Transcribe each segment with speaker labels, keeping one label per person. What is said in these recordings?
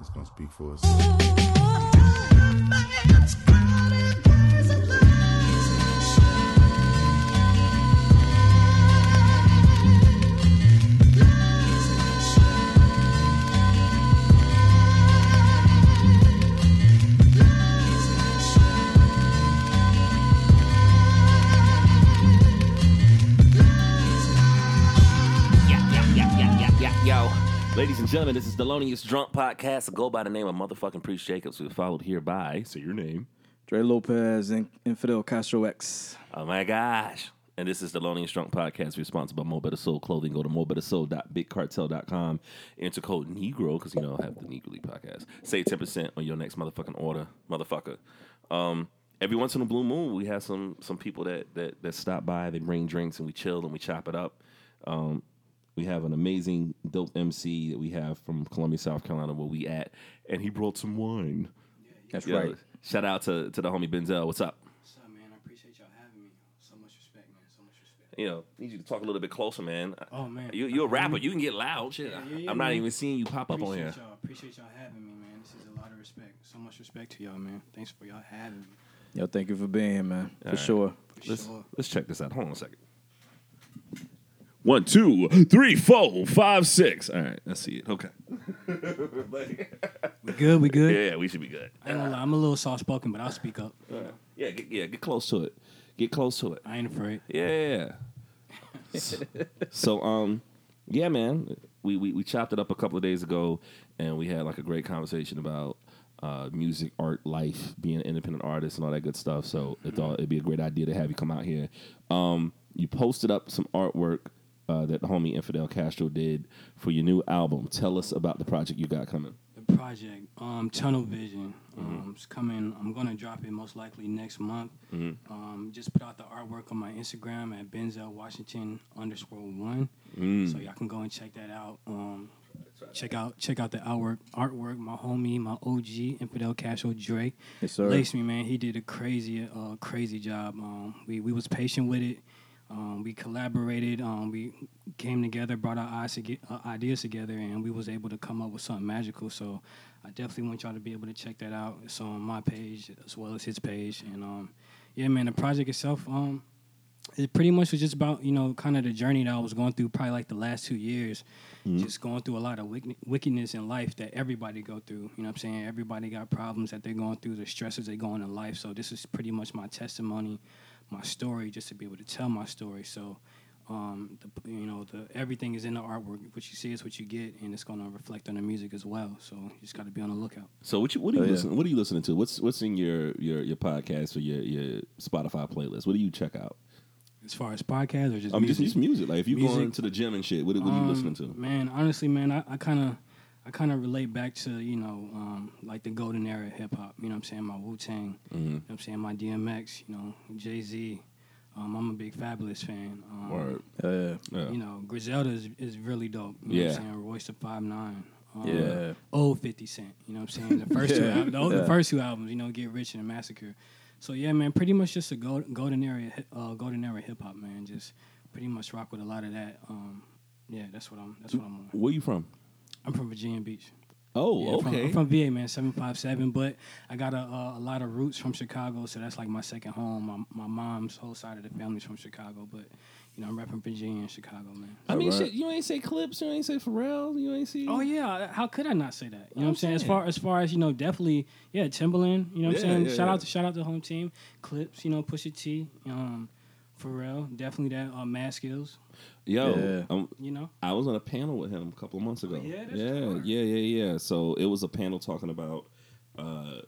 Speaker 1: It's gonna speak for us.
Speaker 2: Yeah, yeah, yeah, yeah, yeah, yeah, yo. Ladies and gentlemen, this is Thelonious Drunk Podcast. Go by the name of motherfucking Priest Jacobs. We're followed here by, say your name.
Speaker 3: Dre Lopez and Infidel Castro X.
Speaker 2: Oh my gosh. And this is the Lonely and Strong Podcast, responsible by Mo Better Soul Clothing. Go to mobettersoul.bigcartel.com. Enter code Negro, because you know I have the Negro League podcast. Save 10% on your next motherfucking order, motherfucker. Um, every once in a blue moon, we have some some people that, that that stop by, they bring drinks and we chill and we chop it up. Um, we have an amazing dope MC that we have from Columbia, South Carolina, where we at, and he brought some wine.
Speaker 3: That's
Speaker 2: Yo,
Speaker 3: right.
Speaker 2: Shout out to, to the homie Benzel. What's up?
Speaker 4: What's up, man? I appreciate y'all having me. So much respect, man. So much respect.
Speaker 2: you know, need you to talk a little bit closer, man.
Speaker 4: Oh, man.
Speaker 2: you, you're a rapper. You can get loud. Shit,
Speaker 4: yeah, yeah,
Speaker 2: I'm not
Speaker 4: man.
Speaker 2: even seeing you pop up on
Speaker 4: appreciate
Speaker 2: here.
Speaker 4: y'all. Appreciate y'all having me, man. This is a lot of respect. So much respect to y'all, man. Thanks for y'all having me.
Speaker 3: Yo, thank you for being here, man. for
Speaker 2: right.
Speaker 3: sure.
Speaker 4: For
Speaker 2: Let's
Speaker 4: sure.
Speaker 2: let's check this out. Hold on a second. One, two, three, four, five, six. All right, I see it. Okay.
Speaker 4: We good. We good.
Speaker 2: Yeah, we should be good.
Speaker 4: I ain't gonna lie. I'm a little soft spoken, but I'll speak up.
Speaker 2: Yeah, get, yeah, get close to it. Get close to it.
Speaker 4: I ain't afraid.
Speaker 2: Yeah. so um, yeah, man, we, we we chopped it up a couple of days ago, and we had like a great conversation about uh, music, art, life, being an independent artist, and all that good stuff. So it thought it'd be a great idea to have you come out here. Um, you posted up some artwork. Uh, that the homie Infidel Castro did for your new album. Tell us about the project you got coming.
Speaker 4: The project, um, Tunnel Vision, um, it's coming. I'm gonna drop it most likely next month. Um, just put out the artwork on my Instagram at Benzel Washington underscore one, so y'all can go and check that out. Um, check out check out the artwork artwork. My homie, my OG, Infidel Castro Dre,
Speaker 3: Yes, sir.
Speaker 4: Lace me, man. He did a crazy uh, crazy job. Um, we we was patient with it. Um, we collaborated. Um, we came together, brought our eyes to get, uh, ideas together, and we was able to come up with something magical. So I definitely want y'all to be able to check that out. It's on my page as well as his page, and um, yeah, man. The project itself, um, it pretty much was just about you know kind of the journey that I was going through, probably like the last two years,
Speaker 2: Mm-hmm.
Speaker 4: just going through a lot of wick- wickedness in life that everybody go through. You know what I'm saying? Everybody got problems that they're going through, the stresses they're going in life. So this is pretty much my testimony, my story, just to be able to tell my story. So. Um, the, you know, the everything is in the artwork. What you see is what you get, and it's gonna reflect on the music as well. So you just gotta be on the lookout.
Speaker 2: So what you what are you
Speaker 3: Oh, yeah.
Speaker 2: listening What are you listening to? What's what's in your your your podcast or your your Spotify playlist? What do you check out?
Speaker 4: As far as podcasts or just
Speaker 2: I'm
Speaker 4: music?
Speaker 2: just, just music. Like if you
Speaker 4: Music.
Speaker 2: going to the gym and shit, what, what are you
Speaker 4: Um,
Speaker 2: listening to?
Speaker 4: Man, honestly, man, I I kind of I kind of relate back to you know um, like the golden era of hip hop. You know, what I'm saying my Wu Tang. You know,
Speaker 2: Mm-hmm.
Speaker 4: what I'm saying my DMX. You know, Jay Z. Um, I'm a big Fabulous fan. Um,
Speaker 2: Or
Speaker 3: Yeah.
Speaker 2: yeah.
Speaker 4: You know, Griselda is, is really dope. You know what I'm
Speaker 2: Yeah.
Speaker 4: saying? Royce the Five Nine. Um,
Speaker 3: Yeah.
Speaker 4: Old 50 Cent. You know what I'm saying? The first two
Speaker 3: Yeah.
Speaker 4: albums, the,
Speaker 3: Yeah.
Speaker 4: the first two albums, you know, Get Rich and Massacre. So yeah, man, pretty much just a gold, golden era, hi- uh, golden era hip hop, man. Just pretty much rock with a lot of that. Um, yeah, that's what I'm. That's what I'm on.
Speaker 2: Where you from?
Speaker 4: I'm from Virginia Beach.
Speaker 2: Oh,
Speaker 4: Yeah,
Speaker 2: okay.
Speaker 4: From, I'm from VA, man, 757. But I got a, uh, a lot of roots from Chicago, so that's like my second home. My, my mom's whole side of the family's from Chicago, but, you know, I'm repping Virginia and Chicago, man.
Speaker 2: I mean,
Speaker 3: Alright.
Speaker 2: shit. You ain't say clips. You ain't say Pharrell. You ain't see.
Speaker 4: Oh yeah, how could I not say that? You know what I'm saying? As
Speaker 2: saying.
Speaker 4: far as far as you know, definitely yeah, Timberland. You know what
Speaker 2: Yeah,
Speaker 4: I'm saying?
Speaker 2: yeah,
Speaker 4: shout
Speaker 2: yeah.
Speaker 4: out to shout out to home team, Clips. You know Pusha T, um, Pharrell, definitely that uh, Mad Skills.
Speaker 2: Yo,
Speaker 3: Yeah.
Speaker 2: um,
Speaker 4: You know,
Speaker 2: I was on a panel with him a couple of months ago.
Speaker 4: Oh, yeah, that's
Speaker 2: yeah,
Speaker 4: hard.
Speaker 2: yeah, yeah, yeah. So it was a panel talking about, uh,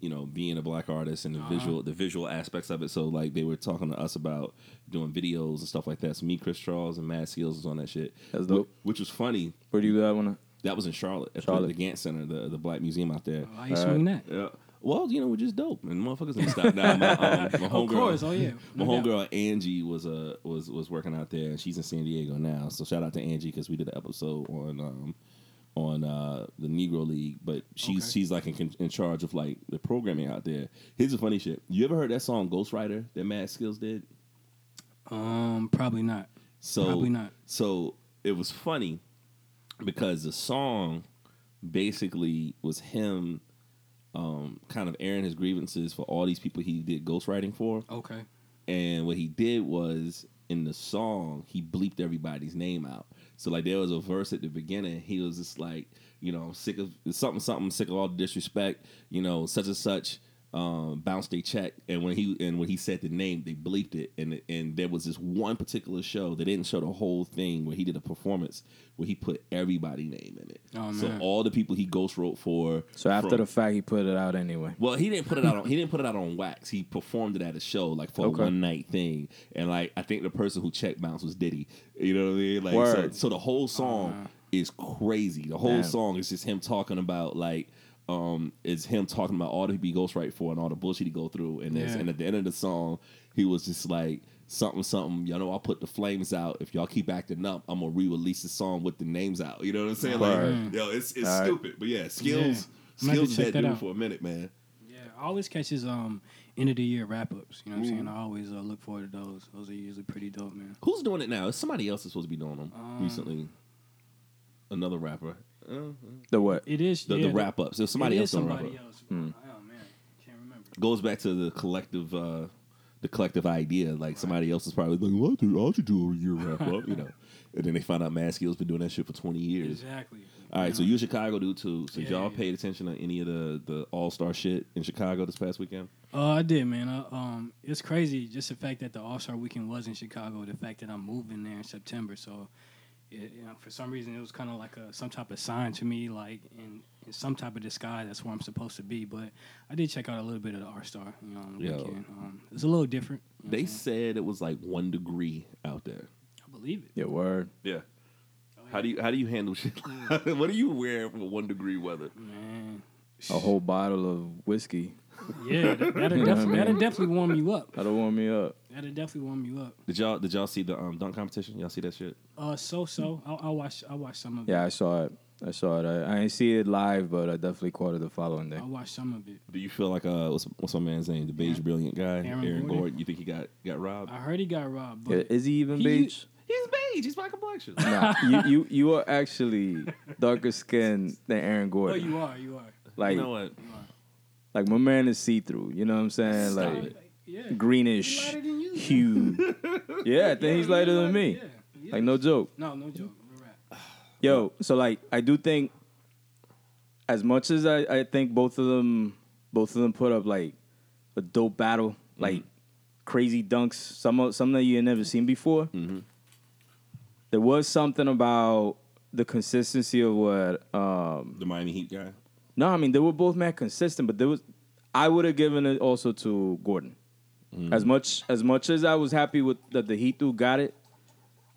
Speaker 2: you know, being a black artist and the
Speaker 4: Uh-huh.
Speaker 2: visual, the visual aspects of it. So like they were talking to us about doing videos and stuff like that. So me, Chris Charles, and Matt Seals was on that shit.
Speaker 3: That's
Speaker 2: wh-
Speaker 3: dope.
Speaker 2: Which was funny.
Speaker 3: Where do you go? I wanna.
Speaker 2: That was in Charlotte, at the- the
Speaker 3: Charlotte.
Speaker 2: Gantt Center, the the Black Museum out there.
Speaker 4: why you swing that?
Speaker 2: Yeah. Well, you know, we're just dope, and motherfuckers didn't stop. Now, my, um, my homegirl,
Speaker 4: Of course, oh yeah,
Speaker 2: my
Speaker 4: no doubt.
Speaker 2: homegirl Angie was uh was was working out there, and she's in San Diego now. So shout out to Angie because we did an episode on um on uh the Negro League, but she's
Speaker 4: Okay.
Speaker 2: she's like in, con- in charge of like the programming out there. Here's the funny shit: you ever heard that song Ghostwriter that Mad Skills did?
Speaker 4: Um, probably not.
Speaker 2: So
Speaker 4: Probably not.
Speaker 2: So it was funny because the song basically was him um, kind of airing his grievances for all these people he did ghostwriting for.
Speaker 4: Okay.
Speaker 2: And what he did was in the song, he bleeped everybody's name out. So like there was a verse at the beginning, he was just like, you know, I'm sick of something, something, sick of all the disrespect, you know, such and such, um, bounced they check. And when he and when he said the name, they bleeped it. And and there was this one particular show, they didn't show the whole thing where he did a performance where he put everybody name in it.
Speaker 4: Oh,
Speaker 2: so
Speaker 4: man.
Speaker 2: all the people he ghost wrote for
Speaker 3: So after
Speaker 2: from-
Speaker 3: the fact, he put it out anyway.
Speaker 2: well, he didn't put it out. On, he didn't put it out on wax. He performed it at a show, like for
Speaker 3: Okay.
Speaker 2: a one night thing. And like I think the person who check bounced was Diddy. You know what I mean? Like so,
Speaker 3: Word.
Speaker 2: so the whole song
Speaker 4: Uh-huh.
Speaker 2: is crazy. The whole
Speaker 3: Damn.
Speaker 2: song is just him talking about like um it's him talking about all the people he goes right for and all the bullshit he go through. And there's
Speaker 4: Yeah.
Speaker 2: and at the end of the song, he was just like something something. Y'all know I put the flames out. If y'all keep acting up, I'm gonna re-release the song with the names out. You know what I'm saying? Like
Speaker 3: Word.
Speaker 2: yo, it's it's
Speaker 3: All right.
Speaker 2: stupid. But yeah, skills.
Speaker 4: I'm gonna have to
Speaker 2: Skills
Speaker 4: check
Speaker 2: that
Speaker 4: that
Speaker 2: dude
Speaker 4: out.
Speaker 2: for a minute, man.
Speaker 4: Yeah, I always catches um end of the year wrap ups. You know what I'm saying?
Speaker 2: Mm.
Speaker 4: I always uh, look forward to those. Those are usually pretty dope, man.
Speaker 2: Who's doing it now? It's somebody else that's supposed to be doing them
Speaker 4: Um,
Speaker 2: recently. Another rapper. Uh,
Speaker 3: The what?
Speaker 4: It is
Speaker 2: The,
Speaker 4: yeah,
Speaker 2: the wrap ups. There's somebody
Speaker 4: it
Speaker 2: else
Speaker 4: is
Speaker 2: doing wrap
Speaker 4: somebody
Speaker 2: up.
Speaker 4: else.
Speaker 3: Hmm.
Speaker 4: Oh man, can't remember.
Speaker 2: Goes back to the collective uh the collective idea. Like somebody else is probably like, Why do I should do a year wrap up? You know. And then they find out Mad Skill's been doing that shit for twenty years.
Speaker 4: Exactly.
Speaker 2: All right, so
Speaker 4: Yeah.
Speaker 2: you a Chicago dude too. So
Speaker 4: Yeah,
Speaker 2: y'all
Speaker 4: yeah.
Speaker 2: paid attention to any of the the All Star shit in Chicago this past weekend?
Speaker 4: Uh, I did, man. I, um, it's crazy just the fact that the All Star Weekend was in Chicago. The fact that I'm moving there in September, so it, you know, for some reason it was kind of like a some type of sign to me, like in, in some type of disguise. That's where I'm supposed to be. But I did check out a little bit of the All Star. You know, on the
Speaker 2: Yo.
Speaker 4: weekend. Um, it's a little different. you know what
Speaker 2: They
Speaker 4: I'm saying?
Speaker 2: said it was like one degree out there.
Speaker 4: I believe it.
Speaker 3: Your word.
Speaker 2: Yeah. How do you how do you handle shit?
Speaker 4: Oh,
Speaker 2: what do you wear for one degree weather?
Speaker 4: Man.
Speaker 3: A whole bottle of whiskey.
Speaker 4: Yeah, that, that'll,
Speaker 3: You know what I
Speaker 4: def-
Speaker 3: mean?
Speaker 4: that'll definitely warm you up.
Speaker 3: That'll warm me up.
Speaker 4: That'll definitely warm you up.
Speaker 2: Did y'all did y'all see the um, dunk competition? Y'all see that shit?
Speaker 4: Uh, so so, I, I watched I watched some of
Speaker 3: Yeah, I saw it. I saw it. I, I didn't see it live, but I definitely caught it the following day.
Speaker 4: it. I watched some of it.
Speaker 2: Do you feel like uh what's what's my man's name? The beige brilliant guy, Aaron,
Speaker 4: Aaron
Speaker 2: Gordon.
Speaker 4: Gordon?
Speaker 2: You think he got got robbed?
Speaker 4: I heard he got robbed,
Speaker 3: Yeah,
Speaker 4: but
Speaker 3: Is he even
Speaker 4: He-
Speaker 3: beige?
Speaker 2: He's beige. He's my complexion.
Speaker 3: Nah, you, you you are actually darker skinned than Aaron
Speaker 4: oh,
Speaker 3: Gordon.
Speaker 4: you are you are.
Speaker 3: like
Speaker 2: you know what?
Speaker 4: You are.
Speaker 3: like my man is see through. You know what I'm saying?
Speaker 2: Stop
Speaker 3: like
Speaker 2: it.
Speaker 4: Yeah. He
Speaker 3: greenish
Speaker 4: lighter than you.
Speaker 3: hue. yeah, I think
Speaker 4: Yeah,
Speaker 3: he's lighter than
Speaker 4: lighter-
Speaker 3: me.
Speaker 4: Yeah, he
Speaker 3: Like
Speaker 4: is.
Speaker 3: no joke.
Speaker 4: no, no joke. Real rap.
Speaker 3: Yo, so like I do think as much as I, I think both of them both of them put up like a dope battle, like crazy dunks, some of- some that you had never seen before. There was something about the consistency of what um
Speaker 2: The Miami Heat guy.
Speaker 3: no, I mean they were both mad consistent, but there was I would have given it also to Gordon. As much as much as I was happy with that the Heat dude got it,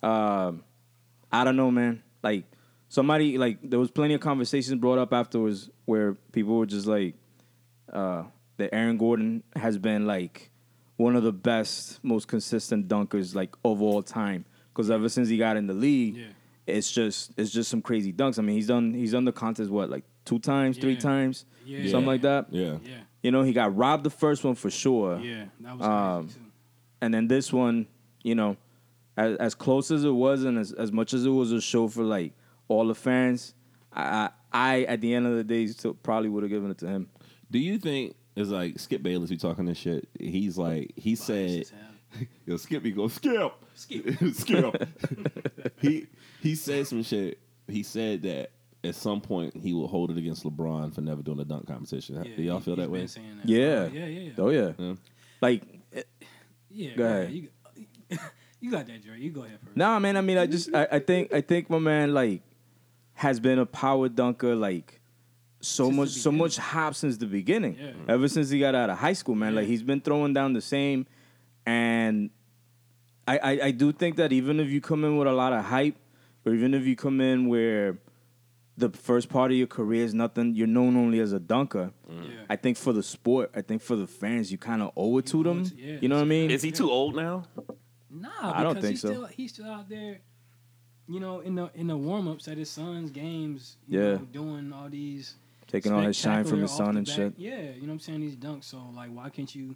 Speaker 3: um, I don't know, man. Like somebody like there was plenty of conversations brought up afterwards where people were just like uh, that Aaron Gordon has been like one of the best, most consistent dunkers like of all time. Because ever since he got in the league,
Speaker 4: Yeah.
Speaker 3: it's just it's just some crazy dunks. I mean, he's done he's done the contest what like two times, three
Speaker 4: Yeah.
Speaker 3: times,
Speaker 4: Yeah.
Speaker 3: something like that.
Speaker 2: Yeah.
Speaker 4: Yeah,
Speaker 3: You know, he got robbed the first one for sure,
Speaker 4: yeah, that was
Speaker 3: Um,
Speaker 4: crazy too.
Speaker 3: and then this one, you know, as, as close as it was and as, as much as it was a show for like all the fans, I I, I at the end of the day still probably would have given it to him.
Speaker 2: Do you think it's like Skip Bayless? We talking this shit. He's like he said.
Speaker 4: Biases
Speaker 2: Yo, Skip, he goes, Skip, Skip, Skip. he he said some shit. He said that at some point he will hold it against LeBron for never doing a dunk
Speaker 3: uh,
Speaker 2: competition.
Speaker 4: Yeah,
Speaker 2: Do y'all
Speaker 4: he-
Speaker 2: feel
Speaker 4: he's
Speaker 2: that way?
Speaker 4: been saying that.
Speaker 3: Yeah.
Speaker 4: Oh, yeah, yeah, yeah.
Speaker 3: Oh yeah,
Speaker 2: Yeah.
Speaker 3: like
Speaker 4: yeah
Speaker 3: Go
Speaker 4: yeah,
Speaker 3: ahead.
Speaker 4: You, you got that, Dre. You go ahead first.
Speaker 3: Nah, man. I mean, I just I, I think I think my man like has been a power dunker like so
Speaker 4: Since the
Speaker 3: much so
Speaker 4: beginning.
Speaker 3: much hop since the beginning.
Speaker 4: Yeah.
Speaker 3: Ever since he got out of high school, man. Like
Speaker 4: Yeah.
Speaker 3: he's been throwing down the same, and I, I I do think that even if you come in with a lot of hype, or even if you come in where the first part of your career is nothing, you're known only as a dunker.
Speaker 4: Yeah.
Speaker 3: I think for the sport, I think for the fans, you kind of owe it to
Speaker 4: owe it
Speaker 3: them.
Speaker 4: to- yeah.
Speaker 3: You know what I mean?
Speaker 2: he too old now?
Speaker 4: Nah,
Speaker 3: I don't
Speaker 4: because
Speaker 3: think
Speaker 4: he's
Speaker 3: so.
Speaker 4: Still, he's still out there, you know, in the in the warm ups at his son's games. You
Speaker 3: Yeah.
Speaker 4: know, doing all these
Speaker 3: Taking all his shine from his
Speaker 4: spectacular
Speaker 3: son and
Speaker 4: off the
Speaker 3: shit.
Speaker 4: back- Yeah, you know what I'm saying. These dunks. So like, why can't you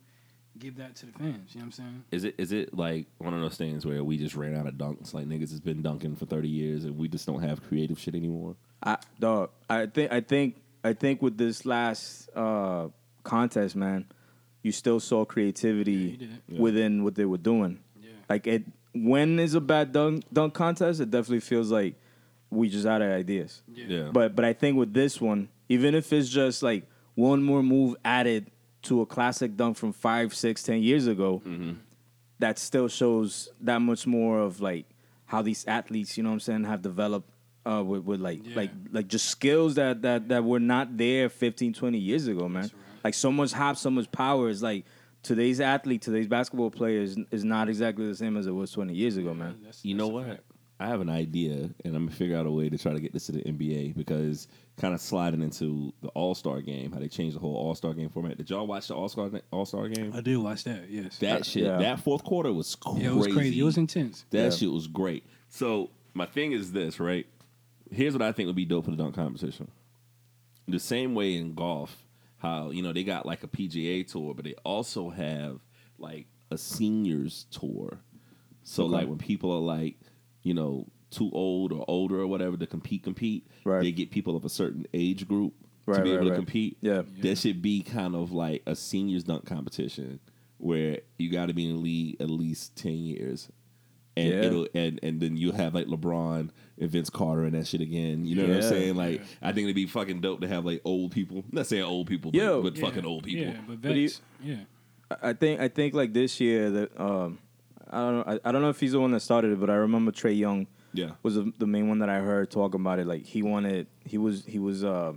Speaker 4: give that to the fans? You know what I'm saying?
Speaker 2: Is it is it like one of those things where we just ran out of dunks? Like niggas has been dunking for thirty years and we just don't have creative shit anymore.
Speaker 3: I dog. I think I think I think with this last uh, contest, man, you still saw creativity
Speaker 4: did.
Speaker 3: within what they were doing.
Speaker 4: Yeah.
Speaker 3: Like it when is a bad dunk dunk contest, it definitely feels like we just out of ideas.
Speaker 2: Yeah.
Speaker 3: But but I think with this one, even if it's just like one more move added to a classic dunk from five, six, ten years ago, that still shows that much more of like how these athletes, you know what I'm saying, have developed uh, with, with like
Speaker 4: Yeah.
Speaker 3: like like just skills that that that were not there 15, 20 years ago, man. Like so much hop, so much power is like today's athlete, today's basketball player is, is not exactly the same as it was 20 years ago, man.
Speaker 4: That's-
Speaker 2: You
Speaker 4: that's
Speaker 2: know
Speaker 4: a
Speaker 2: what?
Speaker 4: fact.
Speaker 2: I have an idea, and I'm gonna figure out a way to try to get this to the NBA because kind of sliding into the All Star game, how they changed the whole All Star game format. Did y'all watch the All Star All Star game?
Speaker 4: I did watch that. Yes.
Speaker 2: That shit,
Speaker 3: yeah.
Speaker 2: that fourth quarter was crazy.
Speaker 4: yeah, it was crazy. It was intense.
Speaker 2: That
Speaker 3: Yeah.
Speaker 2: shit was great. So my thing is this, right? Here's what I think would be dope for the dunk competition. The same way in golf, how you know they got like a PGA tour, but they also have like a seniors tour. So like when people are like, you know, too old or older or whatever to compete, compete,
Speaker 3: Right.
Speaker 2: they get people of a certain age group to
Speaker 3: Right,
Speaker 2: be
Speaker 3: right,
Speaker 2: able to
Speaker 3: right.
Speaker 2: compete.
Speaker 3: Yeah.
Speaker 2: That should be kind of like a seniors dunk competition where you got to be in the league at least 10 years. And
Speaker 3: Yeah.
Speaker 2: it'll and and then you have like LeBron and Vince Carter and that shit again. You know what I'm
Speaker 3: Yeah.
Speaker 2: saying? Like I think it'd be fucking dope to have like old people. not saying old people, but,
Speaker 3: Yo.
Speaker 2: but
Speaker 4: Yeah,
Speaker 2: fucking old people.
Speaker 4: Yeah, but
Speaker 3: do you-
Speaker 4: vets. yeah.
Speaker 3: I- I think I think like this year that um I don't know I, I don't know if he's the one that started it, but I remember Trey Young
Speaker 2: Yeah.
Speaker 3: was the, the main one that I heard talking about it. Like he wanted he was he was uh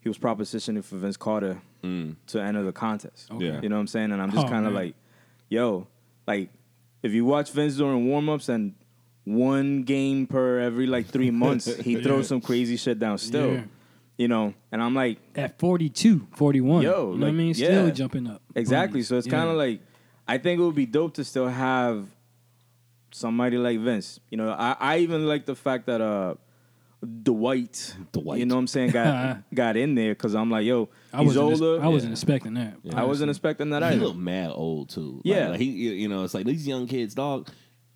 Speaker 3: he was propositioning for Vince Carter to enter the contest.
Speaker 4: Okay.
Speaker 2: Yeah.
Speaker 3: You know what I'm saying? And I'm just
Speaker 4: Oh,
Speaker 3: kind of
Speaker 4: man.
Speaker 3: like, yo, like if you watch Vince during warm ups and one game per every like three months, he throws some crazy shit down still.
Speaker 4: Yeah.
Speaker 3: You know, and I'm like,
Speaker 4: At 42, 41.
Speaker 3: Yo,
Speaker 4: you know what I
Speaker 3: like,
Speaker 4: mean? Still
Speaker 3: yeah.
Speaker 4: jumping up.
Speaker 3: Exactly. So it's
Speaker 4: Yeah.
Speaker 3: kind of like I think it would be dope to still have somebody like Vince. You know, I, I even like the fact that uh Dwight,
Speaker 2: Dwight.
Speaker 3: you know what I'm saying, got got in there because I'm like, yo,
Speaker 4: I
Speaker 3: he's
Speaker 4: wasn't,
Speaker 3: older.
Speaker 4: I wasn't expecting that.
Speaker 3: I wasn't expecting that
Speaker 2: He
Speaker 3: either.
Speaker 2: looked mad old too. Like-
Speaker 3: Yeah.
Speaker 2: like he, you know, it's like these young kids, dog.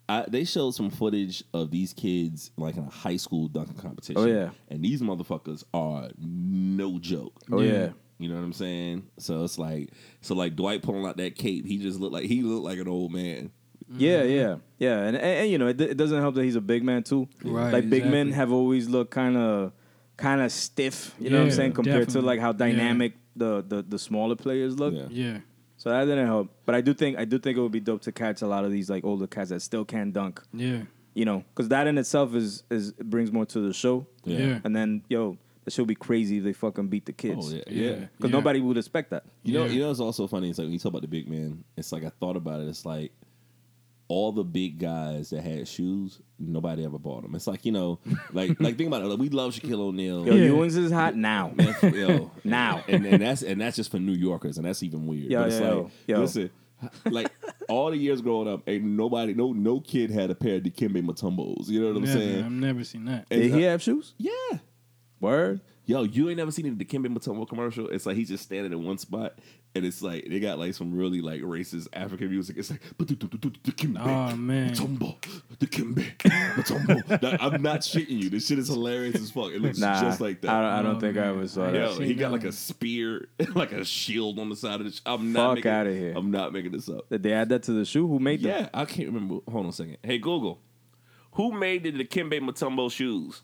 Speaker 2: I, they showed some footage of these kids like in a high school dunking competition.
Speaker 3: Oh, yeah.
Speaker 2: and these motherfuckers are no joke.
Speaker 3: Oh yeah.
Speaker 2: You know what I'm saying? So it's like, so like Dwight pulling out that cape, he just looked like he looked like an old man.
Speaker 3: Yeah, yeah, yeah, and, and, and, you know it, it doesn't help that he's a big man too.
Speaker 4: Right,
Speaker 3: like big men
Speaker 4: exactly.
Speaker 3: have always looked kind of, kind of stiff. You know what I'm
Speaker 4: Yeah,
Speaker 3: saying compared to
Speaker 4: definitely.
Speaker 3: like how
Speaker 4: Yeah.
Speaker 3: dynamic the, the the smaller players look.
Speaker 2: Yeah.
Speaker 4: Yeah.
Speaker 3: So that didn't help. But I do think I do think it would be dope to catch a lot of these like older cats that still can dunk.
Speaker 4: Yeah.
Speaker 3: You know, because that in itself is is it brings more to the show.
Speaker 4: Yeah.
Speaker 2: Yeah.
Speaker 3: And then yo, that should be crazy if they fucking beat the kids.
Speaker 2: Oh yeah,
Speaker 4: Yeah.
Speaker 2: yeah.
Speaker 3: Because
Speaker 4: Yeah.
Speaker 3: nobody would expect that.
Speaker 2: You know,
Speaker 4: Yeah.
Speaker 2: you know, it's also funny. It's like when you talk about the big man. It's like I thought about it. It's like all the big guys that had shoes, nobody ever bought them. It's like you know, like like think about it. Like, we love Shaquille O'Neal.
Speaker 3: Yo,
Speaker 4: Yeah.
Speaker 3: Ewing's is hot now.
Speaker 2: Man, for- yo.
Speaker 3: Now.
Speaker 2: and, and that's and that's just for New Yorkers, and that's even weird.
Speaker 3: Yo,
Speaker 2: but it's
Speaker 3: yo,
Speaker 2: like,
Speaker 3: yo.
Speaker 2: listen, like all the years growing up, ain't nobody, no, no kid had a pair of Dikembe Mutombos. You know what I'm
Speaker 4: Never.
Speaker 2: saying?
Speaker 4: I've never seen that.
Speaker 2: And,
Speaker 3: Did
Speaker 2: uh,
Speaker 3: he have shoes?
Speaker 2: yeah.
Speaker 3: Word.
Speaker 2: Yo, you ain't never seen the Dikembe Mutombo commercial. It's like he's just standing in one spot, and it's like they got like some really like racist African music. It's like Dikembe,
Speaker 4: Aw, man.
Speaker 2: Mutombo, Dikembe, Mutombo. Now, I'm not shitting you. This shit is hilarious as fuck. It looks
Speaker 3: Nah,
Speaker 2: just like that.
Speaker 3: I don't, I don't
Speaker 4: Oh,
Speaker 3: think I
Speaker 4: man.
Speaker 3: ever saw
Speaker 4: I
Speaker 3: that.
Speaker 2: Yo,
Speaker 4: I've seen
Speaker 2: he got
Speaker 4: that
Speaker 2: like
Speaker 4: one.
Speaker 2: a spear, like a shield on the side of the. Sh- I'm not
Speaker 3: Fuck
Speaker 2: making,
Speaker 3: outta here.
Speaker 2: I'm not making this up.
Speaker 3: Did they add that to the shoe? Who made that?
Speaker 2: Yeah, I can't remember. Hold on a second. Hey Google, who made the Dikembe Mutombo shoes?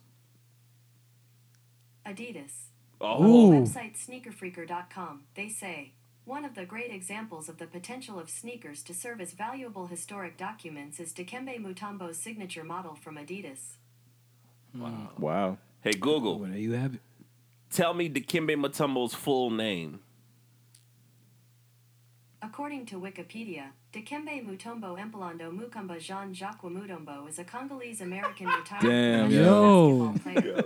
Speaker 1: Adidas.
Speaker 2: Oh,
Speaker 1: Website sneakerfreaker.com. They say one of the great examples of the potential of sneakers to serve as valuable historic documents is Dikembe Mutombo's signature model from Adidas.
Speaker 3: Wow.
Speaker 2: hey Google,
Speaker 4: Well, there you have it.
Speaker 2: tell me Dikembe Mutombo's full name.
Speaker 1: According to Wikipedia, Dikembe Mutombo Empilando Mukumba Jean Jacques Mutombo is a Congolese American retired
Speaker 3: Damn,
Speaker 1: professional
Speaker 4: yo.
Speaker 1: basketball player.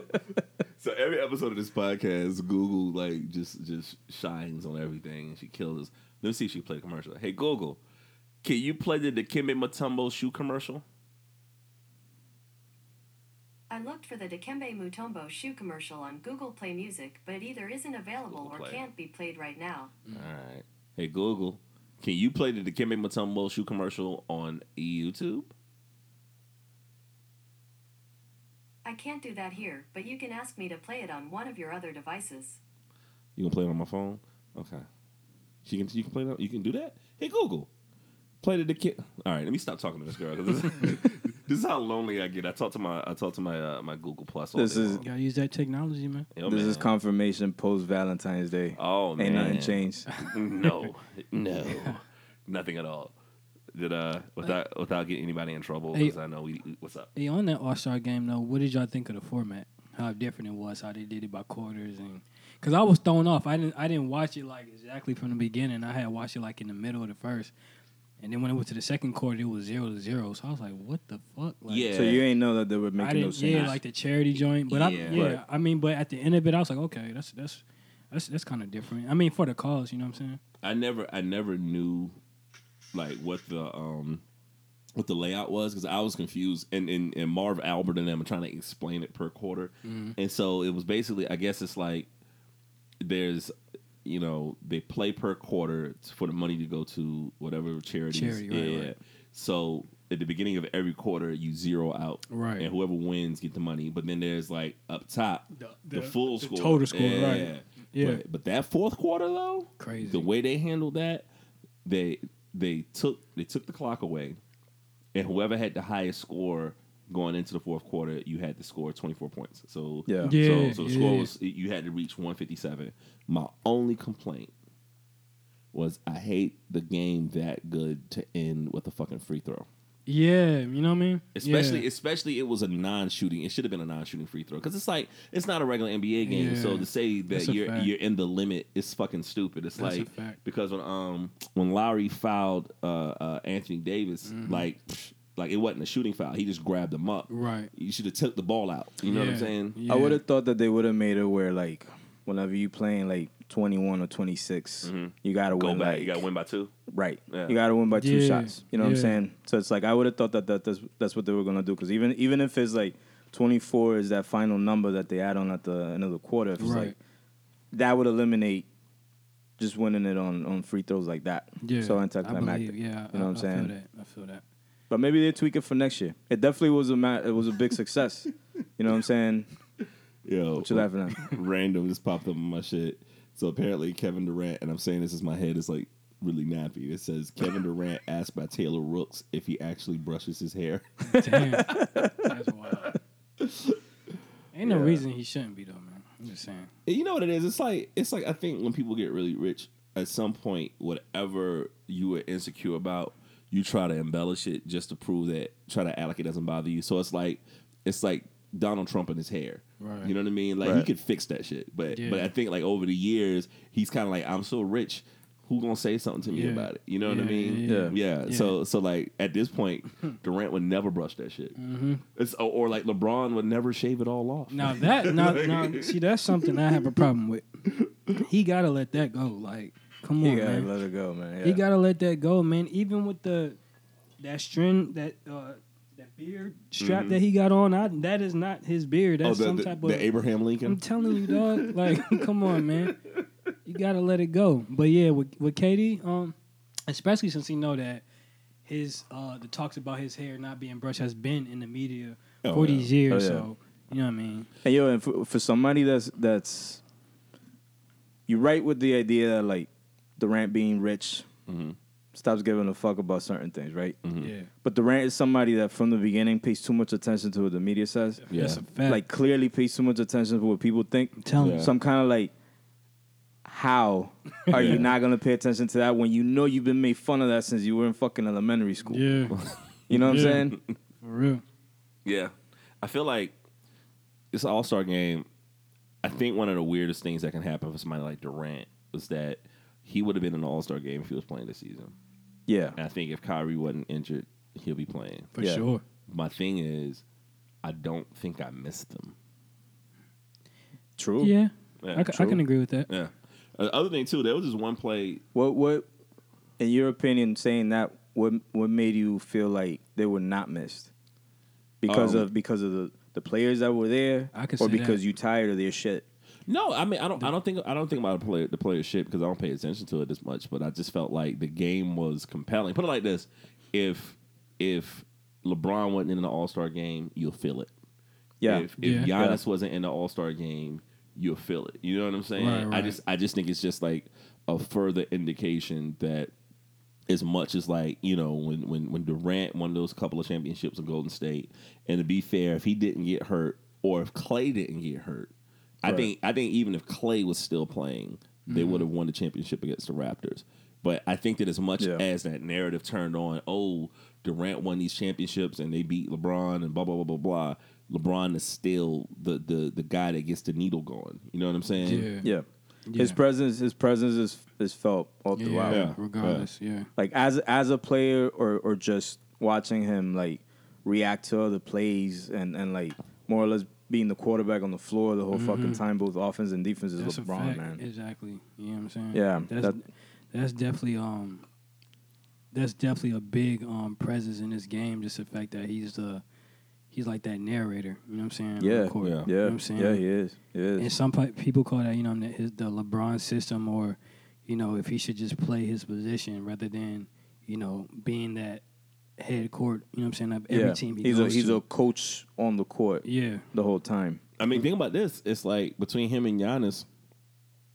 Speaker 2: So every episode of this podcast, Google like just just shines on everything, and she kills us. Let me see if she can play a commercial. Hey Google, can you play the Dikembe Mutombo shoe commercial?
Speaker 1: I looked for the Dikembe Mutombo shoe commercial on Google Play Music, but it either isn't available
Speaker 2: Google
Speaker 1: or
Speaker 2: Play.
Speaker 1: can't be played right now.
Speaker 2: All right. Hey Google, can you play the Dikembe Mutombo shoe commercial on YouTube?
Speaker 1: I I can't do that here, but you can ask me to play it on one of your other devices.
Speaker 2: You can play it on my phone. Okay. She can. You can play it. On, you can do that. Hey Google, play to the kid. All right, let me stop talking to this girl. 'cause This, this is how lonely I get. I talk to my. I talk to my uh, my Google Plus. All
Speaker 3: This
Speaker 2: day
Speaker 3: is-
Speaker 2: long.
Speaker 4: Gotta use that technology, man.
Speaker 2: Yo,
Speaker 3: this
Speaker 2: man.
Speaker 3: is confirmation post Valentine's Day.
Speaker 2: Oh man,
Speaker 3: Ain't nothing changed.
Speaker 2: No, no, nothing at all. Did uh without without getting anybody in trouble
Speaker 4: Hey.
Speaker 2: because I know we what's up.
Speaker 4: Hey, on that All Star game though, what did y'all think of the format? How different it was, how they did it by quarters, and because I was thrown off. I didn't I didn't watch it like exactly from the beginning. I had watched it like in the middle of the first, and then when it went to the second quarter, it was zero to zero. So I was like, what the fuck? Like,
Speaker 2: Yeah.
Speaker 3: So you ain't know that they were
Speaker 4: I
Speaker 3: making no
Speaker 4: didn't.
Speaker 3: sense.
Speaker 4: yeah, like the charity joint, but
Speaker 2: Yeah.
Speaker 4: I, yeah,
Speaker 2: Right.
Speaker 4: I mean, but at the end of it, I was like, okay, that's that's that's that's kind of different. I mean, for the cause, you know what I'm saying?
Speaker 2: I never I never knew like what the um what the layout was because I was confused and, and and Marv Albert and them were trying to explain it per quarter,
Speaker 4: Mm-hmm.
Speaker 2: and so it was basically I guess it's like there's you know they play per quarter for the money to go to whatever charities
Speaker 4: Charity, right, right.
Speaker 2: so at the beginning of every quarter you zero out
Speaker 4: Right.
Speaker 2: and whoever wins get the money but then there's like up top the,
Speaker 4: The- the-
Speaker 2: full
Speaker 4: the
Speaker 2: score
Speaker 4: total score, right. Yeah.
Speaker 2: But, but that fourth quarter though
Speaker 4: Crazy.
Speaker 2: the way they handled that they they took they took the clock away and whoever had the highest score going into the fourth quarter you had to score 24 points so
Speaker 3: Yeah.
Speaker 4: Yeah,
Speaker 2: so, so the
Speaker 4: yeah.
Speaker 2: score was you had to reach 157 my only complaint was I hate the game that good to end with a fucking free throw.
Speaker 4: Yeah, you know what I mean?
Speaker 2: Especially,
Speaker 4: yeah.
Speaker 2: especially it was a non-shooting. It should have been a non-shooting free throw because it's like it's not a regular NBA game.
Speaker 4: Yeah.
Speaker 2: So to say that
Speaker 4: That's a
Speaker 2: you're
Speaker 4: fact.
Speaker 2: you're in the limit is fucking stupid. It's
Speaker 4: That's a
Speaker 2: like
Speaker 4: fact.
Speaker 2: because when um when Lowry fouled uh, uh Anthony Davis, like psh, like it wasn't a shooting foul. He just grabbed him up.
Speaker 4: Mm-hmm. right.
Speaker 2: You should have took the ball out. You know what I'm
Speaker 4: Yeah,
Speaker 2: saying?
Speaker 4: yeah.
Speaker 3: I would have thought that they would have made it where like whenever you playing like twenty one or twenty you gotta
Speaker 2: Mm-hmm. Go
Speaker 3: win.
Speaker 2: back.
Speaker 3: like-
Speaker 2: you got to win by two.
Speaker 3: Right.
Speaker 2: Yeah.
Speaker 3: You gotta win by two
Speaker 4: Yeah,
Speaker 3: shots. You know what I'm
Speaker 4: yeah.
Speaker 3: saying? So it's like I would have thought that, that that's that's what they were gonna do because even even if it's like twenty four is that final number that they add on at the end of the quarter, if it's
Speaker 4: Right.
Speaker 3: like that would eliminate just winning it on, on free throws like that.
Speaker 4: Yeah.
Speaker 3: So
Speaker 4: I
Speaker 3: anticlimactic.
Speaker 4: believe, yeah.
Speaker 3: You know
Speaker 4: I,
Speaker 3: what I'm
Speaker 4: I
Speaker 3: saying?
Speaker 4: feel that. I feel that.
Speaker 3: But maybe they tweak it for next year. It definitely was a ma- it was a big success. you know what I'm saying?
Speaker 2: Yo,
Speaker 3: What you laughing at?
Speaker 2: random just popped up in my shit. So apparently Kevin Durant, and I'm saying this is my head is like really nappy. It says Kevin Durant asked by Taylor Rooks if he actually brushes his hair.
Speaker 4: Damn. That's wild. Ain't no reason he shouldn't be though, man. I'm just saying.
Speaker 2: You know what it is? It's like it's like I think when people get really rich, at some point, whatever you were insecure about, you try to embellish it just to prove that try to act like it doesn't bother you. So it's like it's like Donald Trump and his hair.
Speaker 4: Right.
Speaker 2: You know what I mean? Like he
Speaker 3: Right.
Speaker 2: could fix that shit. But
Speaker 4: Yeah.
Speaker 2: but I think like over the years, he's kinda like, I'm so rich, who gonna say something to me
Speaker 4: Yeah.
Speaker 2: about it? You know what I
Speaker 4: Yeah,
Speaker 2: mean?
Speaker 4: yeah, yeah. Hmm.
Speaker 2: Yeah.
Speaker 4: Yeah.
Speaker 2: So so like at this point, Durant would never brush that shit.
Speaker 4: Mm.
Speaker 2: It's or, or like LeBron would never shave it all off.
Speaker 4: Mm-hmm.
Speaker 2: Oh,
Speaker 4: Now that now, now see that's something I have a problem with. He gotta let that go. Like, come
Speaker 3: You
Speaker 4: on,
Speaker 3: gotta
Speaker 4: man.
Speaker 3: let it go, man. Yeah.
Speaker 4: He gotta let that go, man. Even with the that string that uh that beard strap that he got on, I, that is not his beard. That's
Speaker 2: Mm-hmm. oh, the,
Speaker 4: some
Speaker 2: the-
Speaker 4: type
Speaker 2: the
Speaker 4: of
Speaker 2: Abraham Lincoln.
Speaker 4: I'm telling you, dog. Like, come on, man. You gotta let it go. But yeah, with with Katie, um, especially since he know that his uh the talks about his hair not being brushed has been in the media
Speaker 2: Oh,
Speaker 4: for
Speaker 2: yeah.
Speaker 4: these years.
Speaker 3: Oh, yeah.
Speaker 4: So you know what I mean?
Speaker 3: And yo, and for, for somebody that's that's you right with the idea that like Durant being rich
Speaker 2: Mm-hmm.
Speaker 3: stops giving a fuck about certain things, right?
Speaker 4: Yeah,
Speaker 3: But Durant is somebody that from the beginning pays too much attention to what the media says.
Speaker 2: Yeah.
Speaker 4: that's a fact.
Speaker 3: Like clearly pays too much attention to what people think.
Speaker 4: Tell me.
Speaker 2: Yeah.
Speaker 3: So I'm kind of like, how are you not gonna pay attention to that when you know you've been made fun of that since you were in fucking elementary school?
Speaker 4: yeah, for
Speaker 3: You know what
Speaker 4: Yeah.
Speaker 3: I'm saying?
Speaker 4: real.
Speaker 2: Yeah. I feel like this All Star game, I think one of the weirdest things that can happen for somebody like Durant was that he would have been in the All Star game if he was playing this season.
Speaker 3: Yeah.
Speaker 2: And I think if Kyrie wasn't injured, he'll be playing.
Speaker 4: For
Speaker 3: Yeah.
Speaker 4: sure.
Speaker 2: My thing is, I don't think I missed them.
Speaker 3: True.
Speaker 4: Yeah,
Speaker 2: Yeah,
Speaker 4: I, ca- I
Speaker 2: true.
Speaker 4: can agree with that.
Speaker 2: Yeah. Uh, other thing too, there was this one play.
Speaker 3: What what in your opinion saying that what what made you feel like they were not missed? Because
Speaker 2: Um,
Speaker 3: of because of the, the players that were there
Speaker 4: I could
Speaker 3: or
Speaker 4: say that.
Speaker 3: because you tired of their shit.
Speaker 2: No, I mean I don't. I don't think I don't think about the player the player shit because I don't pay attention to it as much. But I just felt like the game was compelling. Put it like this: if if LeBron wasn't in the All Star game, you'll feel it.
Speaker 3: Yeah.
Speaker 2: If, if
Speaker 4: Yeah.
Speaker 2: Giannis wasn't in the All Star game, you'll feel it. You know what I'm saying?
Speaker 4: Right,
Speaker 2: I
Speaker 4: right.
Speaker 2: just I just think it's just like a further indication that as much as like you know when when when Durant won those couple of championships in Golden State, and to be fair, if he didn't get hurt or if Clay didn't get hurt, I think I think even if Clay was still playing, they
Speaker 4: Mm-hmm.
Speaker 2: would have won the championship against the Raptors. But I think that as much
Speaker 3: Yeah.
Speaker 2: as that narrative turned on, oh, Durant won these championships and they beat LeBron and blah blah blah blah blah. LeBron is still the the the guy that gets the needle going. You know what I'm saying?
Speaker 4: Yeah.
Speaker 3: Yeah. His
Speaker 4: Yeah.
Speaker 3: presence, his presence is is felt all throughout.
Speaker 2: Yeah.
Speaker 4: Regardless, yeah.
Speaker 3: Like as as a player, or or just watching him like react to other plays, and and like more or less being the quarterback on the floor the whole fucking time, both offense and defense is
Speaker 4: Mm-hmm. That's a
Speaker 3: LeBron,
Speaker 4: fact.
Speaker 3: man.
Speaker 4: Exactly. You know what I'm saying?
Speaker 3: Yeah,
Speaker 4: That's
Speaker 3: that-
Speaker 4: that's definitely um that's definitely a big um presence in this game, just the fact that he's the he's like that narrator, you know what I'm saying? on the
Speaker 3: yeah,
Speaker 4: court,
Speaker 2: yeah,
Speaker 4: You know
Speaker 3: yeah,
Speaker 4: what I'm saying?
Speaker 3: yeah, he is, he is.
Speaker 4: And some pe- people call that, you know, his, the LeBron system, or you know, if he should just play his position rather than you know being that head court. You know, what I'm saying of every
Speaker 3: yeah.
Speaker 4: team he
Speaker 3: he's a
Speaker 4: goes
Speaker 3: he's
Speaker 4: to.
Speaker 3: a coach on the court
Speaker 4: yeah,
Speaker 3: the whole time.
Speaker 2: I mean, think about this. It's like between him and Giannis,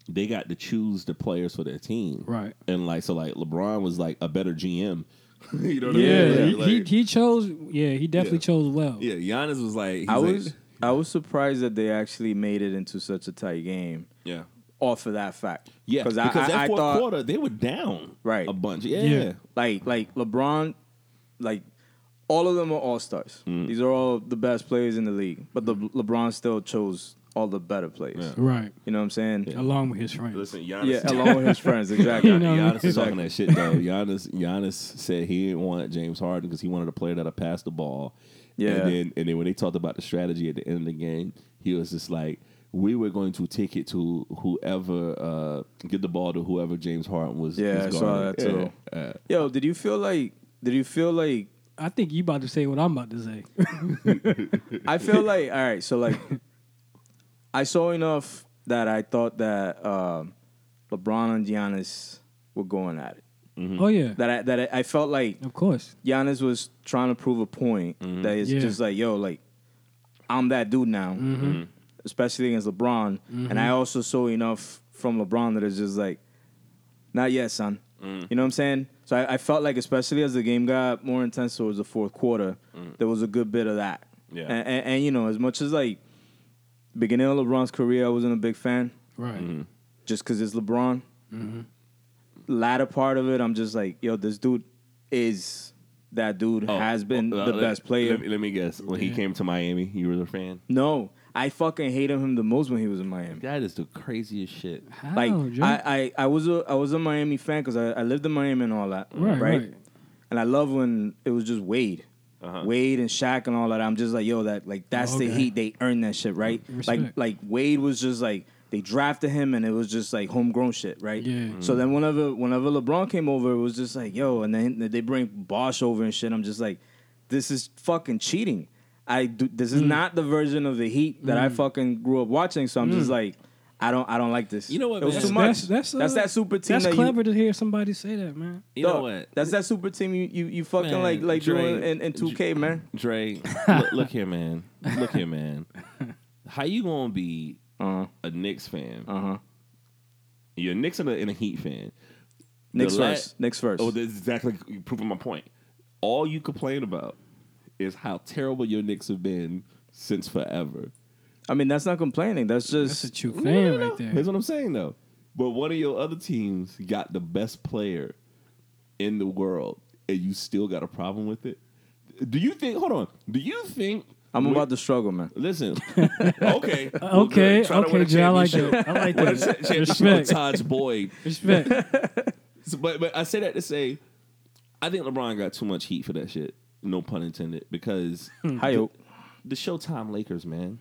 Speaker 2: they got to choose the players for their team.
Speaker 4: right.
Speaker 2: And like so, like LeBron was like a better GM. you know what
Speaker 4: Yeah,
Speaker 2: I
Speaker 4: he,
Speaker 2: mean? Like,
Speaker 4: he, he chose. Yeah, he definitely
Speaker 2: Yeah.
Speaker 4: chose well.
Speaker 2: yeah, Giannis was like, he's
Speaker 3: I
Speaker 2: like-
Speaker 3: was I was surprised that they actually made it into such a tight game
Speaker 2: yeah.
Speaker 3: off of that fact.
Speaker 2: Yeah, because,
Speaker 3: I,
Speaker 2: that
Speaker 3: I, I
Speaker 2: fourth
Speaker 3: thought
Speaker 2: quarter they were down
Speaker 3: Right.
Speaker 2: a bunch. Yeah,
Speaker 4: Yeah.
Speaker 3: like like LeBron, like all of them are all stars. These are all the best players in the league, but the LeBron still chose all the better players.
Speaker 2: Yeah.
Speaker 4: Right.
Speaker 3: You know what I'm saying? Yeah,
Speaker 4: Along with his friends.
Speaker 2: listen, Giannis.
Speaker 3: along with his friends, exactly.
Speaker 4: You know what I
Speaker 2: Giannis is
Speaker 3: Exactly.
Speaker 2: talking that shit though. Giannis, Giannis said he didn't want James Harden because he wanted a player that'll pass the ball.
Speaker 3: Yeah.
Speaker 2: and then and then when they talked about the strategy at the end of the game, he was just like, "We were going to take it to whoever, uh, get the ball to whoever James Harden was."
Speaker 3: Yeah, I
Speaker 2: was
Speaker 3: saw
Speaker 2: guarding."
Speaker 3: that too.
Speaker 2: Yeah, uh,
Speaker 3: Yo, did you feel like? Did you feel like?
Speaker 4: I think you about to say what I'm about to say.
Speaker 3: I feel like. All right, so like, I saw enough that I thought that um, LeBron and Giannis were going at it. Mm-hmm.
Speaker 4: Oh yeah,
Speaker 3: That I, that I, I felt like
Speaker 4: of course.
Speaker 3: Giannis was trying to prove a point that it's
Speaker 4: Yeah. Mm-hmm.
Speaker 3: just like, yo, like I'm that dude now, especially against LeBron. And I also saw enough from LeBron that it's just like, not yet, son. You know what I'm saying? So I, I felt like, especially as the game got more intense towards the fourth quarter, there was a good bit of that.
Speaker 2: Yeah.
Speaker 3: And, and, and, you know, as much as like beginning of LeBron's career, I wasn't a big fan
Speaker 4: Right.
Speaker 3: Mm-hmm. just because it's LeBron.
Speaker 4: Mm-hmm.
Speaker 3: Latter part of it, I'm just like, yo, this dude is that dude
Speaker 2: oh,
Speaker 3: has been
Speaker 2: uh,
Speaker 3: the
Speaker 2: let-
Speaker 3: best player.
Speaker 2: Let me, let me guess. When he came to Miami, you were a fan.
Speaker 3: no, I fucking hated him the most when he was in Miami.
Speaker 2: That is the craziest shit.
Speaker 4: How,
Speaker 3: Like
Speaker 4: Drake?
Speaker 3: I, I, I was a I was a Miami fan because I, I lived in Miami and all that,
Speaker 4: Right, right.
Speaker 3: And I love when it was just Wade,
Speaker 2: Uh-huh.
Speaker 3: Wade and Shaq and all that. I'm just like, yo, that like that's the
Speaker 4: Okay.
Speaker 3: heat. They earned that shit, right? Like
Speaker 4: Respect.
Speaker 3: like Wade was just like they drafted him and it was just like homegrown shit, right?
Speaker 4: Yeah.
Speaker 2: Mm.
Speaker 3: So then whenever whenever LeBron came over, it was just like, yo, and then they bring Bosch over and shit. I'm just like, this is fucking cheating. I do, this
Speaker 4: Mm.
Speaker 3: is not the version of the Heat that I fucking grew up watching. So I'm just like, I don't I don't like this.
Speaker 2: You know what,
Speaker 3: It was
Speaker 2: man?
Speaker 3: too much.
Speaker 4: Mm. that's
Speaker 3: That's,
Speaker 4: that's, uh,
Speaker 3: that super team.
Speaker 4: That's
Speaker 3: that
Speaker 4: clever
Speaker 3: You,
Speaker 4: to hear somebody say that, man.
Speaker 2: You know
Speaker 3: Dog,
Speaker 2: what?
Speaker 3: That's that super team you you, you fucking
Speaker 2: Man,
Speaker 3: like like
Speaker 2: Dre-
Speaker 3: doing in, in 2K, man.
Speaker 2: Dre, look, look here, man. Look here, man. How you gonna be
Speaker 3: Uh huh.
Speaker 2: a Knicks fan?
Speaker 3: Uh huh.
Speaker 2: You're a Knicks and a, and a Heat fan. The
Speaker 3: Next
Speaker 2: la-
Speaker 3: first. Next first.
Speaker 2: Oh, that's exactly proving my point. All you complain about is how terrible your Knicks have been since forever.
Speaker 3: I mean, that's not complaining. That's just Mm,
Speaker 4: That's a true
Speaker 2: No, no,
Speaker 4: fan
Speaker 2: no.
Speaker 4: right there.
Speaker 2: That's what I'm saying though. But one of your other teams got the best player in the world, and you still got a problem with it. Do you think? Hold on. Do you think?
Speaker 3: I'm
Speaker 2: we-
Speaker 3: about to struggle, man.
Speaker 2: Listen. okay.
Speaker 4: Uh, Okay,
Speaker 2: Try to
Speaker 4: okay,
Speaker 2: win a
Speaker 4: Jay, I like
Speaker 2: championship.
Speaker 4: that. I like
Speaker 2: Win a
Speaker 4: that.
Speaker 2: cha- championship with
Speaker 4: Respect.
Speaker 2: Taj Boyd.
Speaker 4: Respect.
Speaker 2: So, but but I say that to say, I think LeBron got too much heat for that shit. No pun intended. Because
Speaker 4: Hmm.
Speaker 3: Hi-yo.
Speaker 2: the Showtime Lakers, man,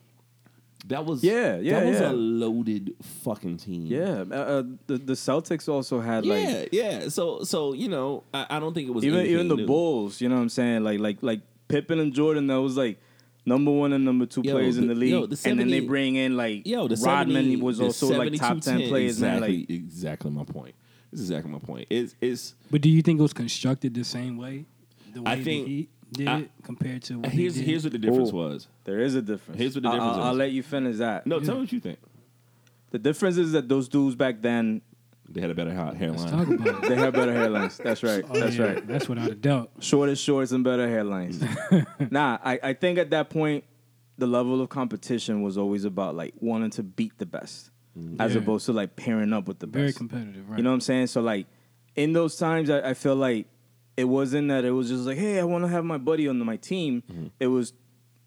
Speaker 2: that was
Speaker 3: Yeah, yeah,
Speaker 2: that was a
Speaker 3: yeah.
Speaker 2: loaded fucking team.
Speaker 3: Yeah, uh, uh, the the Celtics also had like
Speaker 2: yeah, yeah. So so you know, I, I don't think it was
Speaker 3: even even
Speaker 2: anything
Speaker 3: the
Speaker 2: new.
Speaker 3: Bulls. You know what I'm saying? Like like like Pippen and Jordan. That was like number one and number two
Speaker 2: Yo,
Speaker 3: players in
Speaker 2: the-
Speaker 3: the league.
Speaker 2: yo, the
Speaker 3: and then they
Speaker 2: 70
Speaker 3: bring in like
Speaker 2: Yo, the
Speaker 3: Rodman
Speaker 2: 70
Speaker 3: was
Speaker 2: the
Speaker 3: also like
Speaker 2: 72
Speaker 3: top ten, players.
Speaker 2: Exactly,
Speaker 3: Man, like
Speaker 2: exactly my point. This is exactly my point. It's it's
Speaker 4: but do you think it was constructed the same way? The way
Speaker 2: I
Speaker 4: the
Speaker 2: think
Speaker 4: Heat- did
Speaker 2: I-
Speaker 4: it compared to what
Speaker 2: Here's
Speaker 4: he did.
Speaker 2: here's what the difference
Speaker 3: Oh.
Speaker 2: was.
Speaker 3: There is a difference.
Speaker 2: Here's what the
Speaker 3: I-
Speaker 2: difference
Speaker 3: I'll,
Speaker 2: is.
Speaker 3: I'll let you finish that.
Speaker 2: No, tell me what you think.
Speaker 3: The difference is that those dudes back then
Speaker 2: They had a better ha-
Speaker 4: Let's
Speaker 2: hairline.
Speaker 4: talk about it.
Speaker 3: they had better hairlines. That's right.
Speaker 4: Oh,
Speaker 3: That's
Speaker 4: yeah,
Speaker 3: right.
Speaker 4: That's without a doubt.
Speaker 3: Shortest shorts and better hairlines. nah, I, I think at that point the level of competition was always about like wanting to beat the best. As
Speaker 4: Yeah.
Speaker 3: opposed to like pairing up with the
Speaker 4: Very
Speaker 3: best.
Speaker 4: competitive, right?
Speaker 3: You know what I'm saying? So like in those times, I, I feel like it wasn't that it was just like, hey, I want to have my buddy on my team. It was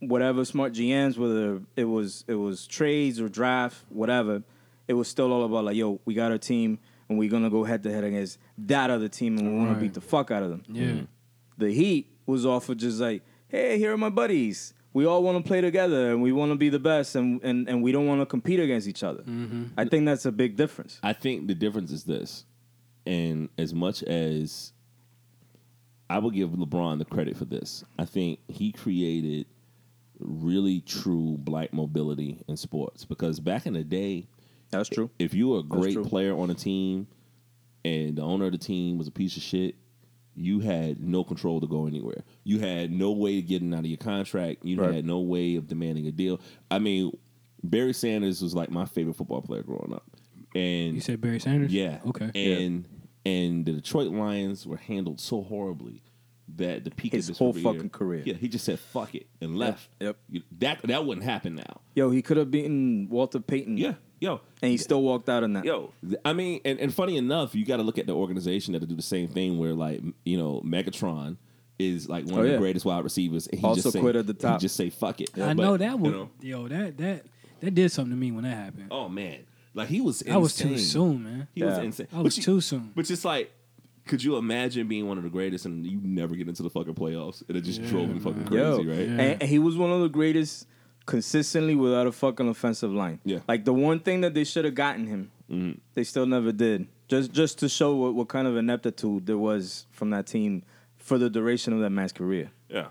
Speaker 3: whatever smart GMs, whether it was it was trades or draft, whatever. It was still all about like, yo, we got our team and we're gonna go head to head against that other team and we want
Speaker 4: Right.
Speaker 3: to beat the fuck out of them.
Speaker 4: yeah.
Speaker 3: The Heat was off of just like, hey, here are my buddies. We all want to play together and we want to be the best and, and, and we don't want to compete against each other.
Speaker 4: Mm-hmm.
Speaker 3: I think that's a big difference.
Speaker 2: I think the difference is this, and as much as I will give LeBron the credit for this, I think he created really true black mobility in sports because back in the day,
Speaker 3: That's true.
Speaker 2: if you were a great
Speaker 3: true.
Speaker 2: player on a team and the owner of the team was a piece of shit, you had no control to go anywhere. You had no way of getting out of your contract. You
Speaker 3: Right.
Speaker 2: had no way of demanding a deal. I mean, Barry Sanders was like my favorite football player growing up. And
Speaker 4: You said Barry Sanders?
Speaker 2: yeah.
Speaker 4: Okay.
Speaker 2: And and the Detroit Lions were handled so horribly that the peak of
Speaker 3: His
Speaker 2: his
Speaker 3: whole
Speaker 2: career-
Speaker 3: fucking career.
Speaker 2: Yeah, he just said fuck it and left.
Speaker 3: yep.
Speaker 2: You- That that wouldn't happen now.
Speaker 3: Yo, he could have beaten Walter Payton.
Speaker 2: Yeah. Yo.
Speaker 3: And he still walked out on that.
Speaker 2: Yo, th- I mean, and, and funny enough, you got to look at the organization that'll do the same thing. Where like m- you know, Megatron is like one
Speaker 3: Oh,
Speaker 2: of
Speaker 3: yeah.
Speaker 2: the greatest wide receivers. And he
Speaker 3: Also
Speaker 2: just say,
Speaker 3: quit at the top.
Speaker 2: He just say fuck it.
Speaker 4: I
Speaker 2: But,
Speaker 4: know that
Speaker 2: you
Speaker 4: would
Speaker 2: know,
Speaker 4: yo that that that did something to me when that happened.
Speaker 2: oh man, like he was. Oh, Insane.
Speaker 4: I was too soon, man.
Speaker 2: He was
Speaker 3: Yeah.
Speaker 2: insane.
Speaker 4: I
Speaker 2: But
Speaker 4: was
Speaker 2: you-
Speaker 4: too soon.
Speaker 2: But just like, could you imagine being one of the greatest and you never get into the fucking playoffs? And it just drove him fucking crazy,
Speaker 3: Yo.
Speaker 2: right?
Speaker 3: And, and he was one of the greatest consistently without a fucking offensive line.
Speaker 2: Yeah. Mm-hmm.
Speaker 3: Like the one thing that they should have gotten him, they still never did. Just just to show what, what kind of ineptitude there was from that team for the duration of that man's career.
Speaker 2: Yeah.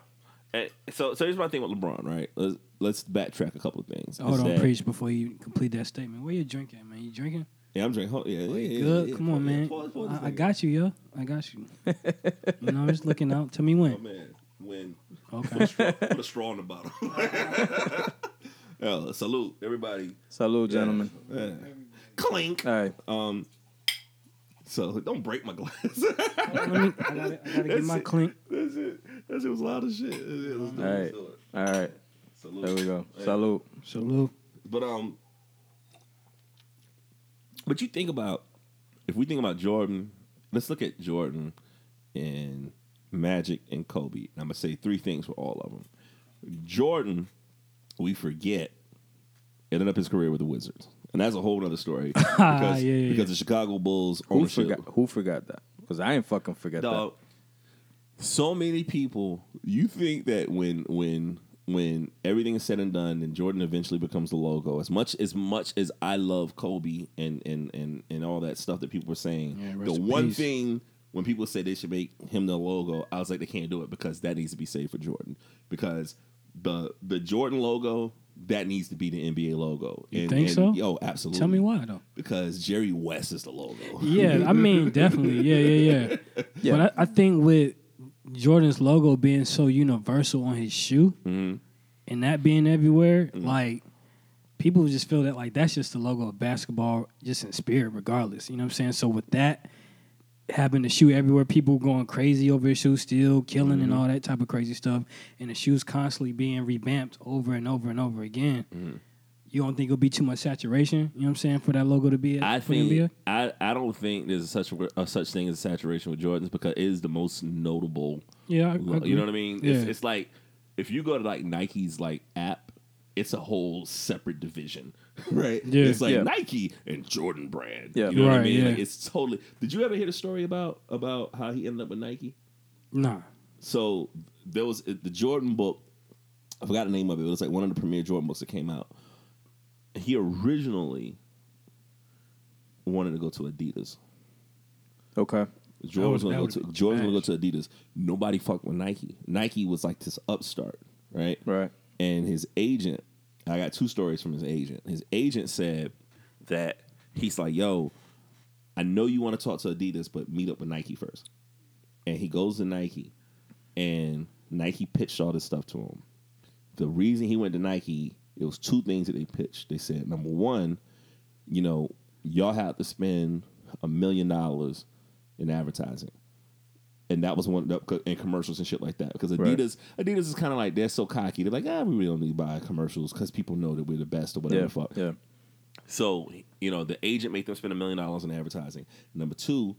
Speaker 2: And so, so here's my thing with LeBron, right? Let's, let's backtrack a couple of things.
Speaker 4: Hold
Speaker 2: Is
Speaker 4: on,
Speaker 2: that-
Speaker 4: preach before you complete that statement. Where you drinking, man? You drinking?
Speaker 2: Yeah, I'm drinking. Hold, yeah, yeah, yeah,
Speaker 4: Good.
Speaker 2: yeah,
Speaker 4: Come
Speaker 2: yeah,
Speaker 4: on, man.
Speaker 2: Pause, pause this
Speaker 4: I, I
Speaker 2: nigga.
Speaker 4: got you, yo. I got you. you know, I'm just looking out. Tell me
Speaker 2: Oh,
Speaker 4: when.
Speaker 2: man. When put
Speaker 4: Okay.
Speaker 2: a straw, put a straw in the bottle. Yo, salute everybody.
Speaker 3: Salute, gentlemen.
Speaker 2: Yeah. Clink.
Speaker 3: All right.
Speaker 2: So don't break my glass. that's
Speaker 4: Let me, I gotta, I gotta get my
Speaker 2: it.
Speaker 4: clink.
Speaker 2: it. That shit was loud as shit. It was dope.
Speaker 3: All right. All right.
Speaker 2: Salute.
Speaker 3: There we go. Salute.
Speaker 4: Salute.
Speaker 2: But um, but you think about if we think about Jordan, let's look at Jordan and Magic and Kobe. And I'm gonna say three things for all of them. Jordan, we forget, ended up his career with the Wizards, and that's a whole other story because,
Speaker 4: Ah, Yeah, yeah, yeah.
Speaker 2: because the Chicago Bulls
Speaker 3: Who
Speaker 2: ownership.
Speaker 3: forgot who forgot that? Because I ain't fucking forget
Speaker 2: Dog, so many people. You think that when when when everything is said and done, and Jordan eventually becomes the logo. As much as much as I love Kobe and and and and all that stuff that people were saying,
Speaker 4: Yeah, rest
Speaker 2: the
Speaker 4: in
Speaker 2: one
Speaker 4: peace.
Speaker 2: thing when people say they should make him the logo, I was like, they can't do it because that needs to be saved for Jordan because the the Jordan logo. That needs to be the NBA logo. You
Speaker 4: think so?
Speaker 2: Yo, absolutely.
Speaker 4: Tell me why though.
Speaker 2: Because Jerry West is the logo.
Speaker 4: Yeah, I mean, definitely. Yeah, yeah, yeah.
Speaker 3: Yeah.
Speaker 4: But I, I think with Jordan's logo being so universal on his shoe
Speaker 2: Mm-hmm.
Speaker 4: and that being everywhere, like people just feel that like that's just the logo of basketball, just in spirit, regardless. You know what I'm saying? So with that having the shoe everywhere, people going crazy over his shoe, still killing and all that type of crazy stuff, and the shoes constantly being revamped over and over and over again. You don't think it'll be too much saturation? You know what I'm saying for that logo to be?
Speaker 2: I
Speaker 4: for the NBA?
Speaker 2: think I, I don't think there's such a such thing as saturation with Jordans because it is the most notable.
Speaker 4: Yeah, I, I
Speaker 2: lo-
Speaker 4: agree.
Speaker 2: you know what I mean? It's,
Speaker 4: Yeah.
Speaker 2: it's like if you go to like Nike's like app, it's a whole separate division, right?
Speaker 4: Yeah.
Speaker 2: It's like
Speaker 3: Yeah.
Speaker 2: Nike and Jordan brand.
Speaker 3: Yeah.
Speaker 2: you know what I
Speaker 4: Right,
Speaker 2: mean?
Speaker 4: yeah.
Speaker 2: Like it's totally. Did you ever hear the story about about how he ended up with Nike?
Speaker 4: Nah.
Speaker 2: So there was the Jordan book. I forgot the name of it. It was like one of the premier Jordan books that came out. He originally wanted to go to Adidas.
Speaker 3: that. Okay.
Speaker 2: Jordan was
Speaker 4: That
Speaker 2: gonna go
Speaker 4: was-
Speaker 2: to
Speaker 4: that would've
Speaker 2: Jordan
Speaker 4: been
Speaker 2: was gonna go to Adidas. Nobody fucked with Nike. Nike was like this upstart, right?
Speaker 3: Right.
Speaker 2: And his agent, I got two stories from his agent. His agent said that he's like, "Yo, I know you want to talk to Adidas, but meet up with Nike first. And he goes to Nike, and Nike pitched all this stuff to him. The reason he went to Nike, it was two things that they pitched. They said, number one, you know, y'all had to spend a million dollars in advertising. And that was one that- in commercials and shit like that. Because
Speaker 3: Right.
Speaker 2: Adidas, Adidas is kind of like they're so cocky. They're like, ah, we really don't need to buy commercials because people know that we're the best or whatever.
Speaker 3: Yeah,
Speaker 2: the fuck.
Speaker 3: yeah.
Speaker 2: So you know, the agent made them spend a million dollars in advertising. Number two,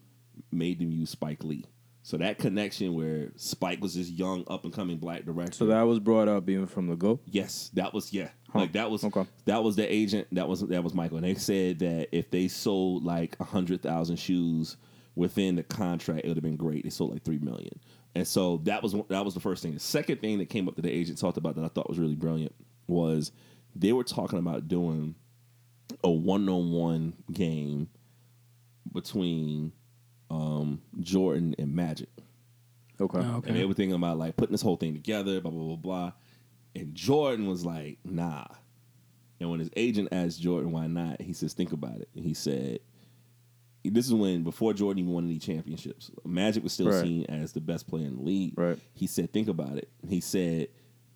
Speaker 2: made them use Spike Lee. So that connection where Spike was this young, up and coming black director.
Speaker 3: So that was brought up even from the go.
Speaker 2: yes, that was yeah, like that was
Speaker 3: Okay.
Speaker 2: that was the agent. That was that was Michael. And they said that if they sold like a hundred thousand shoes within the contract, it would have been great. They sold like three million, and so that was one- that was the first thing. The second thing that came up that the agent talked about that I thought was really brilliant was they were talking about doing a one-on-one game between um, Jordan and Magic.
Speaker 3: Okay.
Speaker 4: Oh,
Speaker 2: And they
Speaker 4: okay.
Speaker 2: were thinking about like putting this whole thing together, blah blah blah blah. And Jordan was like, nah. And when his agent asked Jordan why not, he says, think about it. And he said, this is when before Jordan even won any championships, Magic was still
Speaker 3: Right.
Speaker 2: seen as the best player in the league.
Speaker 3: Right.
Speaker 2: He said, think about it. He said,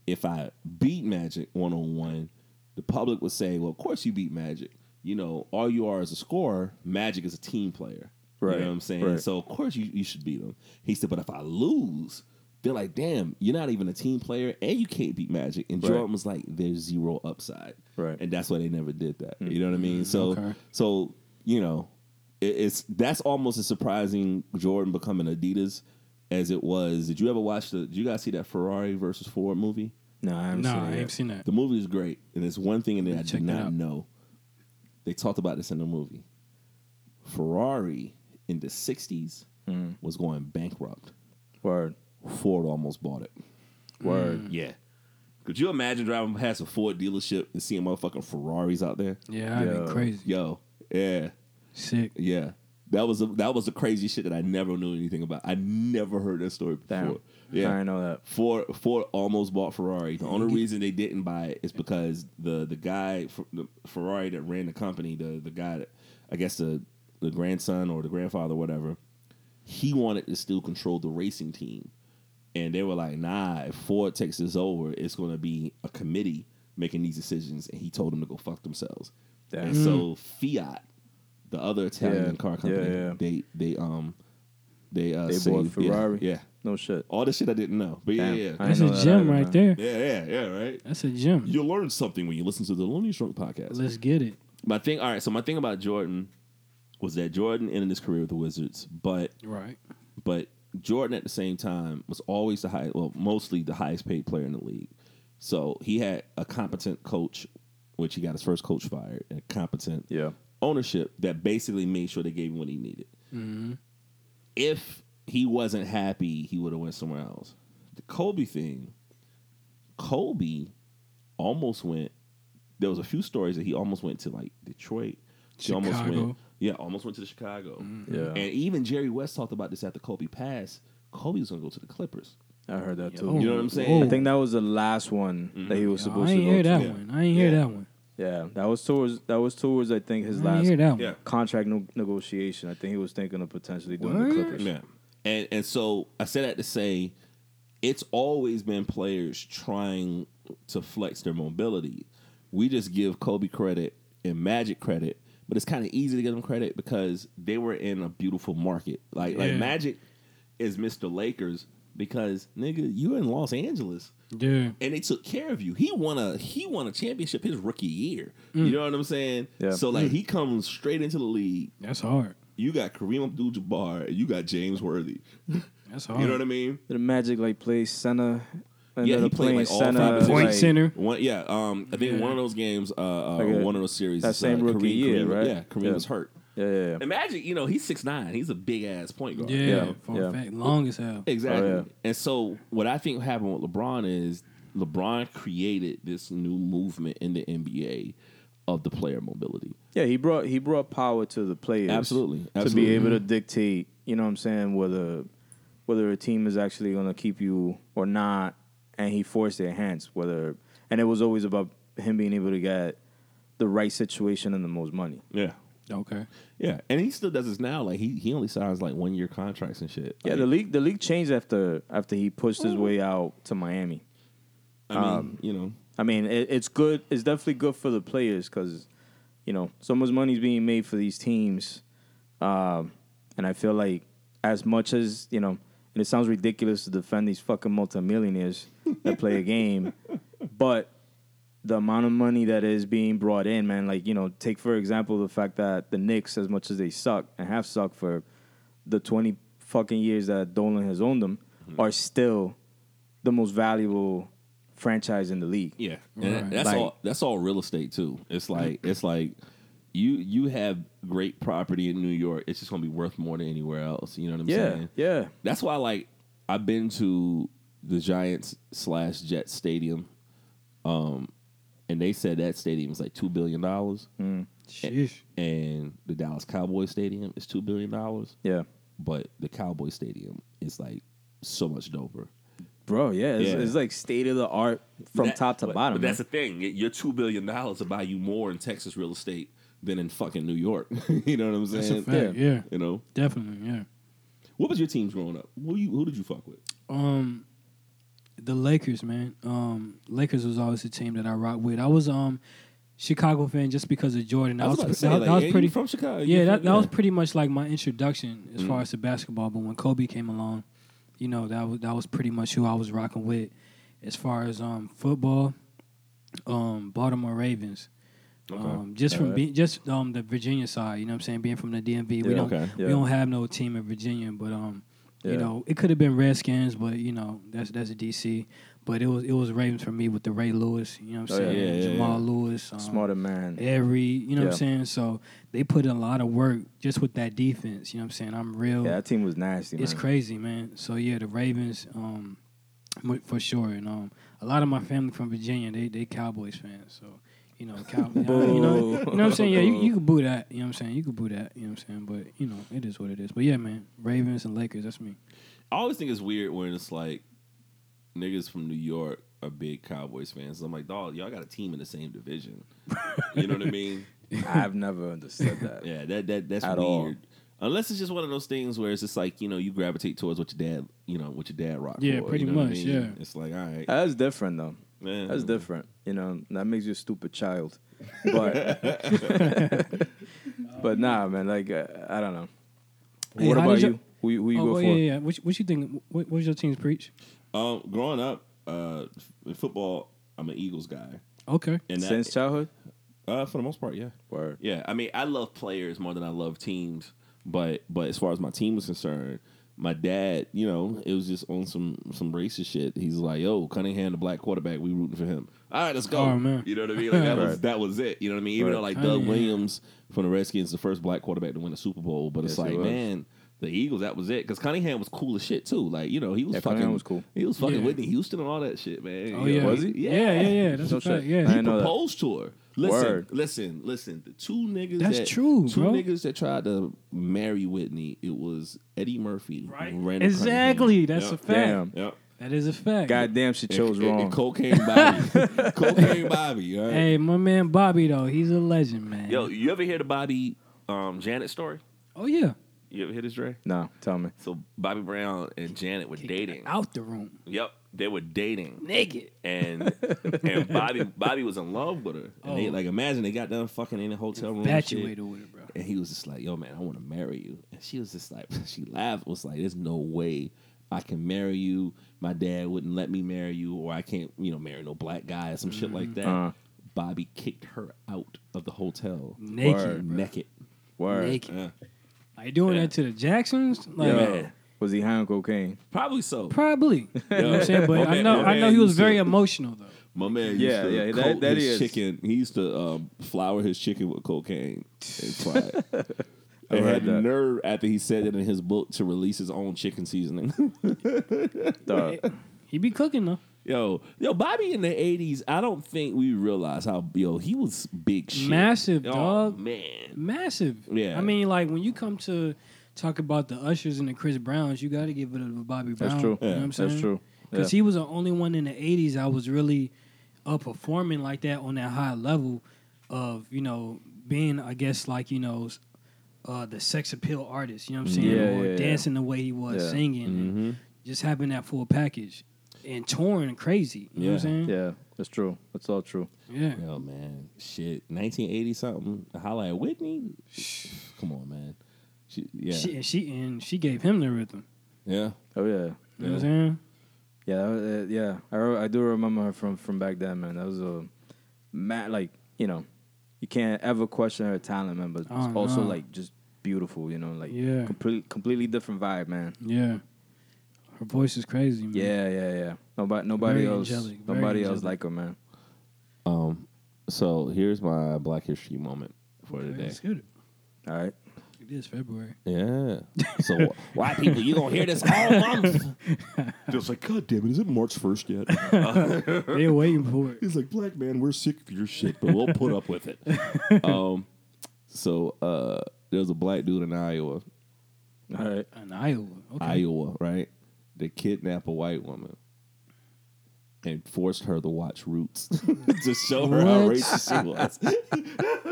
Speaker 2: if I beat Magic one on one, the public would say, well, of course you beat Magic. You know, all you are is a scorer. Magic is a team player. You know
Speaker 3: Right.
Speaker 2: what I'm saying?
Speaker 3: Right.
Speaker 2: So of course you, you should beat them. He said, but if I lose, they're like, damn, you're not even a team player and you can't beat Magic. And
Speaker 3: Right.
Speaker 2: Jordan was like, there's zero upside.
Speaker 3: Right. Mm-hmm.
Speaker 2: And that's why they never did that. You know what I mean? So
Speaker 4: Okay.
Speaker 2: so, you know, it, it's that's almost as surprising Jordan becoming Adidas as it was. Did you ever watch the did you guys see that Ferrari versus Ford movie?
Speaker 3: No, I haven't
Speaker 4: No,
Speaker 3: seen
Speaker 4: I
Speaker 3: it
Speaker 4: ain't
Speaker 3: yet.
Speaker 4: seen that.
Speaker 2: The movie is great, and there's one thing in there I
Speaker 4: Check
Speaker 2: did
Speaker 4: that
Speaker 2: not
Speaker 4: out.
Speaker 2: know. They talked about this in the movie. Ferrari in the '60s was going bankrupt.
Speaker 3: Word.
Speaker 2: Ford almost bought it.
Speaker 3: Word.
Speaker 4: Mm.
Speaker 2: Yeah. Could you imagine driving past a Ford dealership and seeing motherfucking Ferraris out there?
Speaker 4: Yeah, that'd
Speaker 3: Yo.
Speaker 4: be crazy.
Speaker 2: Yo, yeah,
Speaker 4: Sick.
Speaker 2: yeah. That was a, that was the crazy shit that I never knew anything about. I never heard that story before.
Speaker 3: Damn.
Speaker 2: Yeah.
Speaker 3: I didn't know that.
Speaker 2: Ford Ford almost bought Ferrari. The only reason they didn't buy it is because the the guy Fer- the Ferrari that ran the company, the the guy that I guess the the grandson or the grandfather, whatever, he wanted to still control the racing team, and they were like, "Nah, if Ford takes this over, it's going to be a committee making these decisions." And he told them to go fuck themselves.
Speaker 3: Damn.
Speaker 4: Mm-hmm.
Speaker 2: And so Fiat, the other Italian
Speaker 3: Yeah.
Speaker 2: car company,
Speaker 3: Yeah, yeah.
Speaker 2: they they um they uh
Speaker 3: They bought
Speaker 2: saved- yeah,
Speaker 3: Ferrari.
Speaker 2: yeah.
Speaker 3: No shit.
Speaker 2: All this shit I didn't know, but yeah,
Speaker 3: Damn.
Speaker 2: yeah.
Speaker 3: I
Speaker 4: That's
Speaker 3: know
Speaker 4: a
Speaker 3: that
Speaker 4: gem
Speaker 3: either,
Speaker 4: right there.
Speaker 3: man.
Speaker 2: Yeah, yeah, yeah, right.
Speaker 4: That's a gem.
Speaker 2: You learn something when you listen to the Lonely Shrunk podcast.
Speaker 4: Let's get it.
Speaker 2: My thing, all right. So my thing about Jordan was that Jordan ended his career with the Wizards, but
Speaker 4: Right.
Speaker 2: but Jordan at the same time was always the high, well, mostly the highest paid player in the league. So he had a competent coach, which he got his first coach fired, and a competent
Speaker 3: Yeah.
Speaker 2: ownership that basically made sure they gave him what he needed. If he wasn't happy, he would have went somewhere else. The Kobe thing, Kobe almost went. There was a few stories that he almost went to like Detroit. He almost went.
Speaker 4: Chicago.
Speaker 2: Yeah, almost went to Chicago.
Speaker 3: Yeah.
Speaker 2: And even Jerry West talked about this after Kobe passed. Kobe was gonna go to the Clippers.
Speaker 3: I heard that too.
Speaker 2: You know what I'm saying? Mm-hmm.
Speaker 3: I think that was the last one that he was
Speaker 4: Yo,
Speaker 3: supposed
Speaker 4: I ain't
Speaker 3: to go
Speaker 4: hear
Speaker 3: to.
Speaker 4: that
Speaker 2: Yeah.
Speaker 4: one. I ain't hear
Speaker 2: Yeah.
Speaker 4: that one.
Speaker 3: Yeah, that was towards that was towards I think his
Speaker 4: I ain't hear
Speaker 3: last
Speaker 4: that one.
Speaker 2: Yeah.
Speaker 3: contract no- negotiation. I think he was thinking of potentially doing
Speaker 4: What?
Speaker 3: the Clippers.
Speaker 2: Yeah. And and so I said that to say it's always been players trying to flex their mobility. We just give Kobe credit and Magic credit, but it's kind of easy to give them credit because they were in a beautiful market. Like like
Speaker 4: Yeah.
Speaker 2: Magic is Mr. Lakers because nigga, you in Los Angeles
Speaker 4: Yeah.
Speaker 2: and they took care of you. He won a he won a championship his rookie year. You know what I'm saying?
Speaker 3: Yeah.
Speaker 2: So like he comes straight into the league.
Speaker 4: That's hard.
Speaker 2: You got Kareem Abdul-Jabbar, and you got James Worthy.
Speaker 4: That's hard.
Speaker 2: You know what I mean?
Speaker 3: The Magic like plays center. And
Speaker 2: Yeah,
Speaker 3: then
Speaker 2: he
Speaker 3: the
Speaker 2: played,
Speaker 3: playing
Speaker 2: like, all
Speaker 3: center,
Speaker 2: five
Speaker 3: like,
Speaker 4: Point center.
Speaker 2: One, yeah, um, I think one of those games, uh, uh
Speaker 3: Like a-
Speaker 2: one of those series,
Speaker 3: that
Speaker 2: is,
Speaker 3: same
Speaker 2: uh,
Speaker 3: rookie
Speaker 2: Kareem,
Speaker 3: year,
Speaker 2: Kareem-
Speaker 3: right?
Speaker 2: Yeah, Kareem
Speaker 3: Yeah.
Speaker 2: was hurt.
Speaker 3: Yeah, yeah, yeah.
Speaker 2: And Magic, you know, he's six nine. He's a big ass point guard.
Speaker 4: Yeah,
Speaker 3: Yeah,
Speaker 4: for
Speaker 3: yeah.
Speaker 4: a fact. Long as hell.
Speaker 2: exactly.
Speaker 3: Oh, yeah.
Speaker 2: And so, what I think happened with LeBron is LeBron created this new movement in the NBA of the player mobility.
Speaker 3: Yeah, he brought he brought power to the players.
Speaker 2: Absolutely,
Speaker 3: To
Speaker 2: absolutely.
Speaker 3: be able to dictate, you know what I'm saying, whether whether a team is actually gonna keep you or not, and he forced their hands, whether and it was always about him being able to get the right situation and the most money.
Speaker 2: Yeah,
Speaker 4: Okay.
Speaker 2: Yeah, and he still does this now. Like he, he only signs like one year contracts and shit.
Speaker 3: Yeah,
Speaker 2: Like,
Speaker 3: the league the league changed after after he pushed his way out to Miami.
Speaker 2: I mean,
Speaker 3: um,
Speaker 2: you know,
Speaker 3: I mean, it, it's good. It's definitely good for the players because, you know, so much money's being made for these teams, um, and I feel like as much as you know, and it sounds ridiculous to defend these fucking multimillionaires that play a game, but the amount of money that is being brought in, man, like you know, take for example the fact that the Knicks, as much as they suck and have sucked for the twenty fucking years that Dolan has owned them, are still the most valuable franchise in the league.
Speaker 2: yeah, And
Speaker 4: Right.
Speaker 2: that's
Speaker 3: Like-
Speaker 2: all. That's all real estate too. It's like it's like you you have great property in New York. It's just gonna be worth more than anywhere else. You know what I'm
Speaker 3: Yeah,
Speaker 2: saying?
Speaker 3: yeah.
Speaker 2: That's why, like, I've been to the Giants slash Jets stadium, um, and they said that stadium is like two billion dollars,
Speaker 4: Sheesh.
Speaker 2: and the Dallas Cowboys stadium is two billion dollars,
Speaker 3: Yeah.
Speaker 2: but the Cowboy stadium is like so much doper.
Speaker 3: Bro, yeah. It's,
Speaker 2: Yeah.
Speaker 3: it's like state of the art from
Speaker 2: That-
Speaker 3: top to
Speaker 2: but-
Speaker 3: bottom.
Speaker 2: But that's
Speaker 3: man.
Speaker 2: the thing. Y- Your two billion dollars will buy you more in Texas real estate than in fucking New York. you know what I'm
Speaker 4: That's
Speaker 2: saying?
Speaker 4: a fact. Yeah.
Speaker 2: You know.
Speaker 4: Definitely. Yeah.
Speaker 2: What was your teams growing up? Who you who did you fuck with?
Speaker 4: Um, the Lakers, man. Um, Lakers was always the team that I rock with. I was um, Chicago fan just because of Jordan. That
Speaker 2: I
Speaker 4: was,
Speaker 2: was, about to
Speaker 4: pre-
Speaker 2: say,
Speaker 4: that,
Speaker 2: like,
Speaker 4: that was
Speaker 2: yeah, you
Speaker 4: pretty.
Speaker 2: from Chicago.
Speaker 4: yeah,
Speaker 2: Oh, You
Speaker 4: that,
Speaker 2: from-
Speaker 4: that was pretty much like my introduction as far as to basketball. But when Kobe came along, you know that was that was pretty much who I was rocking with. As far as um football, um Baltimore Ravens. Um, just from
Speaker 3: Alright.
Speaker 4: being just um the Virginia side, you know what I'm saying, being from the DMV, we
Speaker 3: Yeah.
Speaker 4: don't
Speaker 2: Okay.
Speaker 4: we
Speaker 3: Yeah.
Speaker 4: don't have no team in Virginia, but um
Speaker 3: Yeah.
Speaker 4: you know, it could have been Redskins, but you know, that's that's a DC. But it was it was Ravens for me with the Ray Lewis, you know what I'm
Speaker 3: Oh, yeah.
Speaker 4: saying?
Speaker 2: Yeah, yeah,
Speaker 4: Jamal
Speaker 2: yeah.
Speaker 4: Lewis, um,
Speaker 3: Smarter man.
Speaker 4: every you know what
Speaker 3: Yeah.
Speaker 4: I'm saying? So they put in a lot of work just with that defense, you know what I'm saying? I'm real
Speaker 3: Yeah, that team was nasty, man.
Speaker 4: it's crazy, man. So yeah, the Ravens, um, mo- for sure, and um, a lot of my family from Virginia, they they Cowboys fans. So you know, cow- you, know you know you know what I'm saying? Yeah, you, you can boo that. You know what I'm saying? You can boo that. You know what I'm saying? But you know, it is what it is. But yeah, man, Ravens and Lakers, that's me.
Speaker 2: I always think it's weird when it's like niggas from New York are big Cowboys fans. I'm like, dog, y'all got a team in the same division. you know what I mean?
Speaker 3: I've never understood that.
Speaker 2: Yeah, that that that's
Speaker 3: At
Speaker 2: weird.
Speaker 3: all.
Speaker 2: Unless it's just one of those things where it's just like you know you gravitate towards what your dad you know what your dad rock.
Speaker 4: Yeah,
Speaker 2: for, you
Speaker 4: pretty
Speaker 2: know what I
Speaker 4: much,
Speaker 2: mean?
Speaker 4: yeah.
Speaker 2: it's like all right,
Speaker 3: That's different, though.
Speaker 2: man.
Speaker 3: That's different. You know, that makes you a stupid child. But, but nah, man. Like, uh, I don't know.
Speaker 4: Hey,
Speaker 3: what
Speaker 4: how
Speaker 3: about
Speaker 4: did
Speaker 3: you?
Speaker 4: you-
Speaker 3: Who you, who you
Speaker 4: oh,
Speaker 3: go
Speaker 4: well,
Speaker 3: for?
Speaker 4: yeah, yeah. What, you- what you think? What, what was your team's preach?
Speaker 2: Um, growing up, uh, f- in football, I'm an Eagles guy,
Speaker 4: Okay,
Speaker 2: and that,
Speaker 3: Since childhood?
Speaker 2: uh, for the most part, yeah.
Speaker 3: Word.
Speaker 2: Yeah, I mean, I love players more than I love teams, but but as far as my team was concerned, my dad, you know, it was just on some some racist shit. He's like, "Yo, Cunningham, the black quarterback, we rooting for him." All right, let's go.
Speaker 4: Oh, man.
Speaker 2: You know what I mean? Like that was
Speaker 3: Right.
Speaker 2: that was it. You know what I mean? Even
Speaker 3: Right.
Speaker 2: though like
Speaker 4: Oh,
Speaker 2: Doug
Speaker 4: yeah.
Speaker 2: Williams from the Redskins, the first black quarterback to win a Super Bowl, but it's
Speaker 3: Yes, he
Speaker 2: like,
Speaker 3: was.
Speaker 2: man, the Eagles, that was it. Because Cunningham was cool as shit too. Like you know, he was
Speaker 3: Yeah,
Speaker 2: fucking
Speaker 3: Cunningham was cool.
Speaker 2: He was fucking
Speaker 4: Yeah.
Speaker 2: Whitney Houston and all that shit, man.
Speaker 4: Oh,
Speaker 2: You
Speaker 4: yeah.
Speaker 2: know,
Speaker 3: Was he?
Speaker 4: yeah, yeah, yeah. That's
Speaker 3: No
Speaker 4: a fact.
Speaker 3: shit.
Speaker 4: Yeah,
Speaker 3: I ain't know that.
Speaker 2: proposed to her. Listen,
Speaker 3: Word.
Speaker 2: listen, listen. The two niggas
Speaker 4: That's
Speaker 2: that,
Speaker 4: true,
Speaker 2: Two
Speaker 4: bro.
Speaker 2: niggas that tried to marry Whitney. It was Eddie Murphy,
Speaker 4: Right.
Speaker 2: and Randall
Speaker 4: Exactly. That's a
Speaker 2: Cunningham.
Speaker 4: fact.
Speaker 3: Damn.
Speaker 2: Yep.
Speaker 4: That is a fact.
Speaker 3: Goddamn, she chose
Speaker 2: and, and-
Speaker 3: wrong.
Speaker 2: and cocaine Bobby, cocaine Bobby. all right?
Speaker 4: Hey, my man Bobby though, he's a legend, man.
Speaker 2: Yo, you ever hear the Bobby um, Janet story?
Speaker 4: Oh yeah,
Speaker 2: You ever hear this, Dre?
Speaker 3: No, tell me.
Speaker 2: So Bobby Brown and Janet were dating.
Speaker 4: out the room,
Speaker 2: Yep, they were dating.
Speaker 4: naked.
Speaker 2: and and Bobby Bobby was in love with her. And they
Speaker 4: Oh.
Speaker 2: like imagine they got done fucking in a hotel room. and shit.
Speaker 4: infatuated with it, bro.
Speaker 2: And he was just like, "Yo, man, I want to marry you." And she was just like, she laughed, was like, "There's no way I can marry you. My dad wouldn't let me marry you, or I can't, you know, marry no black guy or some shit like that."
Speaker 3: Uh-huh.
Speaker 2: Bobby kicked her out of the hotel
Speaker 4: Naked,
Speaker 3: Word.
Speaker 4: bro.
Speaker 2: naked.
Speaker 3: Word.
Speaker 4: naked.
Speaker 2: Yeah.
Speaker 4: Are you doing
Speaker 2: Yeah.
Speaker 4: that to the Jacksons? Like,
Speaker 3: Yo,
Speaker 2: Yeah.
Speaker 3: Was he high on cocaine?
Speaker 2: Probably so.
Speaker 4: probably. You know what I'm saying? But
Speaker 2: My
Speaker 4: I
Speaker 2: man-
Speaker 4: know,
Speaker 2: my
Speaker 4: I know
Speaker 2: man
Speaker 4: he was
Speaker 2: used to-
Speaker 4: very emotional though.
Speaker 2: My man used
Speaker 3: Yeah,
Speaker 2: to
Speaker 3: yeah, that-
Speaker 2: coat
Speaker 3: that
Speaker 2: his
Speaker 3: is-
Speaker 2: chicken. He used to um, flour his chicken with cocaine and fry it. And
Speaker 3: heard
Speaker 2: had the
Speaker 3: that.
Speaker 2: nerve after he said it in his book to release his own chicken seasoning.
Speaker 3: Dog.
Speaker 4: He be cooking though.
Speaker 2: yo, yo, Bobby in the eighties. I don't think we realize how yo he was big shit.
Speaker 4: Massive,
Speaker 2: oh,
Speaker 4: dog.
Speaker 2: man.
Speaker 4: Massive.
Speaker 2: Yeah.
Speaker 4: I mean, like when you come to talk about the Ushers and the Chris Browns, you got to give it up to Bobby Brown.
Speaker 3: That's true.
Speaker 4: You know what I'm
Speaker 3: That's
Speaker 4: saying?
Speaker 3: true.
Speaker 4: Because he was the only one in the 80s I was really uh, performing like that on that high level of, you know, being, I guess, like you know, s- uh, the sex appeal artist. You know what I'm saying?
Speaker 3: Yeah,
Speaker 4: or
Speaker 3: yeah, yeah.
Speaker 4: dancing the way he was,
Speaker 3: Yeah. Mm-hmm.
Speaker 4: singing, and just having that full package and touring crazy. You know what I'm saying?
Speaker 3: Yeah, that's true. That's all true.
Speaker 4: Yeah.
Speaker 2: Yo, man, shit, 1980 something. Holla at Whitney. Come on, man. She, yeah,
Speaker 4: She and she and she gave him the rhythm.
Speaker 2: yeah.
Speaker 3: Oh yeah,
Speaker 4: You know what I'm saying?
Speaker 3: yeah, that was, uh, yeah. I, re- I do remember her from from back then, man. That was a mad like you know, you can't ever question her talent, man. But
Speaker 4: Oh,
Speaker 3: it's also
Speaker 4: no.
Speaker 3: like just beautiful, you know, like
Speaker 4: Yeah. Mm-hmm.
Speaker 3: complete, completely different vibe, man.
Speaker 4: Yeah. Her voice is crazy, man.
Speaker 3: Yeah, yeah, yeah. Nobody, nobody
Speaker 4: Very
Speaker 3: else,
Speaker 4: angelic, very
Speaker 3: nobody else
Speaker 4: angelic.
Speaker 3: like her, man.
Speaker 2: Um, so here's my Black History moment for today.
Speaker 4: Let's get it.
Speaker 3: All right.
Speaker 4: It is February.
Speaker 2: Yeah. So white people, you gonna hear this all month?
Speaker 5: Just like, God damn it, is it March 1st yet?
Speaker 4: They're waiting for it.
Speaker 5: He's like, Black man, we're sick of your shit.
Speaker 2: but we'll put up with it. Um, so uh, there was a black dude in Iowa,
Speaker 3: All right.
Speaker 4: In Iowa. Okay.
Speaker 2: Iowa, right? They kidnapped a white woman and forced her to watch Roots to show her how
Speaker 4: What?
Speaker 2: racist she was.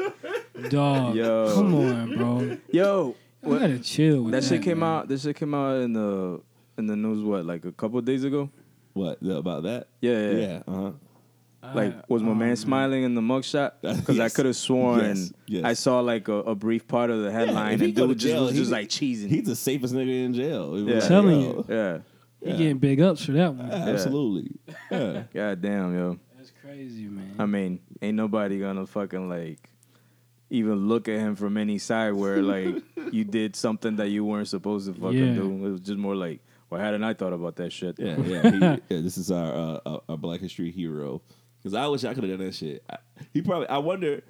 Speaker 4: Dog.
Speaker 3: Yo.
Speaker 4: Come on, bro.
Speaker 3: Yo,
Speaker 4: You
Speaker 3: what,
Speaker 4: gotta chill with
Speaker 3: that
Speaker 4: that.
Speaker 3: shit came
Speaker 4: man.
Speaker 3: out. That shit came out in the in the news. What, like a couple days ago?
Speaker 2: What the- about that?
Speaker 3: Yeah, yeah. yeah.
Speaker 2: Yeah, uh-huh.
Speaker 3: Like, was my man smiling in the mugshot? Because I
Speaker 2: Uh, um, Yes.
Speaker 3: could have sworn
Speaker 2: Yes, yes.
Speaker 3: I saw like a, a brief part of the headline,
Speaker 2: if he
Speaker 3: and
Speaker 2: go
Speaker 3: dude
Speaker 2: to
Speaker 3: just
Speaker 2: jail,
Speaker 3: was
Speaker 2: he-
Speaker 3: just like cheesing.
Speaker 2: he's the safest nigga in jail. It was
Speaker 3: Yeah.
Speaker 2: like,
Speaker 4: Telling
Speaker 2: yo,
Speaker 4: you.
Speaker 3: yeah,
Speaker 4: He getting big ups for that one.
Speaker 2: absolutely. Yeah.
Speaker 3: god damn, yo.
Speaker 4: That's crazy, man.
Speaker 3: I mean, ain't nobody gonna fucking like even look at him from any side where like you did something that you weren't supposed to fucking
Speaker 4: Yeah.
Speaker 3: do. It was just more like, well, hadn't I thought about that shit?
Speaker 2: Yeah, yeah, he, yeah. This is our uh, our- our Black History hero. Because I wish I could have done that shit. I, he probably. I wonder.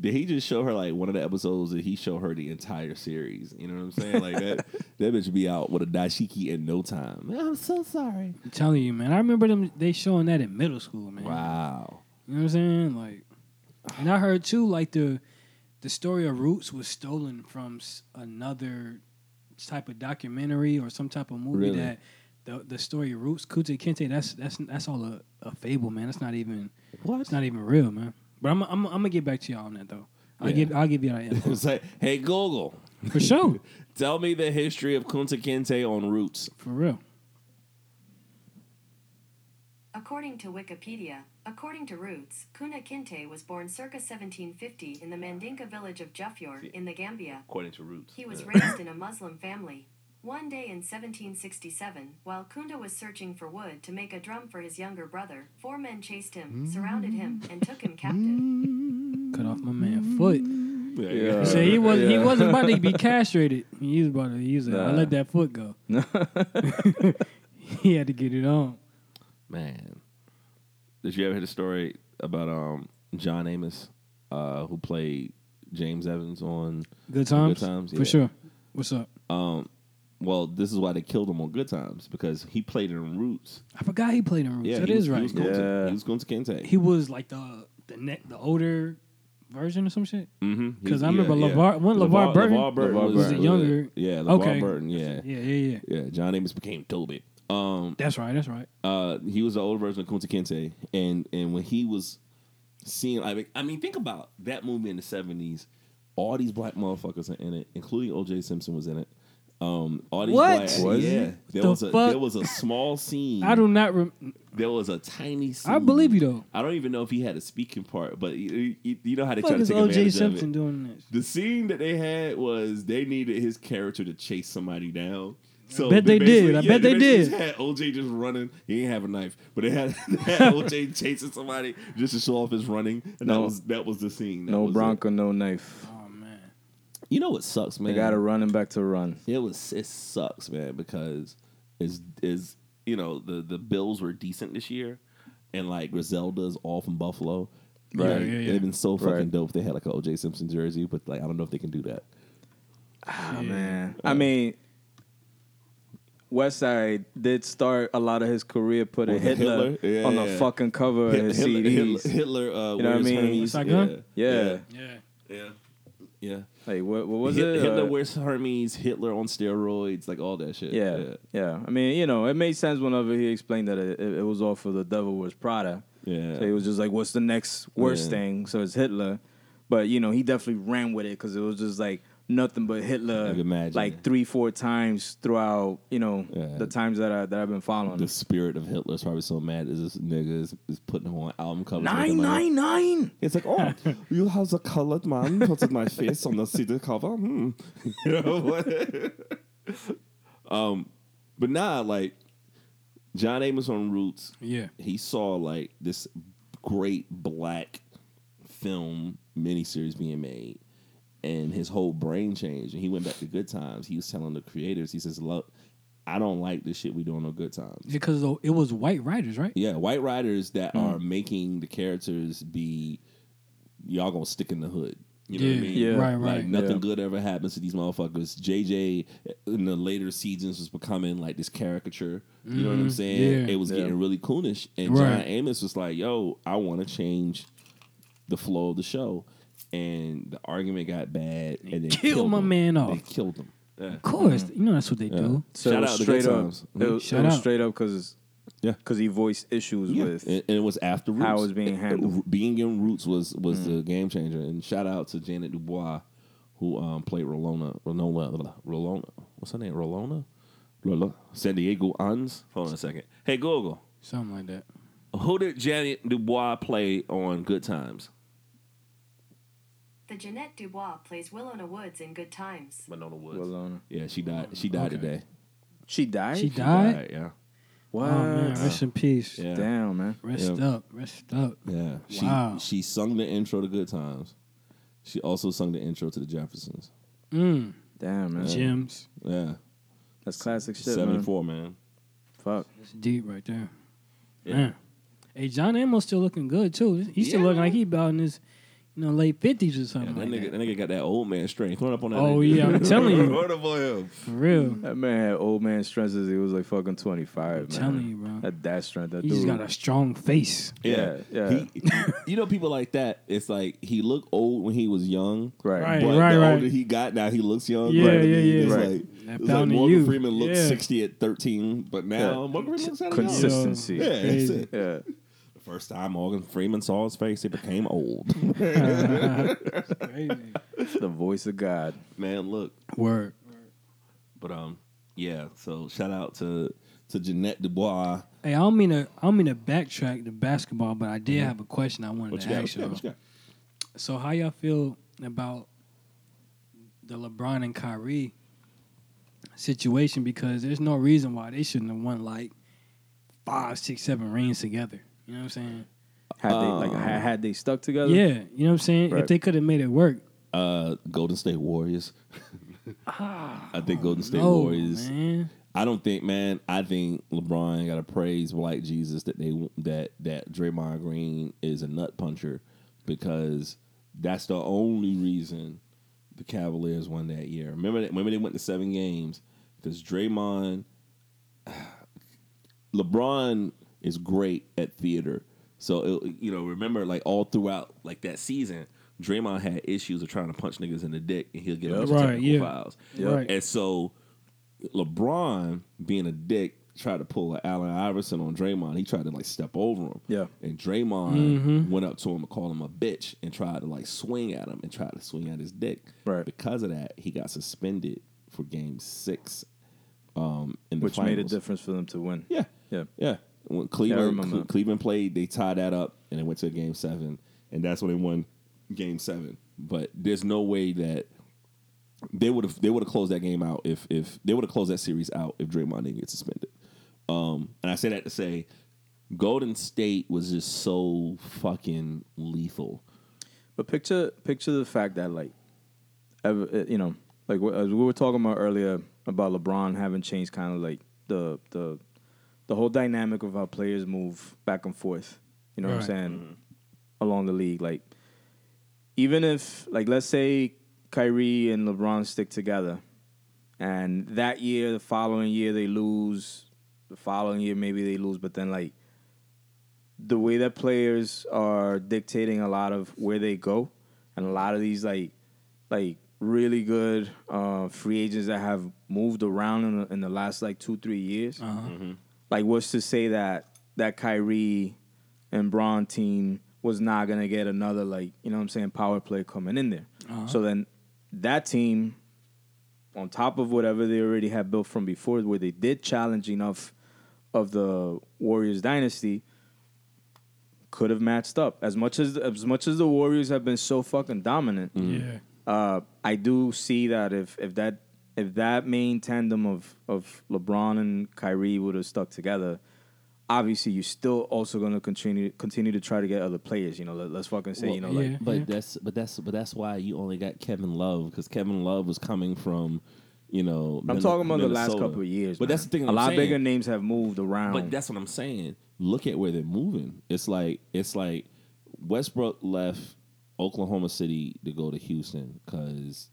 Speaker 2: Did he just show her like one of the episodes? Did he show her the entire series? You know what I'm saying? Like that. that bitch be out with a dashiki in no time. I'm so sorry.
Speaker 4: I'm telling you, man. I remember them they showing that in middle school, man.
Speaker 2: Wow.
Speaker 4: You know what I'm saying? Like, and I heard too, like the the story of Roots was stolen from s- another type of documentary or some type of movie
Speaker 2: Really?
Speaker 4: that the the story of Roots Kuta Kente. That's that's that's all a, a fable, man. That's not even
Speaker 2: What?
Speaker 4: it's not even real, man. But I'm I'm, I'm gonna get back to y'all on that though. I'll
Speaker 2: Yeah.
Speaker 4: give I'll give you that info.
Speaker 2: it's like, hey Google,
Speaker 4: for sure,
Speaker 2: tell me the history of Kunta Kinte on Roots.
Speaker 4: for real.
Speaker 1: According to Wikipedia, according to Roots, Kuna Kinte was born circa 1750 in the Mandinka village of Jufyor in the Gambia.
Speaker 6: According to Roots.
Speaker 1: He was raised in a Muslim family. One day in 1767, while Kunda was searching for wood to make a drum for his younger brother, four men chased him, surrounded him, and took him captive.
Speaker 4: Cut off my man foot.
Speaker 3: Yeah.
Speaker 4: So he was he
Speaker 3: Yeah.
Speaker 4: wasn't about to be castrated. He was about to. He was like, I
Speaker 3: Nah.
Speaker 4: let that foot go. he had to get it on.
Speaker 2: Man, did you ever hear the story about um John Amos, uh, who played James Evans on?
Speaker 4: Good times,
Speaker 2: times,
Speaker 4: for
Speaker 2: yeah.
Speaker 4: sure. What's up?
Speaker 2: Well, this is why they killed him on Good Times because he played in Roots.
Speaker 4: I forgot he played in Roots. That
Speaker 2: he was,
Speaker 4: is
Speaker 2: He
Speaker 4: right.
Speaker 2: was going, to,
Speaker 3: Yeah.
Speaker 2: he was going to Kente.
Speaker 4: He was like the the neck, the older version or some shit.
Speaker 2: Mhm.
Speaker 4: 'Cause
Speaker 2: He-
Speaker 4: I remember
Speaker 2: yeah, yeah.
Speaker 4: LeVar- wasn't LeVar Burton?
Speaker 2: LeVar Burton
Speaker 3: LeVar
Speaker 2: was,
Speaker 3: Burton.
Speaker 4: Was it younger?
Speaker 2: Yeah, LeVar
Speaker 4: Okay.
Speaker 2: Burton. Yeah.
Speaker 4: Yeah,
Speaker 2: yeah,
Speaker 4: yeah, yeah.
Speaker 2: John Amos became Toby. Um,
Speaker 4: That's right. That's right.
Speaker 2: uh, he was the older version of Kunta Kinte, and and when he was seeing, I mean, I mean, think about that movie in the seventies. All these black motherfuckers are in it, including O.J. Simpson was in it. Um, all these
Speaker 4: What?
Speaker 2: black,
Speaker 3: Was he?
Speaker 2: yeah, there
Speaker 4: The
Speaker 2: was a
Speaker 4: fuck?
Speaker 2: there was a small scene.
Speaker 4: I do not. Rem-
Speaker 2: There was a tiny. Scene.
Speaker 4: I believe you though.
Speaker 2: I don't even know if he had a speaking part, but you, you, you know how they
Speaker 4: Fuck
Speaker 2: try to
Speaker 4: is
Speaker 2: take
Speaker 4: OJ
Speaker 2: advantage
Speaker 4: Simpson
Speaker 2: of it.
Speaker 4: doing this?
Speaker 2: The scene that they had was they needed his character to chase somebody down. So
Speaker 4: bet they
Speaker 2: basically-
Speaker 4: did. I bet they
Speaker 2: basically
Speaker 4: did.
Speaker 2: just had OJ just running. He didn't have a knife, but they had, they had OJ chasing somebody just to show off his running, and that
Speaker 3: No.
Speaker 2: was that was the scene. That
Speaker 3: No
Speaker 2: was it.
Speaker 3: Bronco, no knife.
Speaker 4: Oh man,
Speaker 2: You know what sucks, man?
Speaker 3: They got a running back to run.
Speaker 2: it was it sucks, man, because is is you know the the Bills were decent this year, and like Griselda's all from Buffalo.
Speaker 4: Right.
Speaker 2: Like,
Speaker 4: Yeah, yeah, yeah.
Speaker 2: It'd been so fucking
Speaker 3: Right.
Speaker 2: dope. if They had like an OJ Simpson jersey, but like I don't know if they can do that. Ah,
Speaker 3: Oh, man. I mean, Westside did start a lot of his career putting
Speaker 2: With the
Speaker 3: Hitler,
Speaker 2: Hitler? Yeah,
Speaker 3: on the
Speaker 2: yeah.
Speaker 3: fucking cover of his
Speaker 2: Hitler,
Speaker 3: CDs.
Speaker 2: Hitler, Hitler, uh,
Speaker 3: You know what I
Speaker 2: wears
Speaker 3: mean?
Speaker 2: Hermes.
Speaker 4: Saigon?
Speaker 3: Yeah.
Speaker 4: yeah.
Speaker 2: Yeah, yeah, yeah.
Speaker 3: Like, what, what was
Speaker 2: Hit-
Speaker 3: it?
Speaker 2: Hitler
Speaker 3: Uh,
Speaker 2: wears Hermes. Hitler on steroids, like all that shit.
Speaker 3: Yeah, yeah, I mean, you know, it made sense whenever he explained that it, it, it was all for the devil was Prada.
Speaker 2: Yeah.
Speaker 3: So he was just like, "What's the next worst
Speaker 2: Yeah.
Speaker 3: thing?" So it's Hitler. But you know, he definitely ran with it because it was just like nothing but Hitler,
Speaker 2: I can imagine.
Speaker 3: like three, four times throughout. You know,
Speaker 2: Yeah.
Speaker 3: the times that I that I've been following.
Speaker 2: The
Speaker 3: him.
Speaker 2: spirit of Hitler is probably so mad is this nigga is, is putting him on album covers.
Speaker 3: Nine,
Speaker 2: making money.
Speaker 3: nine, nine.
Speaker 2: It's like, oh, you have a colored man putting my face on the CD cover. Hmm. You know what? um, but nah, like John Amos on Roots,
Speaker 4: Yeah.
Speaker 2: he saw like this great black film miniseries being made, and his whole brain changed. And he went back to Good Times. He was telling the creators, he says, "Look, I don't like this shit we doing on Good Times."
Speaker 4: Because it was white writers, right?
Speaker 2: Yeah, white writers that are making the characters be y'all gonna stick in the hood. You know what I
Speaker 4: Yeah,
Speaker 2: mean?
Speaker 3: yeah.
Speaker 4: Right,
Speaker 2: Like
Speaker 4: right.
Speaker 2: nothing
Speaker 3: Yeah.
Speaker 2: good ever happens to these motherfuckers. JJ in the later seasons was becoming like this caricature. You know what I'm
Speaker 4: Mhm,
Speaker 2: saying?
Speaker 4: yeah.
Speaker 2: It was
Speaker 3: Yeah.
Speaker 2: getting really coonish. And John
Speaker 4: Right.
Speaker 2: Amos was like, yo, I wanna change the flow of the show. And the argument got bad and they
Speaker 4: Killed
Speaker 2: killed
Speaker 4: my
Speaker 2: him.
Speaker 4: man
Speaker 2: They
Speaker 4: off.
Speaker 2: killed him.
Speaker 4: Of course.
Speaker 2: Mm-hmm.
Speaker 4: You know that's what they do.
Speaker 3: So
Speaker 2: Shout
Speaker 3: it was
Speaker 2: out to Good
Speaker 3: straight up.
Speaker 2: Times.
Speaker 3: It was,
Speaker 4: Shout
Speaker 3: it was
Speaker 4: out.
Speaker 3: straight up because
Speaker 2: Yeah.
Speaker 3: because he voiced issues
Speaker 2: Yeah,
Speaker 3: with.
Speaker 2: and, and it was after Roots.
Speaker 3: how it was being handled. Mm.
Speaker 2: Ro- being in Roots was was the game changer. And shout out to Janet Dubois, who um, played Rolona, Rolona, Rolona. What's her name? Rolona, Rolona. San Diego Ans.
Speaker 7: Hold on a second. Hey Google,
Speaker 4: Something like that.
Speaker 7: who did Janet Dubois play on Good Times?
Speaker 1: The Jeanette Dubois plays Willona Woods in Good Times.
Speaker 7: Winona Woods.
Speaker 3: Well,
Speaker 2: Yeah, she died. She died
Speaker 4: Okay.
Speaker 2: today.
Speaker 3: she died.
Speaker 4: She
Speaker 2: She
Speaker 4: died.
Speaker 2: died, Yeah.
Speaker 3: What?
Speaker 4: Oh, man, rest in peace.
Speaker 2: Yeah.
Speaker 3: Damn, man.
Speaker 4: Rest
Speaker 2: Yeah.
Speaker 4: up. Rest up.
Speaker 2: Yeah. She
Speaker 4: Wow.
Speaker 2: she sung the intro to Good Times. She also sung the intro to the Jeffersons.
Speaker 4: Mm.
Speaker 3: Damn, man.
Speaker 4: Gems.
Speaker 2: Yeah.
Speaker 3: That's classic shit,
Speaker 2: Seventy
Speaker 3: man.
Speaker 2: four, man.
Speaker 3: Fuck.
Speaker 4: That's deep right there.
Speaker 2: Yeah.
Speaker 4: Man. Hey, John Amos still looking good too. He's still looking like he about in his, you know, late fifties or something.
Speaker 2: Yeah, that,
Speaker 4: like
Speaker 2: nigga,
Speaker 4: that.
Speaker 2: that nigga got that old man strength. Run up on that.
Speaker 4: Oh,
Speaker 2: nigga.
Speaker 4: yeah, I'm telling you.
Speaker 2: Run up on him.
Speaker 4: For real.
Speaker 3: That man had old man strength as he was like fucking 25, man.
Speaker 4: telling you, bro.
Speaker 3: That, that strength, that
Speaker 4: He
Speaker 3: dude.
Speaker 4: just got a strong face.
Speaker 2: Yeah,
Speaker 3: Yeah,
Speaker 2: yeah. He, you know, people like that. It's like he looked old when he was young,
Speaker 3: right.
Speaker 4: Right.
Speaker 2: but the older
Speaker 4: right.
Speaker 2: he got, now he looks young.
Speaker 4: Yeah,
Speaker 2: Like,
Speaker 4: yeah,
Speaker 2: he
Speaker 4: yeah.
Speaker 2: just
Speaker 3: Right.
Speaker 2: Like,
Speaker 4: That
Speaker 2: it's like
Speaker 4: found to
Speaker 2: Morgan
Speaker 4: you.
Speaker 2: Freeman looked
Speaker 4: Yeah.
Speaker 2: sixty at thirteen, but now Morgan Freeman looks at
Speaker 3: Consistent.
Speaker 2: young.
Speaker 3: Consistency.
Speaker 2: Yeah, that's
Speaker 4: Crazy.
Speaker 2: it.
Speaker 3: Yeah.
Speaker 2: The first time Morgan Freeman saw his face, he became old.
Speaker 4: Crazy.
Speaker 3: The voice of God.
Speaker 2: Man, look,
Speaker 4: Word.
Speaker 2: but um, yeah. So shout out to to Jeanette Dubois.
Speaker 4: Hey, I don't mean to. I don't mean to backtrack to basketball, but I did have a question I wanted
Speaker 2: Mm-hmm. What
Speaker 4: to
Speaker 2: you got?
Speaker 4: ask
Speaker 2: What you
Speaker 4: y'all.
Speaker 2: got? What you got?
Speaker 4: So, how y'all feel about the LeBron and Kyrie situation? Because there's no reason why they shouldn't have won like five, six, seven rings together. You know what I'm saying?
Speaker 3: Had they like had, had they stuck together?
Speaker 4: Uh, Yeah, you know what I'm saying.
Speaker 3: Right.
Speaker 4: If they could have made it work,
Speaker 2: Uh, Golden State Warriors. I think Golden State
Speaker 4: no,
Speaker 2: Warriors.
Speaker 4: man.
Speaker 2: I don't think, man. I think LeBron got to praise like Jesus that they that that Draymond Green is a nut puncher because that's the only reason the Cavaliers won that year. Remember that? Remember they went to seven games because Draymond, LeBron is great at theater. So it, you know, remember like all throughout like that season, Draymond had issues of trying to punch niggas in the dick, and he'll get a bunch of
Speaker 4: Right,
Speaker 2: technical
Speaker 4: yeah.
Speaker 2: fouls.
Speaker 4: Right.
Speaker 2: And so LeBron, being a dick, tried to pull an Allen Iverson on Draymond. He tried to like step over him.
Speaker 3: Yeah. Mm-hmm.
Speaker 2: And Draymond went up to him and called him a bitch and tried to like swing at him and tried to swing at his dick.
Speaker 3: Right.
Speaker 2: Because of that, he got suspended for game six. Um, in the
Speaker 3: Which made a
Speaker 2: finals.
Speaker 3: difference for them to win.
Speaker 2: Yeah.
Speaker 3: Yeah.
Speaker 2: Yeah. When
Speaker 3: Yeah, I
Speaker 2: Cleveland
Speaker 3: remember
Speaker 2: Cle-
Speaker 3: that.
Speaker 2: Cleveland played, they tied that up and it went to a game seven. And that's when they won game seven. But there's no way that they would have they would have closed that game out if if they would have closed that series out if Draymond didn't get suspended. Um and I say that to say Golden State was just so fucking lethal.
Speaker 3: But picture picture the fact that like, ever, uh, you know, like wh- as we were talking about earlier about LeBron having changed kind of like the the the whole dynamic of how players move back and forth. You know what I'm
Speaker 4: Right.
Speaker 3: saying? Along the league, like even if like let's say Kyrie and LeBron stick together, and that year, the following year they lose, the following year maybe they lose, but then like the way that players are dictating a lot of where they go and a lot of these like like really good uh, free agents that have moved around in the, in the last like two three years like what's to say that that Kyrie and Braun team was not gonna get another like you know what I'm saying power play coming in there. So then that team, on top of whatever they already had built from before, where they did challenge enough of the Warriors dynasty, could have matched up as much as as much as the Warriors have been so fucking dominant.
Speaker 4: Yeah.
Speaker 3: Uh, I do see that if if that if that main tandem of of LeBron and Kyrie would have stuck together, obviously you're still also going to continue continue to try to get other players. You know, let, us fucking say you know
Speaker 2: Well,
Speaker 3: like
Speaker 4: yeah.
Speaker 2: but that's but that's but that's why you only got Kevin Love because Kevin Love was coming from, you know,
Speaker 3: I'm
Speaker 2: Min-
Speaker 3: talking about the last
Speaker 2: Minnesota.
Speaker 3: couple of years.
Speaker 2: But
Speaker 3: man.
Speaker 2: that's the thing.
Speaker 3: A
Speaker 2: I'm
Speaker 3: lot
Speaker 2: saying.
Speaker 3: bigger names have moved around.
Speaker 8: But
Speaker 4: Um,
Speaker 2: But that's what I'm saying. Look at where they're moving. It's like it's like Westbrook left Oklahoma City to go to Houston because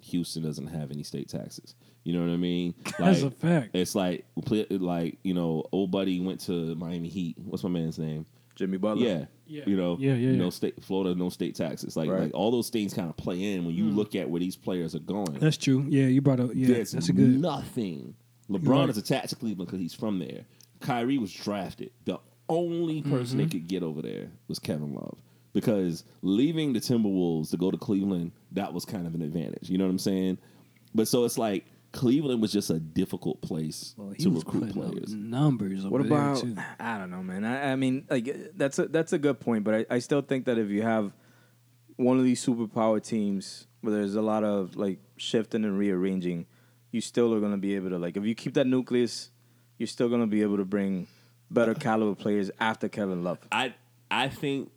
Speaker 2: Houston doesn't have any state taxes. You know what I mean?
Speaker 4: That's a fact.
Speaker 2: It's like play- like you know, old buddy went to Miami Heat. What's my man's name?
Speaker 3: Jimmy Butler.
Speaker 2: Yeah.
Speaker 4: Yeah.
Speaker 2: You know,
Speaker 4: Yeah, yeah,
Speaker 2: no
Speaker 4: yeah.
Speaker 2: state Florida, no state taxes. Like
Speaker 3: Right.
Speaker 2: like all those things kind of play in when
Speaker 4: Hmm.
Speaker 2: you look at where these players are going.
Speaker 4: That's true. Yeah, you brought up. Yeah,
Speaker 2: There's
Speaker 4: that's a good.
Speaker 2: nothing. LeBron
Speaker 4: right.
Speaker 2: is attached to Cleveland because he's from there. Kyrie was drafted. The only
Speaker 4: Mm-hmm.
Speaker 2: person they could get over there was Kevin Love. Because leaving the Timberwolves to go to Cleveland, that was kind of an advantage. You know what I'm saying? But so it's like Cleveland was just a difficult place
Speaker 4: Well, he
Speaker 2: to
Speaker 4: was
Speaker 2: recruit
Speaker 4: putting up
Speaker 2: players.
Speaker 4: numbers.
Speaker 3: What
Speaker 4: over
Speaker 3: about?
Speaker 4: There too.
Speaker 3: I don't know, man. I, I mean, like uh, that's a that's a good point, but I, I still think that if you have one of these superpower teams where there's a lot of like shifting and rearranging, you still are gonna be able to like if you keep that nucleus, you're still gonna be able to bring better caliber players after Kevin Love.
Speaker 2: I I think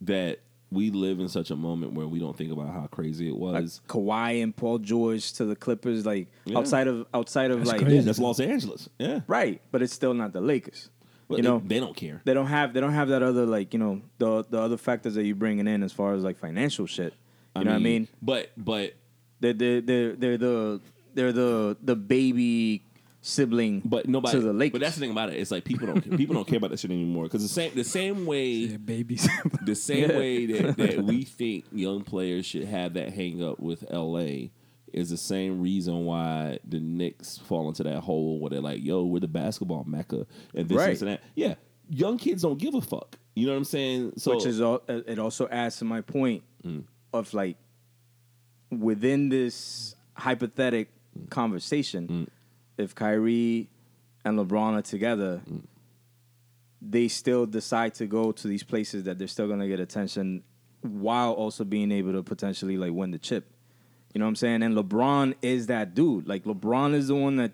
Speaker 2: that we live in such a moment where we don't think about how crazy it
Speaker 3: Like
Speaker 2: was.
Speaker 3: Kawhi and Paul George to the Clippers, like
Speaker 2: Yeah.
Speaker 3: outside of outside of like
Speaker 2: yeah, that's Los Angeles. Yeah.
Speaker 3: right, but it's still not the Lakers.
Speaker 2: But
Speaker 3: you
Speaker 2: they,
Speaker 3: know,
Speaker 2: they don't care.
Speaker 3: they don't have they don't have that other like you know the the other factors that you're bringing in as far as like financial shit. You know what I mean?
Speaker 2: But but
Speaker 3: They're they're they're, they're the they're the the baby sibling,
Speaker 2: But nobody.
Speaker 3: to the Lakers.
Speaker 2: But that's the thing about it. It's like people don't people don't care about that shit anymore. Because the same the same way
Speaker 4: Yeah, babies.
Speaker 2: the same way that, that we think young players should have that hang up with LA is the same reason why the Knicks fall into that hole where they're like, yo, we're the basketball mecca and this,
Speaker 3: Right.
Speaker 2: this and that. Yeah. Young kids don't give a fuck. You know what I'm saying? So
Speaker 3: which is all it also adds to my point of like within this hypothetic conversation if Kyrie and LeBron are together they still decide to go to these places that they're still going to get attention while also being able to potentially like win the chip you know what I'm saying and LeBron is that dude like LeBron is the one that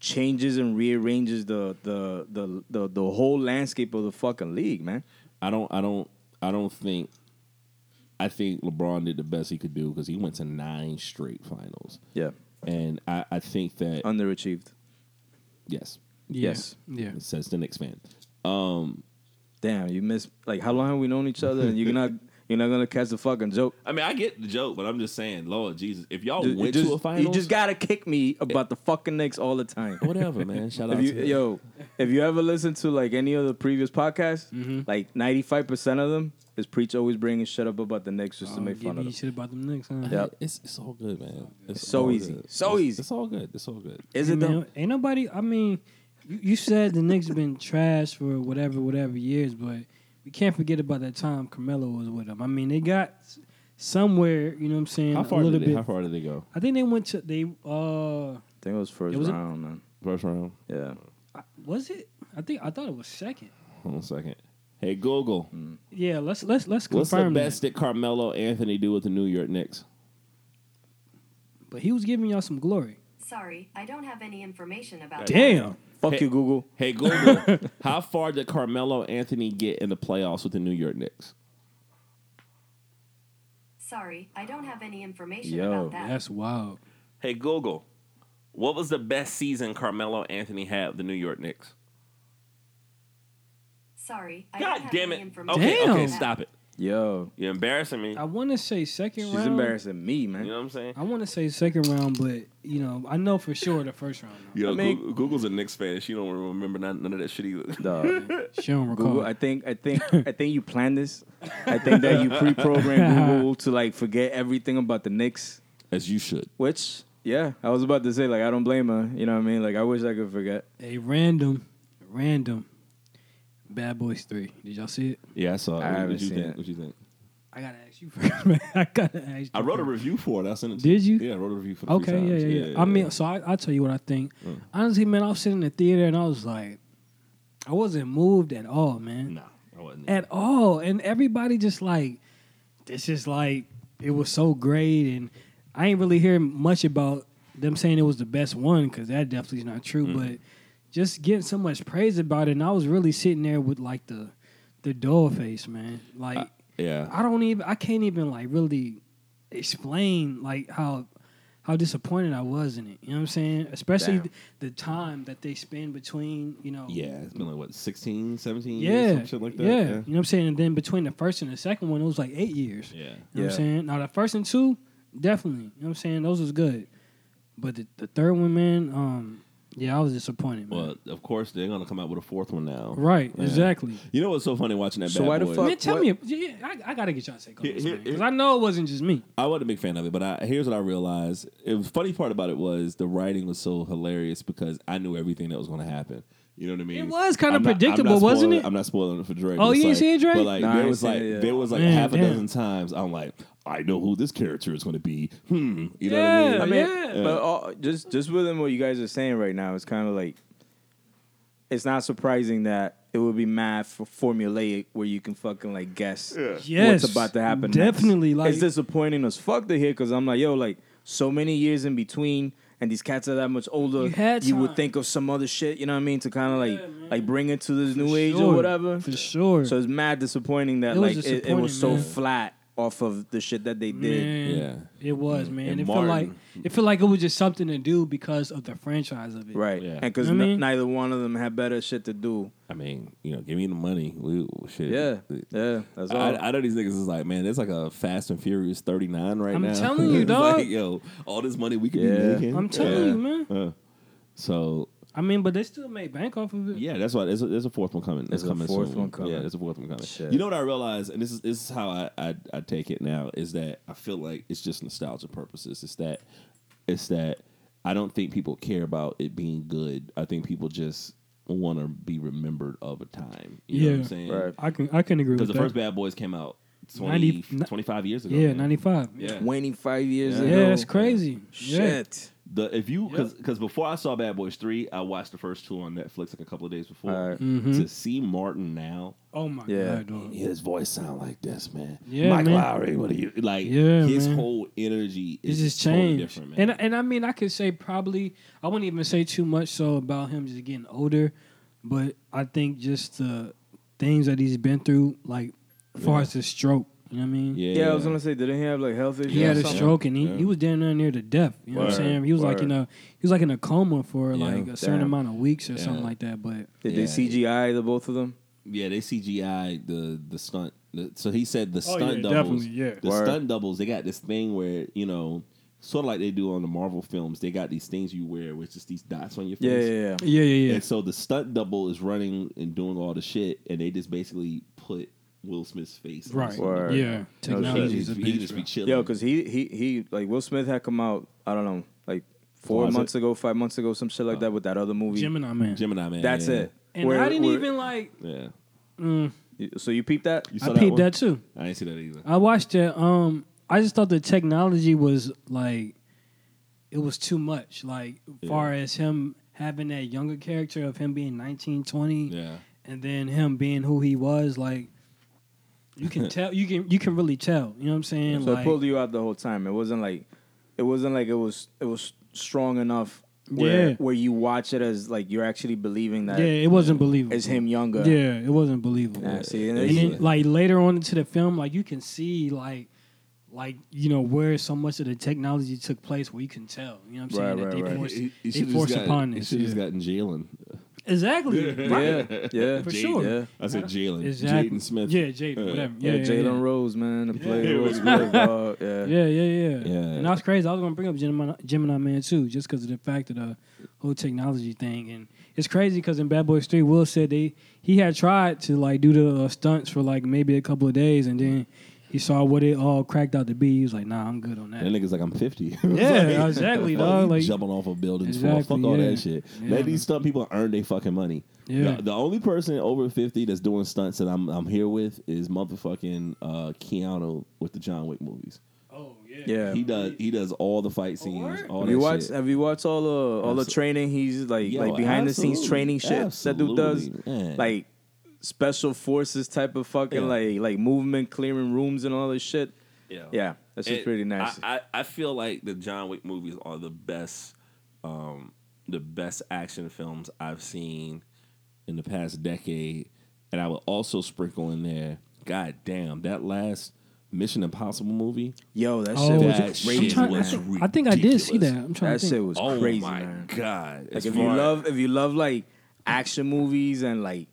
Speaker 3: changes and rearranges the the the the, the whole landscape of the fucking league man
Speaker 2: I don't I don't I don't think I think LeBron did the best he could do because he went to nine straight finals.
Speaker 3: yeah
Speaker 2: And I, I think that
Speaker 3: underachieved.
Speaker 2: yes.
Speaker 4: Yeah,
Speaker 3: Yes.
Speaker 4: Yeah.
Speaker 2: says the Knicks fan.
Speaker 3: Damn, you miss like how long have we known each other? And you're not you're not gonna catch the fucking joke.
Speaker 2: I mean, I get the joke, but I'm just saying, Lord Jesus, if
Speaker 4: Oh,
Speaker 2: y'all
Speaker 3: Dude, you,
Speaker 2: went
Speaker 3: just,
Speaker 2: to a final,
Speaker 3: you just gotta kick me about the fucking Knicks all the time.
Speaker 2: whatever, man. Shout out
Speaker 3: If you,
Speaker 2: to
Speaker 3: yo, if you ever listen to like any of the previous podcasts,
Speaker 4: Mm-hmm.
Speaker 3: like ninety five percent of them is preach always bringing shit up about the Knicks just to
Speaker 4: Oh,
Speaker 3: make
Speaker 4: give
Speaker 3: fun of
Speaker 4: me
Speaker 3: them.
Speaker 4: shit about them Knicks, huh?
Speaker 3: Yep.
Speaker 2: It's it's all good, man. It's
Speaker 3: So
Speaker 2: all
Speaker 3: easy.
Speaker 2: good.
Speaker 3: So
Speaker 2: It's-
Speaker 3: easy.
Speaker 2: It's all good. It's all good.
Speaker 3: Is
Speaker 4: Hey,
Speaker 3: it
Speaker 4: man,
Speaker 3: though?
Speaker 4: ain't nobody. I mean, you, you said the Knicks been trash for whatever, whatever years, but we can't forget about that time Carmelo was with them. I mean, they got s- somewhere. You know what I'm saying?
Speaker 2: How far
Speaker 4: a little
Speaker 2: did they,
Speaker 4: bit.
Speaker 2: how far did they go?
Speaker 4: I think they went to they. uh
Speaker 3: I think it was first
Speaker 4: It was a-
Speaker 3: round, man.
Speaker 2: First round.
Speaker 3: Yeah.
Speaker 4: Was it? I think I thought it was second.
Speaker 2: Hold on a second. Hey Google,
Speaker 8: Mm.
Speaker 4: Yeah. Let's let's let's
Speaker 2: what's
Speaker 4: confirm
Speaker 2: the best
Speaker 4: that.
Speaker 2: that Carmelo Anthony do with the New York Knicks?
Speaker 4: But he was giving y'all some glory.
Speaker 1: Sorry, I don't have any information about that.
Speaker 4: Damn.
Speaker 3: Fuck
Speaker 2: Hey.
Speaker 3: you, Google.
Speaker 2: Hey Google, how far did Carmelo Anthony get in the playoffs with the New York Knicks?
Speaker 1: Sorry, I don't have any information
Speaker 3: Yo,
Speaker 1: about that.
Speaker 4: That's wild.
Speaker 8: Hey Google, what was the best season Carmelo Anthony had with the New York Knicks?
Speaker 1: Sorry, I don't
Speaker 8: God
Speaker 1: have
Speaker 8: damn
Speaker 1: any
Speaker 8: it!
Speaker 1: information
Speaker 8: Okay,
Speaker 4: Damn.
Speaker 8: okay, stop it.
Speaker 3: Yo.
Speaker 8: You're embarrassing me.
Speaker 4: I want to say second
Speaker 3: She's
Speaker 4: round.
Speaker 3: embarrassing me, man.
Speaker 8: You know what I'm saying?
Speaker 4: I want to say second round, but you know, I know for sure the first round. though.
Speaker 8: Yo,
Speaker 3: I mean-
Speaker 8: Goo- Google's a Knicks fan. She don't remember none, none of that shit either.
Speaker 3: Dog.
Speaker 4: She don't recall.
Speaker 3: Google, I think, I think, I think you planned this. I think that you pre-programmed Google to like forget everything about the Knicks.
Speaker 2: As you should.
Speaker 3: Which, yeah, I was about to say like I don't blame her. You know what I mean? Like I wish I could forget.
Speaker 4: A random, random, Bad Boys Three. Did y'all see it?
Speaker 2: Yeah, I saw it.
Speaker 3: I
Speaker 2: What-
Speaker 3: haven't
Speaker 2: what you
Speaker 3: seen
Speaker 2: think?
Speaker 3: it.
Speaker 2: What you think?
Speaker 4: I gotta ask you first, man. I gotta ask. You
Speaker 2: I wrote a
Speaker 4: first.
Speaker 2: review for it. I sent it. To
Speaker 4: Did you?
Speaker 2: Yeah, I wrote a review for. it a few
Speaker 4: Okay, yeah,
Speaker 2: times. Mm.
Speaker 4: yeah, yeah, I mean, so I I tell you what I think. Honestly, man, I was sitting in the theater and I was like, I wasn't moved at all, man,
Speaker 2: nah, I wasn't.
Speaker 4: at all. And everybody just like, this is like it was so great, and I ain't really hearing much about them saying it was the best one because that definitely is not true.
Speaker 2: Mm-hmm.
Speaker 4: But just getting so much praise about it, and I was really sitting there with like the the doll face, man, like.
Speaker 2: yeah,
Speaker 4: I don't even I can't even like really explain like how how disappointed I was in it. You know what I'm saying? Especially
Speaker 2: Damn.
Speaker 4: the time that they spend between, you know.
Speaker 2: yeah. It's been like what 16, 17 years,
Speaker 4: Yeah.
Speaker 2: some shit like that.
Speaker 4: yeah. You know what I'm saying? And then between the first and the second one, it was like eight years.
Speaker 2: yeah. yeah.
Speaker 4: You know what I'm
Speaker 3: Yeah.
Speaker 4: saying? Now the first and two, definitely. You know what I'm saying? Those was good. But the, the third one, man, um, yeah, I was disappointed, man.
Speaker 2: Well, of course they're gonna come out with a fourth one now.
Speaker 4: right,
Speaker 2: Yeah.
Speaker 4: exactly.
Speaker 2: You know what's so funny watching that?
Speaker 3: So
Speaker 2: bad
Speaker 3: why the
Speaker 2: boy?
Speaker 3: fuck-
Speaker 4: man, tell
Speaker 3: what-
Speaker 4: me, yeah, I, I gotta get y'all take on
Speaker 2: Here-
Speaker 4: this,
Speaker 2: here-
Speaker 4: man, because I know it wasn't just me.
Speaker 2: I wasn't a big fan of it, but I, here's what I realized. It was funny part about it was the writing was so hilarious because I knew everything that was going to happen. You know what I mean?
Speaker 4: It was kinda
Speaker 2: I'm not- I'm
Speaker 4: predictable,
Speaker 2: not
Speaker 4: wasn't
Speaker 2: spoiling-
Speaker 4: it?
Speaker 2: I'm not spoiling it for Drake.
Speaker 4: Oh,
Speaker 2: It's
Speaker 4: you ain't
Speaker 2: like-
Speaker 4: seen Drake?
Speaker 2: But like
Speaker 3: Nah, I
Speaker 2: there
Speaker 3: ain't
Speaker 2: was
Speaker 3: seen
Speaker 2: like
Speaker 3: it yet.
Speaker 2: there was like
Speaker 4: Man,
Speaker 2: half a
Speaker 4: damn.
Speaker 2: dozen times I'm like, I know who this character is going to be. Hmm. You know
Speaker 4: yeah,
Speaker 2: what I mean?
Speaker 4: yeah.
Speaker 3: But all, just just within what you guys are saying right now, it's kind of like it's not surprising that it would be math for formulaic where you can fucking like guess
Speaker 4: Yes,
Speaker 3: what's about to happen. next.
Speaker 4: definitely, like-
Speaker 3: it's disappointing as fuck to hear because I'm like, yo, like so many years in between. And these cats are that much older.
Speaker 4: You had
Speaker 3: would
Speaker 4: time.
Speaker 3: think of some other shit, you know what I mean, to kind of like like bring it to this new age
Speaker 4: sure,
Speaker 3: or whatever.
Speaker 4: for sure.
Speaker 3: So it's mad disappointing that
Speaker 4: It was
Speaker 3: like it, it was so
Speaker 4: disappointing, man.
Speaker 3: flat off of the shit that they did.
Speaker 4: Man,
Speaker 2: Yeah.
Speaker 4: It was, man.
Speaker 2: And
Speaker 4: it felt like
Speaker 2: Martin.
Speaker 4: it felt like it was just something to do because of the franchise of it.
Speaker 3: Right.
Speaker 2: Yeah.
Speaker 3: And because
Speaker 4: I mean-
Speaker 3: neither one of them had better shit to do.
Speaker 2: I mean, you know, give me the money. We shit.
Speaker 3: Yeah. Yeah. That's all.
Speaker 2: I, I know these niggas is like, man, it's like a Fast and Furious 39 right
Speaker 4: I'm
Speaker 2: now.
Speaker 4: telling you,
Speaker 2: It's
Speaker 4: dog.
Speaker 2: Like, yo, all this money we could be
Speaker 3: Yeah.
Speaker 2: making.
Speaker 4: I'm telling
Speaker 2: Yeah.
Speaker 4: you, man.
Speaker 2: Uh, so
Speaker 4: I mean, but they still made bank off of it.
Speaker 2: Yeah, that's why there's a, there's a fourth one coming. That's
Speaker 3: There's a
Speaker 2: coming
Speaker 3: fourth
Speaker 2: soon.
Speaker 3: one coming.
Speaker 2: Yeah, there's a fourth one coming.
Speaker 3: Shit.
Speaker 2: You know what I realized, and this is this is how I, I I take it now is that I feel like it's just nostalgia purposes. It's that it's that I don't think people care about it being good. I think people just want to be remembered of a time. You know what I'm
Speaker 4: Yeah.
Speaker 2: saying?
Speaker 3: Right.
Speaker 4: I can I can agree
Speaker 2: Because
Speaker 4: with
Speaker 2: the
Speaker 4: that.
Speaker 2: first Bad Boys came out 20,
Speaker 4: 90
Speaker 2: 25 years ago.
Speaker 4: yeah,
Speaker 2: man.
Speaker 4: ninety five.
Speaker 2: Yeah.
Speaker 3: 25 years
Speaker 4: yeah,
Speaker 3: ago.
Speaker 4: that's crazy. Yeah.
Speaker 3: Shit.
Speaker 2: The if you because before I saw Bad Boys three, I watched the first two on Netflix like a couple of days before.
Speaker 3: Alright.
Speaker 4: Mm-hmm.
Speaker 2: To see Martin now,
Speaker 4: Oh my
Speaker 3: Yeah.
Speaker 4: god, dog.
Speaker 2: his voice sound like this, man.
Speaker 4: Yeah,
Speaker 2: Mike
Speaker 4: man.
Speaker 2: Lowry, what are you like?
Speaker 4: Yeah,
Speaker 2: his
Speaker 4: man.
Speaker 2: whole energy
Speaker 4: It
Speaker 2: is
Speaker 4: just
Speaker 2: totally
Speaker 4: changed.
Speaker 2: different, man.
Speaker 4: and and I mean, I could say probably I wouldn't even say too much so about him just getting older, but I think just the things that he's been through, like as far as his stroke, you know what I mean?
Speaker 2: yeah,
Speaker 3: Yeah. I was going to say, didn't he have like health issues?
Speaker 4: He had
Speaker 3: or
Speaker 4: a
Speaker 3: something?
Speaker 4: stroke and he,
Speaker 2: Yeah.
Speaker 4: he was damn near near to death. You know what I'm
Speaker 3: Word,
Speaker 4: saying? He was like in
Speaker 3: word.
Speaker 4: a he was like in a coma for like a certain
Speaker 3: damn.
Speaker 4: amount of weeks or
Speaker 2: Yeah.
Speaker 4: something like that. But
Speaker 3: Did
Speaker 2: Yeah.
Speaker 3: they CGI the both of them?
Speaker 2: yeah. They CGI the the stunt. the- so he said the
Speaker 4: Oh,
Speaker 2: stunt
Speaker 4: yeah,
Speaker 2: doubles.
Speaker 4: definitely, yeah.
Speaker 2: The
Speaker 3: Word.
Speaker 2: stunt doubles. They got this thing where you know, sort of like they do on the Marvel films. They got these things you wear, which is these dots on your face.
Speaker 3: Yeah, yeah, yeah.
Speaker 4: yeah, yeah, yeah.
Speaker 2: And so the stunt double is running and doing all the shit, and they just basically put Will Smith's face. on
Speaker 4: Right.
Speaker 2: the
Speaker 3: Word.
Speaker 2: stunt.
Speaker 4: Yeah.
Speaker 2: So he
Speaker 4: Technology is
Speaker 2: just-
Speaker 4: a
Speaker 2: he
Speaker 4: bitch.
Speaker 2: just be
Speaker 4: bro.
Speaker 2: chilling.
Speaker 3: Yo, because he, he, he, like Will Smith had come out, I don't know, like four
Speaker 2: Closet. Oh.
Speaker 3: months ago, five months ago, some shit like that with that other movie.
Speaker 4: Gemini man.
Speaker 2: Gemini man.
Speaker 3: That's
Speaker 2: yeah.
Speaker 3: it.
Speaker 4: and
Speaker 3: Where-
Speaker 4: I didn't
Speaker 3: where-
Speaker 4: even like
Speaker 2: Yeah.
Speaker 3: So you peeped that?
Speaker 2: You saw
Speaker 4: I
Speaker 2: that
Speaker 4: peeped
Speaker 2: one?
Speaker 4: that too.
Speaker 2: I didn't see that either.
Speaker 4: I watched it. Um, I just thought the technology was like, it was too much. Like, far as him having that younger character of him being 19, 20,
Speaker 2: Yeah.
Speaker 4: and then him being who he was, like, you can tell. You can you can really tell. You know what I'm saying?
Speaker 3: So it
Speaker 4: like,
Speaker 3: pulled you out the whole time. It wasn't like, it wasn't like it was, it was strong enough where,
Speaker 4: Yeah.
Speaker 3: where you watch it as like you're actually believing that
Speaker 4: yeah, it wasn't believable.
Speaker 3: it's him uh, younger.
Speaker 4: Yeah, it wasn't believable.
Speaker 3: Nah, see, and
Speaker 4: and
Speaker 3: it's-
Speaker 4: then like later on into the film, like you can see like like you know where so much of the technology took place where you can tell. You know what I'm saying?
Speaker 3: Right,
Speaker 4: that
Speaker 3: right,
Speaker 4: they
Speaker 3: right.
Speaker 4: forced,
Speaker 2: He-
Speaker 4: they
Speaker 2: he should've just
Speaker 4: forced
Speaker 2: got-
Speaker 4: upon
Speaker 2: He
Speaker 4: this.
Speaker 2: should have
Speaker 4: yeah.
Speaker 2: just gotten Jalen.
Speaker 4: Exactly. Right.
Speaker 3: Yeah, yeah,
Speaker 4: For sure.
Speaker 3: Yeah,
Speaker 2: I said Jalen.
Speaker 4: Exactly.
Speaker 2: Jaden Smith.
Speaker 4: Yeah, Jaden. Whatever.
Speaker 3: yeah,
Speaker 4: Yeah, yeah,
Speaker 3: Jalen
Speaker 4: yeah.
Speaker 3: Rose, man, the player
Speaker 2: Yeah.
Speaker 3: was good, dog. Yeah.
Speaker 4: Yeah, yeah, yeah,
Speaker 2: Yeah.
Speaker 4: And that's crazy. I was gonna bring up Gemini, Gemini Man too, just because of the fact of the whole technology thing. And it's crazy because in Bad Boys Three, Will said they he had tried to like do the uh, stunts for like maybe a couple of days, and then He saw what it all cracked out to be. He was like, "Nah, I'm good on
Speaker 2: That
Speaker 4: that."
Speaker 2: nigga's like, I'm 50.
Speaker 4: Yeah, exactly,
Speaker 2: Fuck
Speaker 4: dog.
Speaker 2: you
Speaker 4: Like,
Speaker 2: jumping off of buildings for
Speaker 4: Exactly,
Speaker 2: fuck all
Speaker 4: yeah.
Speaker 2: that shit.
Speaker 4: Yeah.
Speaker 2: Let these stunt people earn their fucking money.
Speaker 4: Yeah.
Speaker 2: The, the only person over 50 that's doing stunts that I'm I'm here with is motherfucking uh, Keanu with the John Wick movies.
Speaker 4: oh
Speaker 3: Yeah.
Speaker 2: He does he does all the fight scenes,
Speaker 4: word?
Speaker 2: all
Speaker 3: Have
Speaker 2: that
Speaker 3: you watched?
Speaker 2: shit.
Speaker 3: Have you watched all the all the
Speaker 2: Absol-
Speaker 3: training? He's like
Speaker 2: Yo,
Speaker 3: like behind the scenes
Speaker 2: absolutely.
Speaker 3: training shit that dude does,
Speaker 2: Absolutely, man.
Speaker 3: like special forces type of fucking
Speaker 2: Yeah.
Speaker 3: like like movement, clearing rooms and all this shit.
Speaker 9: Yeah.
Speaker 3: Yeah, that's just
Speaker 9: And
Speaker 3: pretty nice.
Speaker 9: I, I, I feel like the John Wick movies are the best, um, the best action films I've seen
Speaker 2: in the past decade, and I would also sprinkle in there. God damn, that last Mission Impossible movie.
Speaker 3: Yo, that
Speaker 4: Oh,
Speaker 3: shit was
Speaker 2: that
Speaker 3: crazy.
Speaker 4: I'm
Speaker 2: shit
Speaker 4: trying, I,
Speaker 2: was
Speaker 4: think, I think I did see
Speaker 9: ridiculous.
Speaker 4: that. I'm trying
Speaker 3: that
Speaker 4: to think.
Speaker 3: shit was
Speaker 9: oh
Speaker 3: crazy,
Speaker 9: my
Speaker 3: man.
Speaker 9: god!
Speaker 3: Like if you love if you love like action movies and like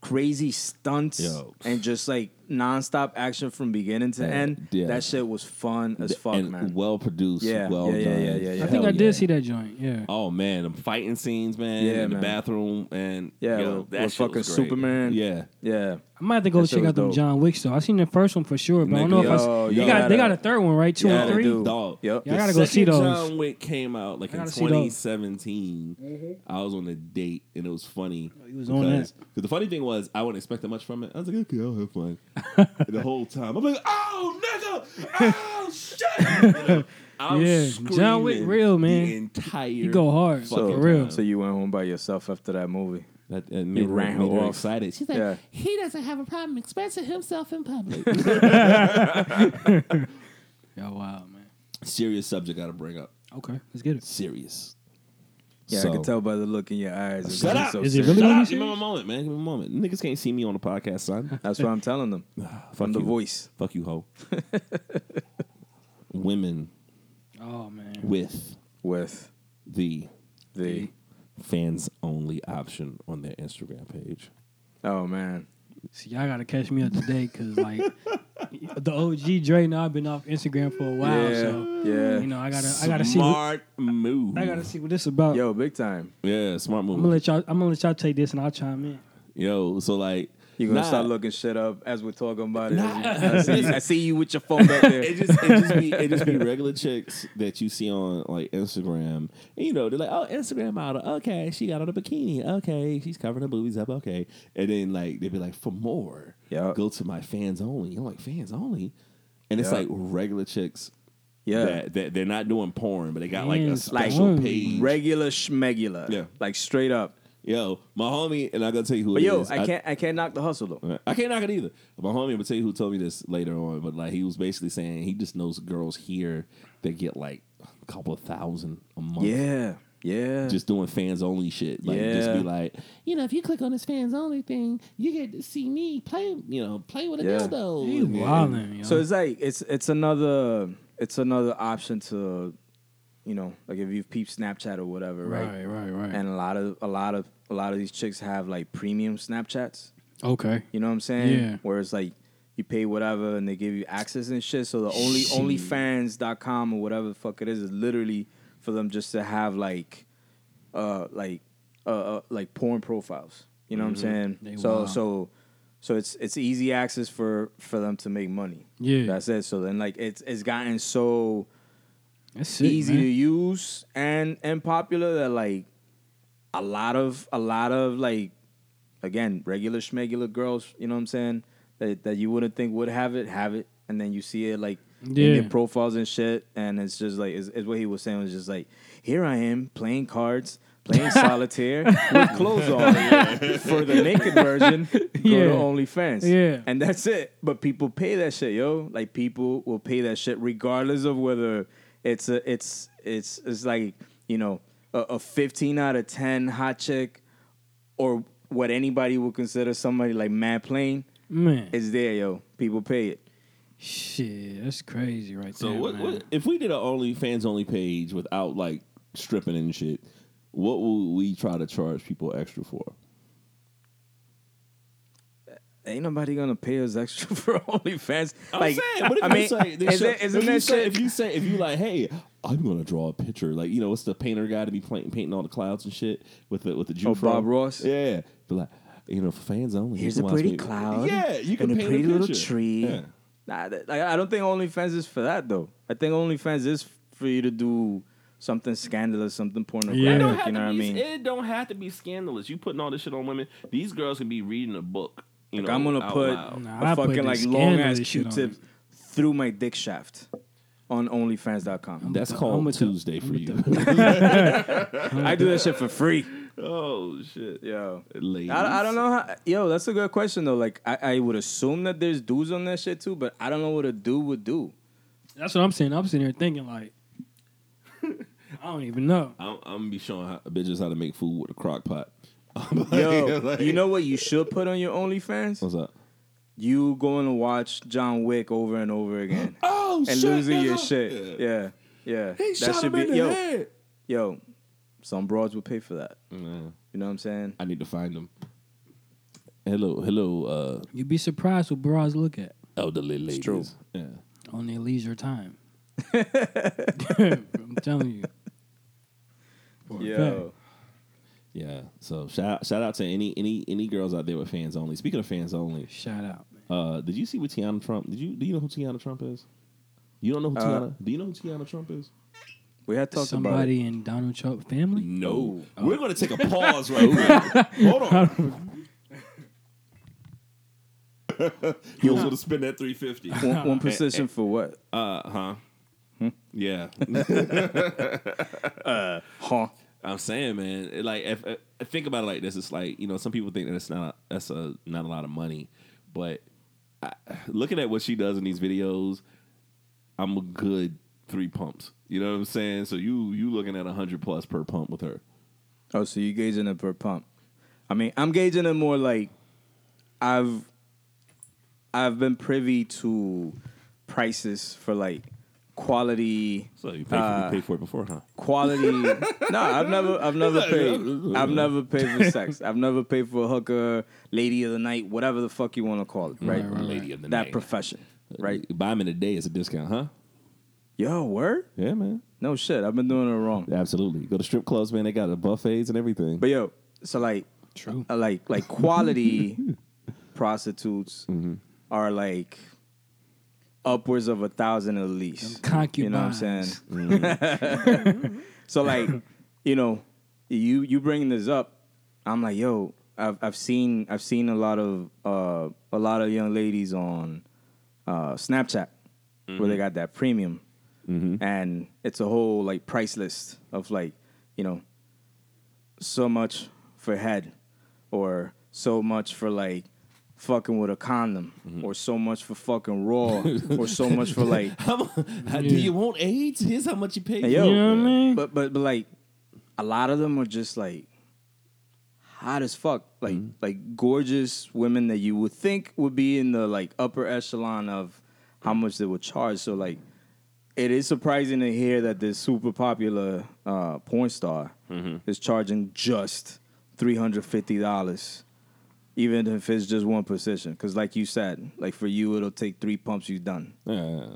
Speaker 3: crazy stunts
Speaker 2: Yo.
Speaker 3: and just like nonstop action from beginning to
Speaker 2: Yeah,
Speaker 3: end,
Speaker 2: yeah.
Speaker 3: that shit was fun as fuck,
Speaker 2: and
Speaker 3: man.
Speaker 2: well produced,
Speaker 3: Yeah,
Speaker 2: well
Speaker 3: yeah, yeah,
Speaker 2: done.
Speaker 3: yeah, yeah, yeah. Uh,
Speaker 4: I think
Speaker 2: Hell
Speaker 4: I did
Speaker 2: yeah.
Speaker 4: see that joint. Yeah.
Speaker 2: Oh man, the fighting scenes, man,
Speaker 3: Yeah,
Speaker 2: in the
Speaker 3: man.
Speaker 2: bathroom, and
Speaker 3: yeah,
Speaker 2: yo,
Speaker 3: with,
Speaker 9: that
Speaker 3: with
Speaker 9: shit
Speaker 3: fucking
Speaker 9: was great.
Speaker 3: Superman.
Speaker 2: yeah.
Speaker 3: yeah.
Speaker 4: I might have to go
Speaker 3: That shit
Speaker 4: check
Speaker 3: was
Speaker 4: out them
Speaker 3: dope.
Speaker 4: John Wicks though. I seen the first one for sure, but I don't know
Speaker 2: Nigga,
Speaker 4: if I.
Speaker 3: yo,
Speaker 4: s-
Speaker 3: yo,
Speaker 4: they got they
Speaker 3: gotta-
Speaker 4: got a third one right, two
Speaker 2: Yeah,
Speaker 4: and three.
Speaker 3: do.
Speaker 2: Dog.
Speaker 3: Yep.
Speaker 4: Yeah, I
Speaker 2: The
Speaker 4: gotta go see
Speaker 2: second
Speaker 4: those.
Speaker 2: John Wick came out like
Speaker 4: I
Speaker 2: in
Speaker 4: gotta see those.
Speaker 2: 2017. I was on a date and it was funny.
Speaker 4: he Oh, was on
Speaker 2: because-
Speaker 4: that.
Speaker 2: 'cause the funny thing was I wasn't expecting much from it. I was like, okay, I'll have fun. And the whole time I'm like, oh nigga, oh shit. You know, I'm
Speaker 4: Yeah, John Wick
Speaker 2: screaming
Speaker 4: real, man.
Speaker 2: The entire
Speaker 4: He go hard
Speaker 2: fucking
Speaker 4: for real.
Speaker 2: time.
Speaker 3: So you went home by yourself after that movie.
Speaker 2: That, that made, her-
Speaker 3: ran her
Speaker 2: made her
Speaker 3: off.
Speaker 2: excited. She's like,
Speaker 3: Yeah.
Speaker 2: he doesn't have a problem expressing himself in public.
Speaker 4: Yo, wow, man.
Speaker 2: Serious subject got to bring up.
Speaker 4: Okay, let's get it.
Speaker 2: Serious.
Speaker 3: Yeah,
Speaker 2: So-
Speaker 3: I can tell by the look in your eyes. It's
Speaker 2: Shut
Speaker 3: just
Speaker 2: up.
Speaker 3: so
Speaker 4: Is it
Speaker 3: serious.
Speaker 4: really
Speaker 2: Shut
Speaker 4: gonna be
Speaker 2: up. Give me a
Speaker 4: serious?
Speaker 2: moment, man. Give me a moment. Niggas can't see me on the podcast, son.
Speaker 3: That's what I'm telling them.
Speaker 2: Fuck
Speaker 3: I'm the
Speaker 2: you.
Speaker 3: voice.
Speaker 2: Fuck you, hoe. Women
Speaker 4: Oh man.
Speaker 2: with
Speaker 3: with
Speaker 2: the
Speaker 3: the
Speaker 2: fans only option on their Instagram page.
Speaker 3: oh man
Speaker 4: See, y'all gotta catch me up today because like the OG Dre now I've been off Instagram for a while,
Speaker 3: yeah
Speaker 4: so
Speaker 3: yeah
Speaker 4: you know I gotta I gotta see what,
Speaker 2: smart move.
Speaker 4: I gotta see what this about.
Speaker 3: yo big time
Speaker 2: yeah, smart
Speaker 4: I'm gonna
Speaker 2: move.
Speaker 4: let y'all I'm gonna let y'all take this and I'll chime in.
Speaker 2: Yo, so like
Speaker 3: you gonna
Speaker 2: nah,
Speaker 3: start looking shit up as we're talking about it
Speaker 2: Nah.
Speaker 3: I, see, I see you with your phone back there
Speaker 2: It just, it just be it just be regular chicks that you see on like Instagram. And, you know, they're like, oh, Instagram model. Okay, she got on a bikini. Okay, she's covering her boobies up. Okay, and then like they'd be like, for more,
Speaker 3: Yeah.
Speaker 2: go to my fans only. I'm like fans only, and it's
Speaker 3: Yeah.
Speaker 2: like regular chicks
Speaker 3: yeah
Speaker 2: that, that they're not doing porn, but they got like a
Speaker 4: Fans
Speaker 2: special
Speaker 4: only.
Speaker 2: page.
Speaker 3: regular schmegula
Speaker 2: Yeah.
Speaker 3: like straight up
Speaker 2: yo, my homie, and I gotta tell you who.
Speaker 3: but
Speaker 2: it
Speaker 3: yo
Speaker 2: is.
Speaker 3: I can't I can't knock the hustle though
Speaker 2: I can't knock it either. My homie, I'm gonna tell you who told me this later on, but like he was basically saying he just knows girls here that get like a couple of thousand a month.
Speaker 3: yeah yeah
Speaker 2: Just doing fans only shit. Like just
Speaker 3: Yeah.
Speaker 2: be like, you know, if you click on this fans only thing, you get to see me play, you know, play with a
Speaker 3: Yeah.
Speaker 2: dildo.
Speaker 4: You
Speaker 2: And-
Speaker 4: wildin', yo.
Speaker 3: so it's like it's it's another it's another option to you know like if you've peeped Snapchat or whatever
Speaker 4: right, right, right.
Speaker 3: and a lot of a lot of a lot of these chicks have like premium Snapchats
Speaker 4: okay.
Speaker 3: You know what I'm saying?
Speaker 4: Yeah.
Speaker 3: Where it's like you pay whatever and they give you access and shit. So the only onlyfans.com or whatever the fuck it is is literally for them just to have like uh like uh, uh like porn profiles. You know what I'm saying?
Speaker 4: Mm-hmm. They
Speaker 3: so
Speaker 4: wild.
Speaker 3: so so it's it's easy access for for them to make money.
Speaker 4: Yeah.
Speaker 3: That's it. So then like it's it's gotten so
Speaker 4: That's sick,
Speaker 3: easy
Speaker 4: man.
Speaker 3: to use and and popular that like a lot of a lot of like again regular schmegular girls you know what i'm saying that, that you wouldn't think would have it have it and then you see it like in their
Speaker 4: Yeah.
Speaker 3: profiles and shit and it's just like it's, it's what he was saying was just like here i am playing cards playing solitaire with clothes on for the naked version go
Speaker 4: Yeah.
Speaker 3: to onlyfans
Speaker 4: Yeah.
Speaker 3: and that's it. But people pay that shit, yo. Like people will pay that shit regardless of whether it's a it's it's it's like you know a, a fifteen out of ten hot chick or what anybody would consider somebody like Mad Plain
Speaker 4: Man,
Speaker 3: is there, yo. People pay it.
Speaker 4: shit, that's crazy right
Speaker 2: So
Speaker 4: there.
Speaker 2: what,
Speaker 4: man.
Speaker 2: what if we did an only fans only page without like stripping and shit? What would we try to charge people extra for?
Speaker 3: Ain't nobody gonna pay us extra for OnlyFans.
Speaker 2: I'm
Speaker 3: like,
Speaker 2: saying, what if
Speaker 3: I
Speaker 2: you
Speaker 3: mean,
Speaker 2: say, they
Speaker 3: is
Speaker 2: show-
Speaker 3: it, isn't
Speaker 2: if
Speaker 3: that
Speaker 2: you
Speaker 3: shit?
Speaker 2: say, if you say if you like, hey, I'm gonna draw a picture, like you know, it's the painter guy to be painting, painting all the clouds and shit with the with the Jew
Speaker 3: Oh, Bob Ross?
Speaker 2: yeah, but like you know, for fans only.
Speaker 3: Here's
Speaker 2: you can
Speaker 3: a
Speaker 2: watch
Speaker 3: pretty
Speaker 2: me-
Speaker 3: cloud
Speaker 2: yeah, you can
Speaker 3: and a
Speaker 2: paint
Speaker 3: pretty little
Speaker 2: picture.
Speaker 3: tree.
Speaker 2: Yeah.
Speaker 3: Nah, that- I I don't think OnlyFans is for that though. I think OnlyFans is for you to do something scandalous, something pornographic.
Speaker 4: Yeah.
Speaker 10: It
Speaker 4: It
Speaker 10: don't, have
Speaker 3: You know what I
Speaker 10: to be,
Speaker 3: mean?
Speaker 10: it don't have to be scandalous. You putting all this shit on women. These girls can be reading a book. You know,
Speaker 3: I'm gonna
Speaker 10: out
Speaker 3: put
Speaker 10: loud.
Speaker 4: Nah,
Speaker 3: a
Speaker 4: I put
Speaker 3: fucking
Speaker 4: the
Speaker 3: like long ass
Speaker 4: scandalous shit on
Speaker 3: Q-tips
Speaker 4: it.
Speaker 3: through my dick shaft on OnlyFans.com.
Speaker 2: That's
Speaker 4: I'm
Speaker 2: called
Speaker 4: with the-
Speaker 2: Tuesday for you.
Speaker 3: I do that shit for free.
Speaker 10: Oh shit!
Speaker 3: Yo.
Speaker 2: Ladies.
Speaker 3: I, I don't know how. Yo, that's a good question though. Like, I, I would assume that there's dudes on that shit too, but I don't know what a dude would do.
Speaker 4: That's what I'm saying. I'm sitting here thinking like, I don't even know.
Speaker 2: I'm, I'm gonna be showing how, bitches how to make food with a crock pot.
Speaker 3: Yo,
Speaker 2: Like-
Speaker 3: you know what you should put on your OnlyFans?
Speaker 2: what's up?
Speaker 3: You going to watch John Wick over and over again
Speaker 2: Oh
Speaker 3: and losing your shit. Yeah, yeah. yo, yo. Some broads would pay for that. You know what I'm saying?
Speaker 2: I need to find them. Hello, hello, uh,
Speaker 4: You'd be surprised what bras look at
Speaker 2: elderly ladies.
Speaker 3: true.
Speaker 2: Yeah.
Speaker 4: on their leisure time. I'm telling you. For a fact.
Speaker 3: Yo,
Speaker 2: Yeah. So shout out, shout out to any any any girls out there with fans only. Speaking of fans only,
Speaker 4: Shout out. man.
Speaker 2: uh, did you see what Tiana Trump? Did you do you know who Tiana Trump is? You don't know who Tiana? Do you know who Tiana Trump is?
Speaker 3: we had talked about it.
Speaker 4: Somebody in Donald Trump family?
Speaker 2: No. We're gonna take a pause right now. Hold on. He was gonna spend that three fifty.
Speaker 3: One, one position for what?
Speaker 2: Uh huh. Yeah.
Speaker 3: Huh?
Speaker 2: I'm saying, man, it, like if, if think about it like this, it's like you know some people think that it's not that's a not a lot of money, but I, looking at what she does in these videos, I'm a good three pumps. You know what I'm saying? So you you looking at hundred plus per pump with her.
Speaker 3: Oh, so you gauging it per pump? I mean, I'm gauging it more like I've I've been privy to prices for like quality
Speaker 2: So you pay,
Speaker 3: Uh,
Speaker 2: you pay for it before, huh?
Speaker 3: quality. no, I've never I've never paid I've never paid for sex. I've never paid for a hooker, lady of the night, whatever the fuck you want to call it, right?
Speaker 4: right,
Speaker 2: Lady of the
Speaker 3: That
Speaker 2: night.
Speaker 3: profession, right?
Speaker 2: Buy them in a day is a discount, huh?
Speaker 3: Yo, word?
Speaker 2: Yeah, man.
Speaker 3: No shit, I've been doing it wrong.
Speaker 2: Absolutely. Go to strip clubs, man. They got the buffets and everything.
Speaker 3: But yo, so like,
Speaker 4: True.
Speaker 3: uh, like like quality prostitutes
Speaker 4: Mm-hmm.
Speaker 3: are like upwards of a thousand at least.
Speaker 4: Concubines. Mm-hmm.
Speaker 3: You know what I'm saying? So like, you know, you you bringing this up, I'm like, yo, I've I've seen I've seen a lot of uh a lot of young ladies on uh Snapchat where
Speaker 4: Mm-hmm.
Speaker 3: they got that premium, and it's a whole like price list of like, you know, so much for head, or so much for like. Fucking with a condom, or so much for fucking raw, or so much for like
Speaker 2: Do you want AIDS? Here's how much you pay.
Speaker 3: Hey, yo,
Speaker 4: You know what I mean?
Speaker 3: but but but like a lot of them are just like hot as fuck, like
Speaker 4: Mm-hmm.
Speaker 3: like gorgeous women that you would think would be in the like upper echelon of how much they would charge. So like, it is surprising to hear that this super popular uh, porn star
Speaker 4: Mm-hmm.
Speaker 3: is charging just three hundred fifty dollars. Even if it's just one position, because like you said, like for you it'll take three pumps, you done.
Speaker 2: Yeah.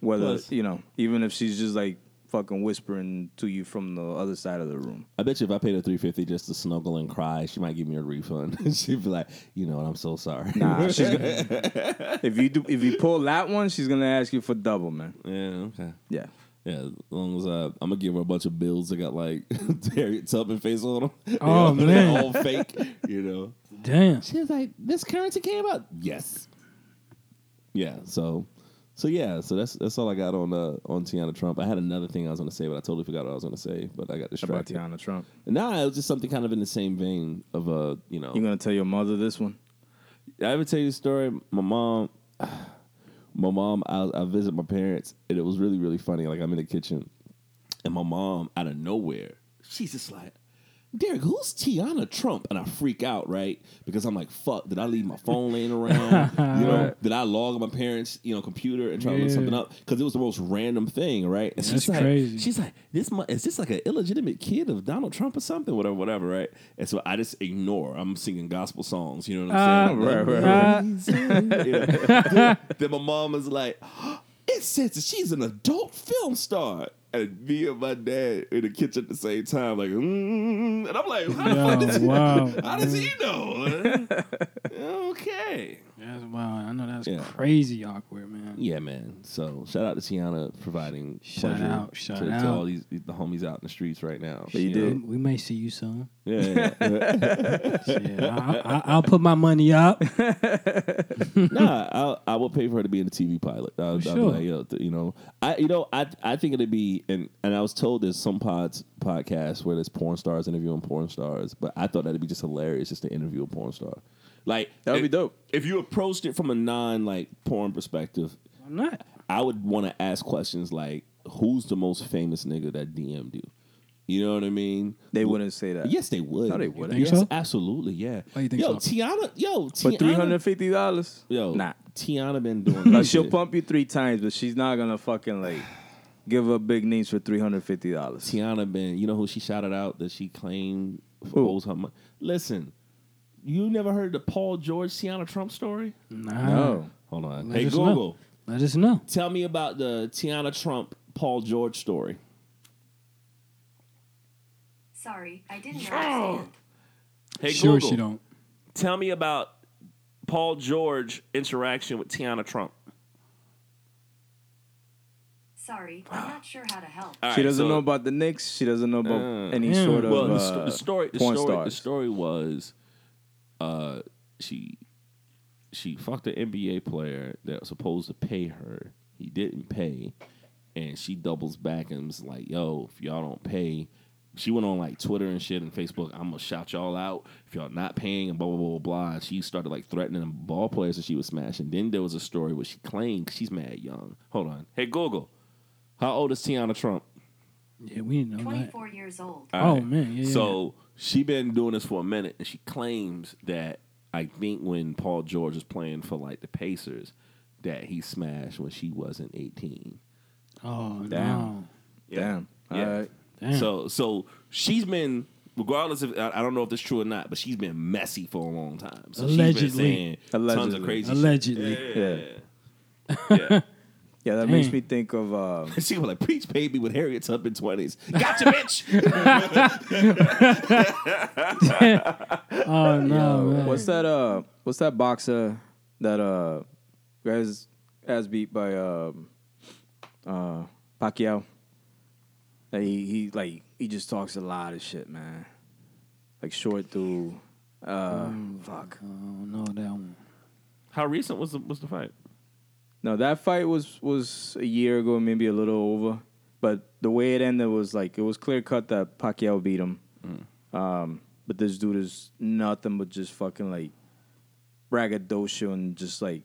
Speaker 3: Whether
Speaker 2: Plus-
Speaker 3: you know, even if she's just like fucking whispering to you from the other side of the room.
Speaker 2: I bet you if I paid her three fifty just to snuggle and cry, she might give me a refund. She'd be like, you know what, I'm so sorry.
Speaker 3: Nah, she's gonna, if you do, if you pull that one, she's gonna ask you for double, man.
Speaker 2: Yeah, okay.
Speaker 3: Yeah.
Speaker 2: Yeah, as long as I, I'm gonna give her a bunch of bills that got like Harriet Tubman face on them.
Speaker 4: Oh, man.
Speaker 2: all fake. You know,
Speaker 4: Damn.
Speaker 2: she was like, "This currency came out." Yes. Yeah. So, so yeah. So that's that's all I got on uh, on Tiana Trump. I had another thing I was gonna say, but I totally forgot what I was gonna say. But I got
Speaker 3: About
Speaker 2: distracted.
Speaker 3: Tiana Trump.
Speaker 2: Nah, it was just something kind of in the same vein of uh, you know,
Speaker 3: You gonna tell your mother this one?
Speaker 2: I ever tell you the story? My mom, my mom, I, I visit my parents, and it was really, really funny. Like I'm in the kitchen, and my mom, out of nowhere, she's just like, "Derek, who's Tiana Trump?" And I freak out, right? Because I'm like, "Fuck! Did I leave my phone laying around? you know, did I log on my parents' you know computer and try to look
Speaker 4: Yeah.
Speaker 2: something up? Because it was the most random thing, right?" And
Speaker 4: That's
Speaker 2: she's
Speaker 4: crazy.
Speaker 2: Like, she's like, "This mu- is this like an illegitimate kid of Donald Trump or something, whatever, whatever, right?" And so I just ignore. I'm singing gospel songs, you know what I'm
Speaker 4: Uh,
Speaker 2: saying?
Speaker 3: right, right,
Speaker 2: Yeah. then my mom was like, it says that she's an adult film star. And me and my dad in the kitchen at the same time, like, mm. and I'm like, how, the fuck
Speaker 4: Yo,
Speaker 2: does he,
Speaker 4: wow.
Speaker 2: how does he know? okay.
Speaker 4: That's wow. I know that's
Speaker 2: Yeah.
Speaker 4: crazy awkward, man.
Speaker 2: Yeah, man. So shout out to Tiana providing
Speaker 4: Shout
Speaker 2: pleasure
Speaker 4: out, shout
Speaker 2: to,
Speaker 4: out.
Speaker 2: to all these the homies out in the streets right now.
Speaker 3: you
Speaker 4: Yeah,
Speaker 3: did.
Speaker 4: we- We may see you, son.
Speaker 2: Yeah, yeah, yeah.
Speaker 4: Yeah, I, I, I'll put my money up.
Speaker 2: nah, I I would pay for her to be in the TV pilot. I, would I'd be
Speaker 4: Sure.
Speaker 2: like, yo, th- you know, I you know, I I think it'd be and and I was told there's some pods podcasts where there's porn stars interviewing porn stars, but I thought that'd be just hilarious just to interview a porn star. Like
Speaker 3: That would be
Speaker 2: if-
Speaker 3: dope.
Speaker 2: If you approached it from a non like porn perspective,
Speaker 4: I'm not.
Speaker 2: I would want to ask questions like, "Who's the most famous nigga that DM'd you?" You know what I mean?
Speaker 3: They wouldn't say that.
Speaker 2: Yes, they would.
Speaker 3: No, they wouldn't.
Speaker 4: You
Speaker 2: Yes,
Speaker 4: think so?
Speaker 2: absolutely. Yeah.
Speaker 4: Why you think
Speaker 2: yo,
Speaker 4: so?
Speaker 2: Tiana. Yo,
Speaker 3: But
Speaker 2: Tiana. Mm.
Speaker 3: three hundred fifty dollars.
Speaker 2: Yo,
Speaker 3: nah.
Speaker 2: Tiana been doing.
Speaker 3: Like
Speaker 2: that
Speaker 3: she'll
Speaker 2: shit.
Speaker 3: pump you three times, but she's not gonna fucking like give up big needs for three hundred fifty dollars.
Speaker 2: Tiana been. You know who she shouted out that she claimed owes her money. Listen, you never heard the Paul George Tiana Trump story?
Speaker 4: Nah.
Speaker 3: No.
Speaker 2: Hold on.
Speaker 4: Let
Speaker 2: hey
Speaker 4: us
Speaker 2: Google,
Speaker 4: know. Let us know.
Speaker 2: tell me about the Tiana Trump Paul George story.
Speaker 1: Sorry, I didn't understand.
Speaker 2: Hey
Speaker 4: sure,
Speaker 2: Google,
Speaker 4: she don't.
Speaker 2: tell me about Paul George interaction with Tiana Trump.
Speaker 1: Sorry, I'm not sure how to help.
Speaker 4: Uh,
Speaker 2: All
Speaker 3: She
Speaker 2: right,
Speaker 3: doesn't
Speaker 2: so-
Speaker 3: know about the Knicks. She doesn't know about any
Speaker 4: Mm.
Speaker 3: sort of
Speaker 2: Well, the,
Speaker 3: uh,
Speaker 2: sto- the story, the
Speaker 3: porn
Speaker 2: story, the
Speaker 3: stars.
Speaker 2: story was, uh, she, she fucked an NBA player that was supposed to pay her. He didn't pay, and she doubles back and was like, "Yo, if y'all don't pay." She went on like Twitter and shit and Facebook. I'm gonna shout y'all out if y'all not paying and blah blah blah blah. blah. And she started like threatening the ball players that she was smashing. Then there was a story where she claimed she's mad young. Hold on, hey Google, how old is Tiana Trump?
Speaker 4: Yeah, we didn't know that.
Speaker 1: 24 years old.
Speaker 4: Oh man. Yeah.
Speaker 2: So she been doing this for a minute, and she claims that I think when Paul George was playing for like the Pacers, that he smashed when she wasn't eighteen.
Speaker 4: Oh
Speaker 3: Damn.
Speaker 4: no.
Speaker 3: Damn.
Speaker 2: Yeah.
Speaker 3: All right.
Speaker 4: Damn.
Speaker 2: So so she's been regardless of I I don't know if this true or not, but she's been messy for a long time. So
Speaker 4: Allegedly.
Speaker 2: she's been saying tons of
Speaker 3: Allegedly.
Speaker 2: crazy
Speaker 4: Allegedly.
Speaker 2: shit.
Speaker 3: Yeah.
Speaker 2: Yeah. yeah.
Speaker 3: Yeah, that makes
Speaker 4: Dang.
Speaker 3: me think of uh,
Speaker 2: she was like, "Preach, baby, with Harriet's up in twenties. Gotcha, bitch."
Speaker 4: Oh no. man.
Speaker 3: what's that uh what's that boxer that uh guys as beat by um uh Pacquiao. Like, he he like he just talks a lot of shit, man. Like short through uh
Speaker 4: Mm,
Speaker 3: fuck.
Speaker 4: I don't know Oh, that one.
Speaker 2: How recent was the was the fight?
Speaker 3: No, that fight was was a year ago, maybe a little over. But the way it ended was like it was clear cut that Pacquiao beat him.
Speaker 2: Mm.
Speaker 3: Um, but this dude is nothing but just fucking like braggadocio and just like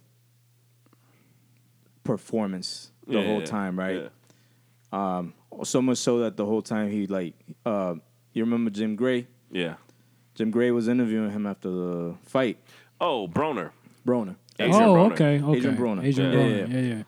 Speaker 3: performance the
Speaker 2: Yeah,
Speaker 3: whole
Speaker 2: yeah,
Speaker 3: time, right?
Speaker 2: yeah.
Speaker 3: So much so that the whole time he like, uh, you remember Jim Gray?
Speaker 2: Yeah.
Speaker 3: Jim Gray was interviewing him after the fight,
Speaker 2: Oh, Broner.
Speaker 3: Broner.
Speaker 2: Adrian
Speaker 4: oh,
Speaker 2: Broner.
Speaker 4: okay, okay.
Speaker 3: Adrian Broner.
Speaker 4: Adrian
Speaker 2: Yeah,
Speaker 4: Broner.
Speaker 3: yeah,
Speaker 4: Yeah, yeah.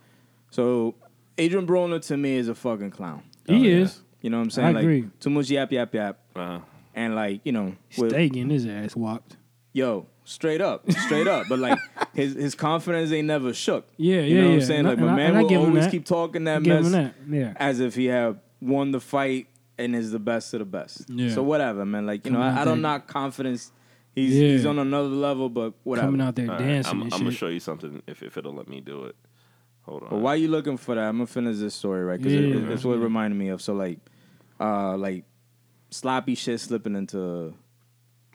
Speaker 3: So Adrian Broner to me is a fucking clown.
Speaker 4: He is.
Speaker 3: You know what I'm saying?
Speaker 4: I
Speaker 3: like
Speaker 4: agree.
Speaker 3: too much yap yap yap.
Speaker 2: Uh-huh.
Speaker 3: and like you know,
Speaker 4: Staking
Speaker 3: with,
Speaker 4: Stay getting his ass whopped.
Speaker 3: yo, straight up, straight up. But like his his confidence ain't never shook.
Speaker 4: Yeah, yeah,
Speaker 3: you know what I'm
Speaker 4: yeah.
Speaker 3: saying.
Speaker 4: And I-
Speaker 3: Like my
Speaker 4: and I-
Speaker 3: man
Speaker 4: and I
Speaker 3: will
Speaker 4: give him
Speaker 3: always
Speaker 4: that.
Speaker 3: keep talking that
Speaker 4: Give him
Speaker 3: mess
Speaker 4: that. Yeah.
Speaker 3: as if he had won the fight and is the best of the best.
Speaker 4: Yeah.
Speaker 3: So whatever, man. Like you know,
Speaker 4: Coming out
Speaker 3: I, I don't
Speaker 4: there-
Speaker 3: knock confidence. He's
Speaker 4: Yeah.
Speaker 3: he's on another level, but whatever.
Speaker 4: Coming out there
Speaker 2: All right,
Speaker 4: dancing
Speaker 2: I'm,
Speaker 4: and
Speaker 2: I'm
Speaker 4: shit.
Speaker 2: gonna show you something if, if it'll let me do it. Hold on.
Speaker 3: But why you looking for that? I'm gonna finish this story right because
Speaker 4: Yeah,
Speaker 3: it, it's what it reminded me of. So like, uh, like sloppy shit slipping into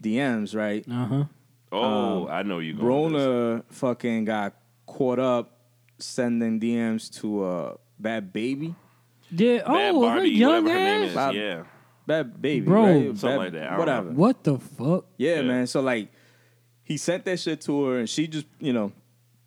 Speaker 3: DMs, right?
Speaker 4: Uh huh. um,
Speaker 2: Oh, I know you. going with this.
Speaker 3: Broner fucking got caught up sending DMs to uh Bad Baby.
Speaker 4: Yeah.
Speaker 2: Bad
Speaker 4: Oh, her
Speaker 2: Barbie,
Speaker 4: young
Speaker 2: whatever her name
Speaker 4: ass.
Speaker 2: is.
Speaker 3: Bob-
Speaker 2: yeah.
Speaker 3: Bad Baby,
Speaker 4: Bro.
Speaker 3: right?
Speaker 2: Something
Speaker 3: Bad-
Speaker 2: like that. I don't
Speaker 3: Whatever.
Speaker 2: know.
Speaker 4: What the fuck?
Speaker 3: Yeah,
Speaker 2: Yeah.
Speaker 3: man. So like, he sent that shit to her, and she just, you know,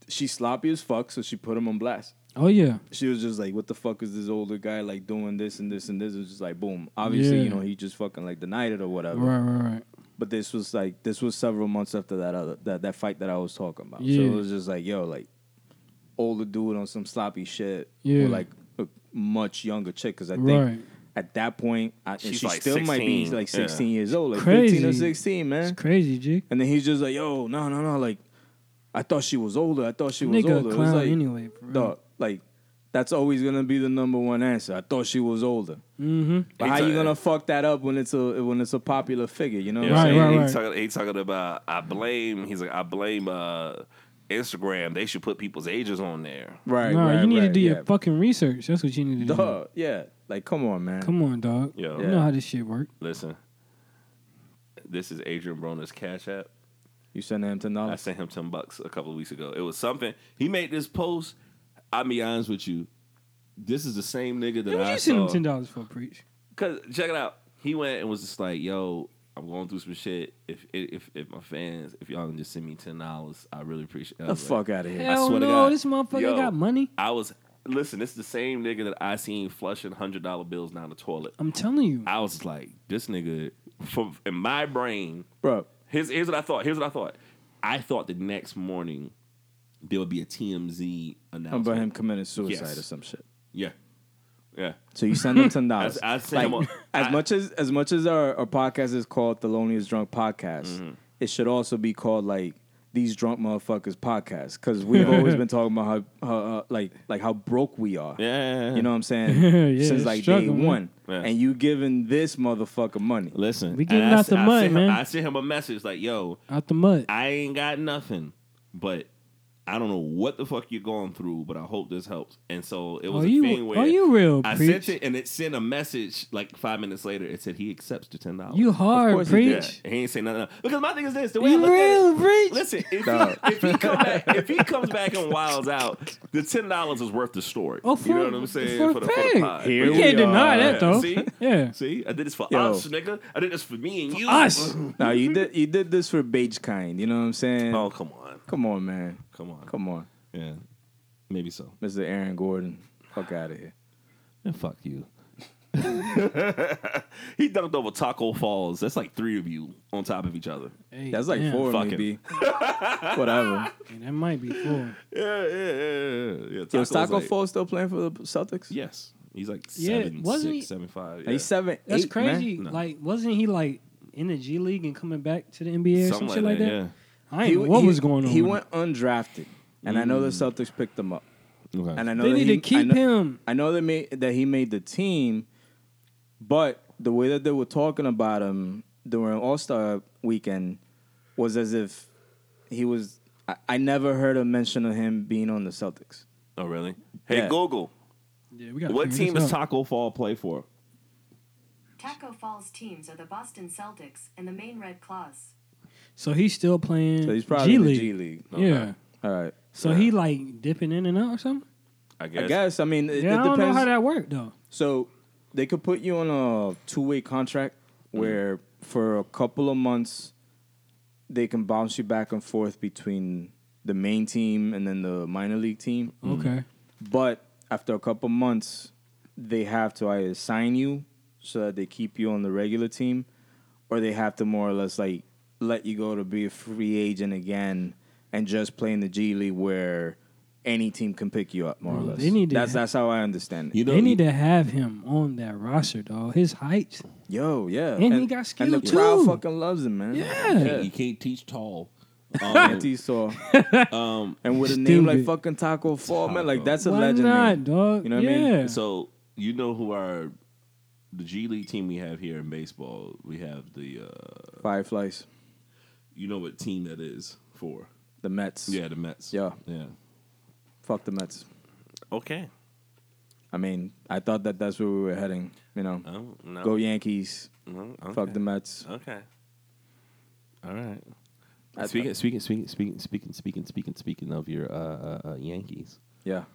Speaker 3: she sloppy as fuck, so she put him on blast.
Speaker 4: Oh yeah.
Speaker 3: She was just like, "What the fuck is this older guy like doing this and this and this?" It was just like, boom. Obviously,
Speaker 4: Yeah.
Speaker 3: you know, he just fucking like denied it or whatever.
Speaker 4: Right, right, right.
Speaker 3: But this was like, this was several months after that other that, that fight that I was talking about. So
Speaker 4: Yeah.
Speaker 3: it was just like, yo, like older dude on some sloppy shit,
Speaker 4: Yeah.
Speaker 3: or like a much younger chick, because I think
Speaker 4: Right.
Speaker 3: at that point, I, and
Speaker 2: She's
Speaker 3: she
Speaker 2: like
Speaker 3: still might be
Speaker 2: 16,
Speaker 3: like
Speaker 2: yeah.
Speaker 3: sixteen years old, like fifteen or
Speaker 4: Crazy.
Speaker 3: sixteen, man.
Speaker 4: It's crazy, G.
Speaker 3: And then he's just like, yo, no, no, no, like I thought she was older. I thought she was
Speaker 4: Nigga,
Speaker 3: older.
Speaker 4: a
Speaker 3: It was
Speaker 4: clown
Speaker 3: like,
Speaker 4: anyway. For real.
Speaker 3: dog, like that's always gonna be the number one answer. I thought she was older.
Speaker 4: Mm-hmm.
Speaker 3: But
Speaker 2: He
Speaker 3: how
Speaker 2: ta-
Speaker 3: you gonna fuck that up when it's a when it's a popular figure? You know what
Speaker 2: Yeah,
Speaker 3: I'm
Speaker 4: Right,
Speaker 2: so he-
Speaker 4: right,
Speaker 3: saying?
Speaker 2: he
Speaker 4: right.
Speaker 2: talking, he talking about I blame. He's like I blame uh, Instagram, they should put people's ages on there.
Speaker 3: Right.
Speaker 4: nah,
Speaker 3: right,
Speaker 4: you need to
Speaker 3: right,
Speaker 4: do
Speaker 3: yeah.
Speaker 4: your fucking research. That's what you need to do.
Speaker 3: Duh, yeah. Like, come on, man.
Speaker 4: Come on, dog.
Speaker 2: Yo.
Speaker 4: You know how this shit work.
Speaker 2: Listen, this is Adrian Broner's Cash App.
Speaker 3: You sending him ten
Speaker 4: Oh.
Speaker 2: I
Speaker 3: dollars?
Speaker 2: sent him ten bucks a couple of weeks ago. It was something he made this post.
Speaker 11: I'll be honest with you. This is the same nigga that
Speaker 4: Why would
Speaker 11: I
Speaker 4: you send him
Speaker 11: saw.
Speaker 4: ten dollars for preach?
Speaker 2: Cause check it out, he went and was just like, "Yo, I'm going through some shit. If if if my fans, if y'all can just send me ten dollars, I really appreciate." it. I
Speaker 3: The
Speaker 2: was like-
Speaker 3: fuck out of here.
Speaker 4: Hell
Speaker 2: swear to
Speaker 4: no,
Speaker 2: God.
Speaker 4: this motherfucker
Speaker 2: Yo.
Speaker 4: got money.
Speaker 2: I was listen. This is the same nigga that I seen flushing hundred dollar bills down the toilet.
Speaker 4: I'm telling you.
Speaker 2: I was like, this nigga from in my brain.
Speaker 3: Bro,
Speaker 2: Here's here's what I thought. Here's what I thought. I thought the next morning there would be a TMZ
Speaker 3: I'm
Speaker 2: announcement.
Speaker 3: about him committing suicide
Speaker 2: Yes.
Speaker 3: or some shit.
Speaker 2: Yeah, yeah.
Speaker 3: So you send him ten dollars.
Speaker 2: I- I send him a-
Speaker 3: as
Speaker 2: I-
Speaker 3: much as as much as our, our podcast is called Thelonious Drunk Podcast, it should also be called like these drunk motherfuckers podcast because we've always been talking about how, how uh, like like how broke we are.
Speaker 11: Yeah.
Speaker 3: you know what I'm saying.
Speaker 4: Yeah,
Speaker 3: Since
Speaker 4: it's
Speaker 3: like day
Speaker 4: struggle, man.
Speaker 3: one,
Speaker 2: Yeah.
Speaker 3: and you giving this motherfucker money.
Speaker 11: Listen,
Speaker 4: We
Speaker 11: and
Speaker 4: getting
Speaker 11: I
Speaker 4: out
Speaker 11: s-
Speaker 4: the
Speaker 11: I
Speaker 4: mud,
Speaker 11: sent him-
Speaker 4: man.
Speaker 11: I sent him a message like, "Yo,
Speaker 4: Out the mud.
Speaker 11: I ain't got nothing, but I don't know what the fuck you're going through, but I hope this helps." And so it was
Speaker 4: Are
Speaker 11: a
Speaker 4: you-
Speaker 11: thing where
Speaker 4: are you real,
Speaker 11: I
Speaker 4: preach?
Speaker 11: sent it, and it sent a message like five minutes later. It said he accepts the ten dollars.
Speaker 4: you hard,
Speaker 3: course he did.
Speaker 4: preach.
Speaker 11: He ain't say nothing else. because my thing is this: the way I
Speaker 4: You
Speaker 11: look at
Speaker 4: real,
Speaker 11: it,
Speaker 4: preach.
Speaker 11: Listen, if
Speaker 3: Dog.
Speaker 11: he, if, he come back, if he comes back and wilds out, the ten dollars is worth the story.
Speaker 4: Oh, for,
Speaker 11: you know what I'm saying?
Speaker 4: For,
Speaker 11: the,
Speaker 4: a
Speaker 11: the
Speaker 4: pig.
Speaker 11: pod.
Speaker 3: Here
Speaker 4: you
Speaker 3: we
Speaker 4: can't deny
Speaker 3: are.
Speaker 4: that though.
Speaker 11: See?
Speaker 4: Yeah.
Speaker 11: See, I did this for
Speaker 3: Yo.
Speaker 11: us, nigga. I did this for me and you.
Speaker 4: Us.
Speaker 3: now you did you did this for Beige kind. You know what I'm saying?
Speaker 2: Oh come on,
Speaker 3: Come on, man.
Speaker 2: come on.
Speaker 3: Come on,
Speaker 11: Yeah, maybe so.
Speaker 3: Mr. Aaron Gordon. Fuck out of here.
Speaker 11: And fuck you.
Speaker 2: He dunked over Taco Falls. That's like three of you on top of each other.
Speaker 4: Hey,
Speaker 3: That's like
Speaker 4: damn.
Speaker 3: four,
Speaker 2: fuck him.
Speaker 3: maybe. Whatever.
Speaker 4: Hey, That might be four.
Speaker 2: Yeah, yeah, yeah. yeah.
Speaker 3: Yo,
Speaker 2: Taco's
Speaker 3: Taco
Speaker 2: like-
Speaker 3: Fall still playing for the Celtics?
Speaker 2: Yes, he's like
Speaker 4: Yeah,
Speaker 2: seven,
Speaker 4: wasn't
Speaker 2: six,
Speaker 4: he-
Speaker 2: seven, five.
Speaker 3: He's
Speaker 2: yeah.
Speaker 3: seven.
Speaker 4: That's
Speaker 3: eight, man.
Speaker 4: crazy. Like, wasn't he like in the G League and coming back to the NBA or some shit like that? I
Speaker 3: He-
Speaker 4: ain't know what
Speaker 3: he-
Speaker 4: was going on.
Speaker 3: He
Speaker 4: with
Speaker 3: went undrafted, and I know the
Speaker 2: Mm.
Speaker 3: Celtics picked him up.
Speaker 11: Okay.
Speaker 3: And I
Speaker 4: him.
Speaker 3: know
Speaker 4: They
Speaker 3: that
Speaker 4: need
Speaker 3: he,
Speaker 4: to
Speaker 3: I
Speaker 4: keep
Speaker 3: know,
Speaker 4: him.
Speaker 3: I know they made that he made the team, but the way that they were talking about him during All Star Weekend was as if he was. I, I never heard a mention of him being on the Celtics.
Speaker 2: Oh really? Hey
Speaker 3: Yeah.
Speaker 2: Google,
Speaker 4: Yeah, we gotta
Speaker 2: what
Speaker 4: figure
Speaker 2: team
Speaker 4: this
Speaker 2: does
Speaker 4: out.
Speaker 2: Taco Fall play for?
Speaker 1: Taco Falls teams are the Boston Celtics and the Maine Red Claws.
Speaker 4: So he's still playing
Speaker 3: So he's probably
Speaker 4: G
Speaker 3: in the
Speaker 4: League.
Speaker 3: G League.
Speaker 4: Yeah.
Speaker 3: All right.
Speaker 4: So he like dipping in and out or something.
Speaker 2: I guess.
Speaker 3: I guess. I mean, it,
Speaker 4: Yeah,
Speaker 3: it
Speaker 4: I
Speaker 3: depends.
Speaker 4: don't know how that worked though.
Speaker 3: So they could put you on a two-way contract where for a couple of months they can bounce you back and forth between the main team and then the minor league team.
Speaker 4: Okay.
Speaker 3: But after a couple months, they have to either sign you so that they keep you on the regular team, or they have to more or less like let you go to be a free agent again and just play in the G League where any team can pick you up more or
Speaker 4: Bro,
Speaker 3: less.
Speaker 4: they need to
Speaker 3: that's
Speaker 4: ha-
Speaker 3: that's how I understand it.
Speaker 11: You know,
Speaker 4: they need to have him on that roster, dog. His height.
Speaker 3: Yo, yeah,
Speaker 4: And he got skill,
Speaker 3: and the crowd
Speaker 4: too.
Speaker 3: fucking loves him, man.
Speaker 4: Yeah.
Speaker 11: you can't teach tall. Um,
Speaker 3: Auntie saw,
Speaker 2: Um,
Speaker 3: and with a name like
Speaker 4: Stupid.
Speaker 3: fucking Taco Fall, man, like
Speaker 11: Taco.
Speaker 3: that's a
Speaker 4: Why
Speaker 3: legend.
Speaker 4: not,
Speaker 3: name.
Speaker 4: dog?
Speaker 3: You know what I
Speaker 4: yeah.
Speaker 3: mean?
Speaker 2: So you know who our the G League team we have here in baseball? We have the uh
Speaker 3: Fireflies,
Speaker 2: you know what team that is for?
Speaker 3: the Mets.
Speaker 2: Yeah, the Mets.
Speaker 3: Yeah.
Speaker 2: yeah.
Speaker 3: fuck the Mets.
Speaker 2: Okay.
Speaker 3: I mean, I thought that that's where we were heading. You know,
Speaker 2: Oh no.
Speaker 3: go Yankees,
Speaker 2: No, okay. Oh.
Speaker 3: fuck the Mets.
Speaker 2: Okay. All right.
Speaker 3: I-
Speaker 11: Speaking, speaking, speaking, speaking, speaking, speaking, speaking, speaking of your uh, uh, uh, Yankees,
Speaker 3: Yeah,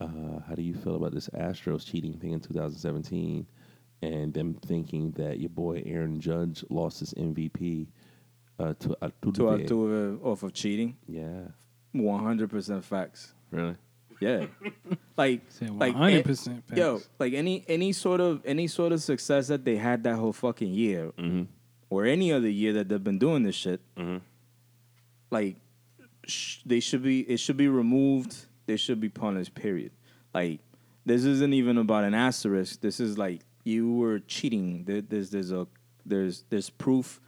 Speaker 11: uh, how do you feel about this Astros cheating thing in 2017, and them thinking that your boy Aaron Judge lost his MVP uh, to Altuve?
Speaker 3: two out two of, off of cheating.
Speaker 11: Yeah,
Speaker 3: One hundred percent facts.
Speaker 2: Really?
Speaker 3: Yeah, like
Speaker 4: Said
Speaker 3: like
Speaker 4: 100%
Speaker 3: eh, Yo,
Speaker 4: facts.
Speaker 3: like any any sort of any sort of success that they had that whole fucking year, or any other year that they've been doing this shit, like sh- they should be it should be removed. They should be punished. Period. Like this isn't even about an asterisk. This is like you were cheating. There- There's there's a there's there's proof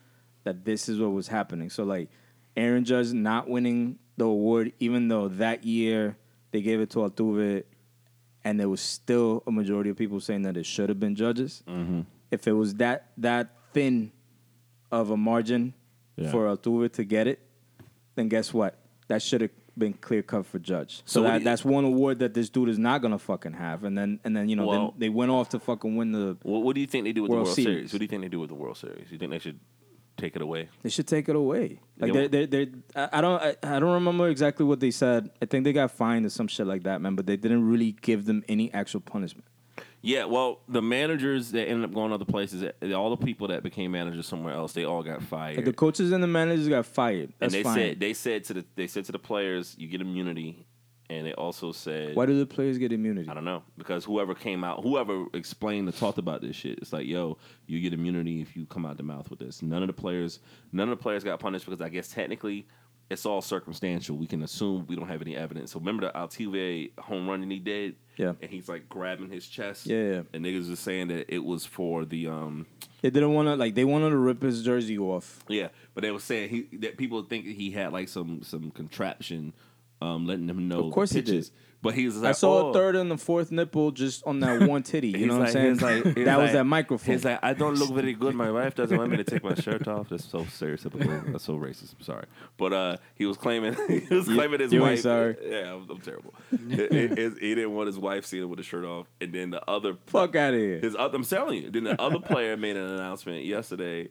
Speaker 3: that this is what was happening. So like Aaron Judge not winning the award, even though that year they gave it to Altuve, and there was still a majority of people saying that it should have been judges. If it was that that thin of a margin for Altuve to get it, then guess what? That should have been clear cut for judge.
Speaker 2: So
Speaker 3: So,
Speaker 2: what do
Speaker 3: that,
Speaker 2: you-
Speaker 3: that's one award that this dude is not gonna fucking have. And then and then you know
Speaker 2: Well-
Speaker 3: then they went off to fucking win the.
Speaker 2: What, what do you think they do with
Speaker 3: World
Speaker 2: the World Series.
Speaker 3: Series.
Speaker 2: What do you think they do with the World Series? You think they should take it away?
Speaker 3: They should take it away. Like
Speaker 2: Yeah.
Speaker 3: they they they I I don't I, I don't remember exactly what they said. I think they got fined or some shit like that, man. But they didn't really give them any actual punishment.
Speaker 2: Yeah, well, the managers that ended up going other places, eh, all the people that became managers somewhere else, they all got fired.
Speaker 3: Like the coaches and the managers got fired.
Speaker 2: and
Speaker 3: That's
Speaker 2: they
Speaker 3: fine.
Speaker 2: said they said to the they said to the players, you get immunity, and they also said,
Speaker 3: Why do the players get immunity?
Speaker 2: I don't know because whoever came out, whoever explained and talked about this shit, it's like, yo, you get immunity if you come out the mouth with this. None of the players, none of the players got punished because I guess technically it's all circumstantial. We can assume we don't have any evidence. So remember the Altuve home run that he did,
Speaker 3: Yeah.
Speaker 2: and he's like grabbing his chest,
Speaker 3: Yeah, yeah.
Speaker 2: and niggas was saying that it was for the um,
Speaker 3: They didn't want to like they wanted to rip his jersey off.
Speaker 2: yeah, but they were saying he that people think that he had like some some contraption, um, letting them know
Speaker 3: Of course
Speaker 2: the
Speaker 3: he did.
Speaker 2: pitches. But he was like,
Speaker 3: I
Speaker 2: oh.
Speaker 3: saw a third and a fourth nipple just on that one titty. You know what I'm saying? that was that microphone.
Speaker 2: He's like, I don't look very good. My wife doesn't want me to take my shirt off. That's so stereotypical. That's so racist. I'm sorry, but uh, he was claiming he was claiming his
Speaker 3: you ain't
Speaker 2: wife.
Speaker 3: sorry.
Speaker 2: Yeah, I'm, I'm terrible. he, he- he didn't want his wife seeing him with a shirt off, and then the other
Speaker 3: Fuck out of here.
Speaker 2: his other, I'm telling you. Then the other player made an announcement yesterday.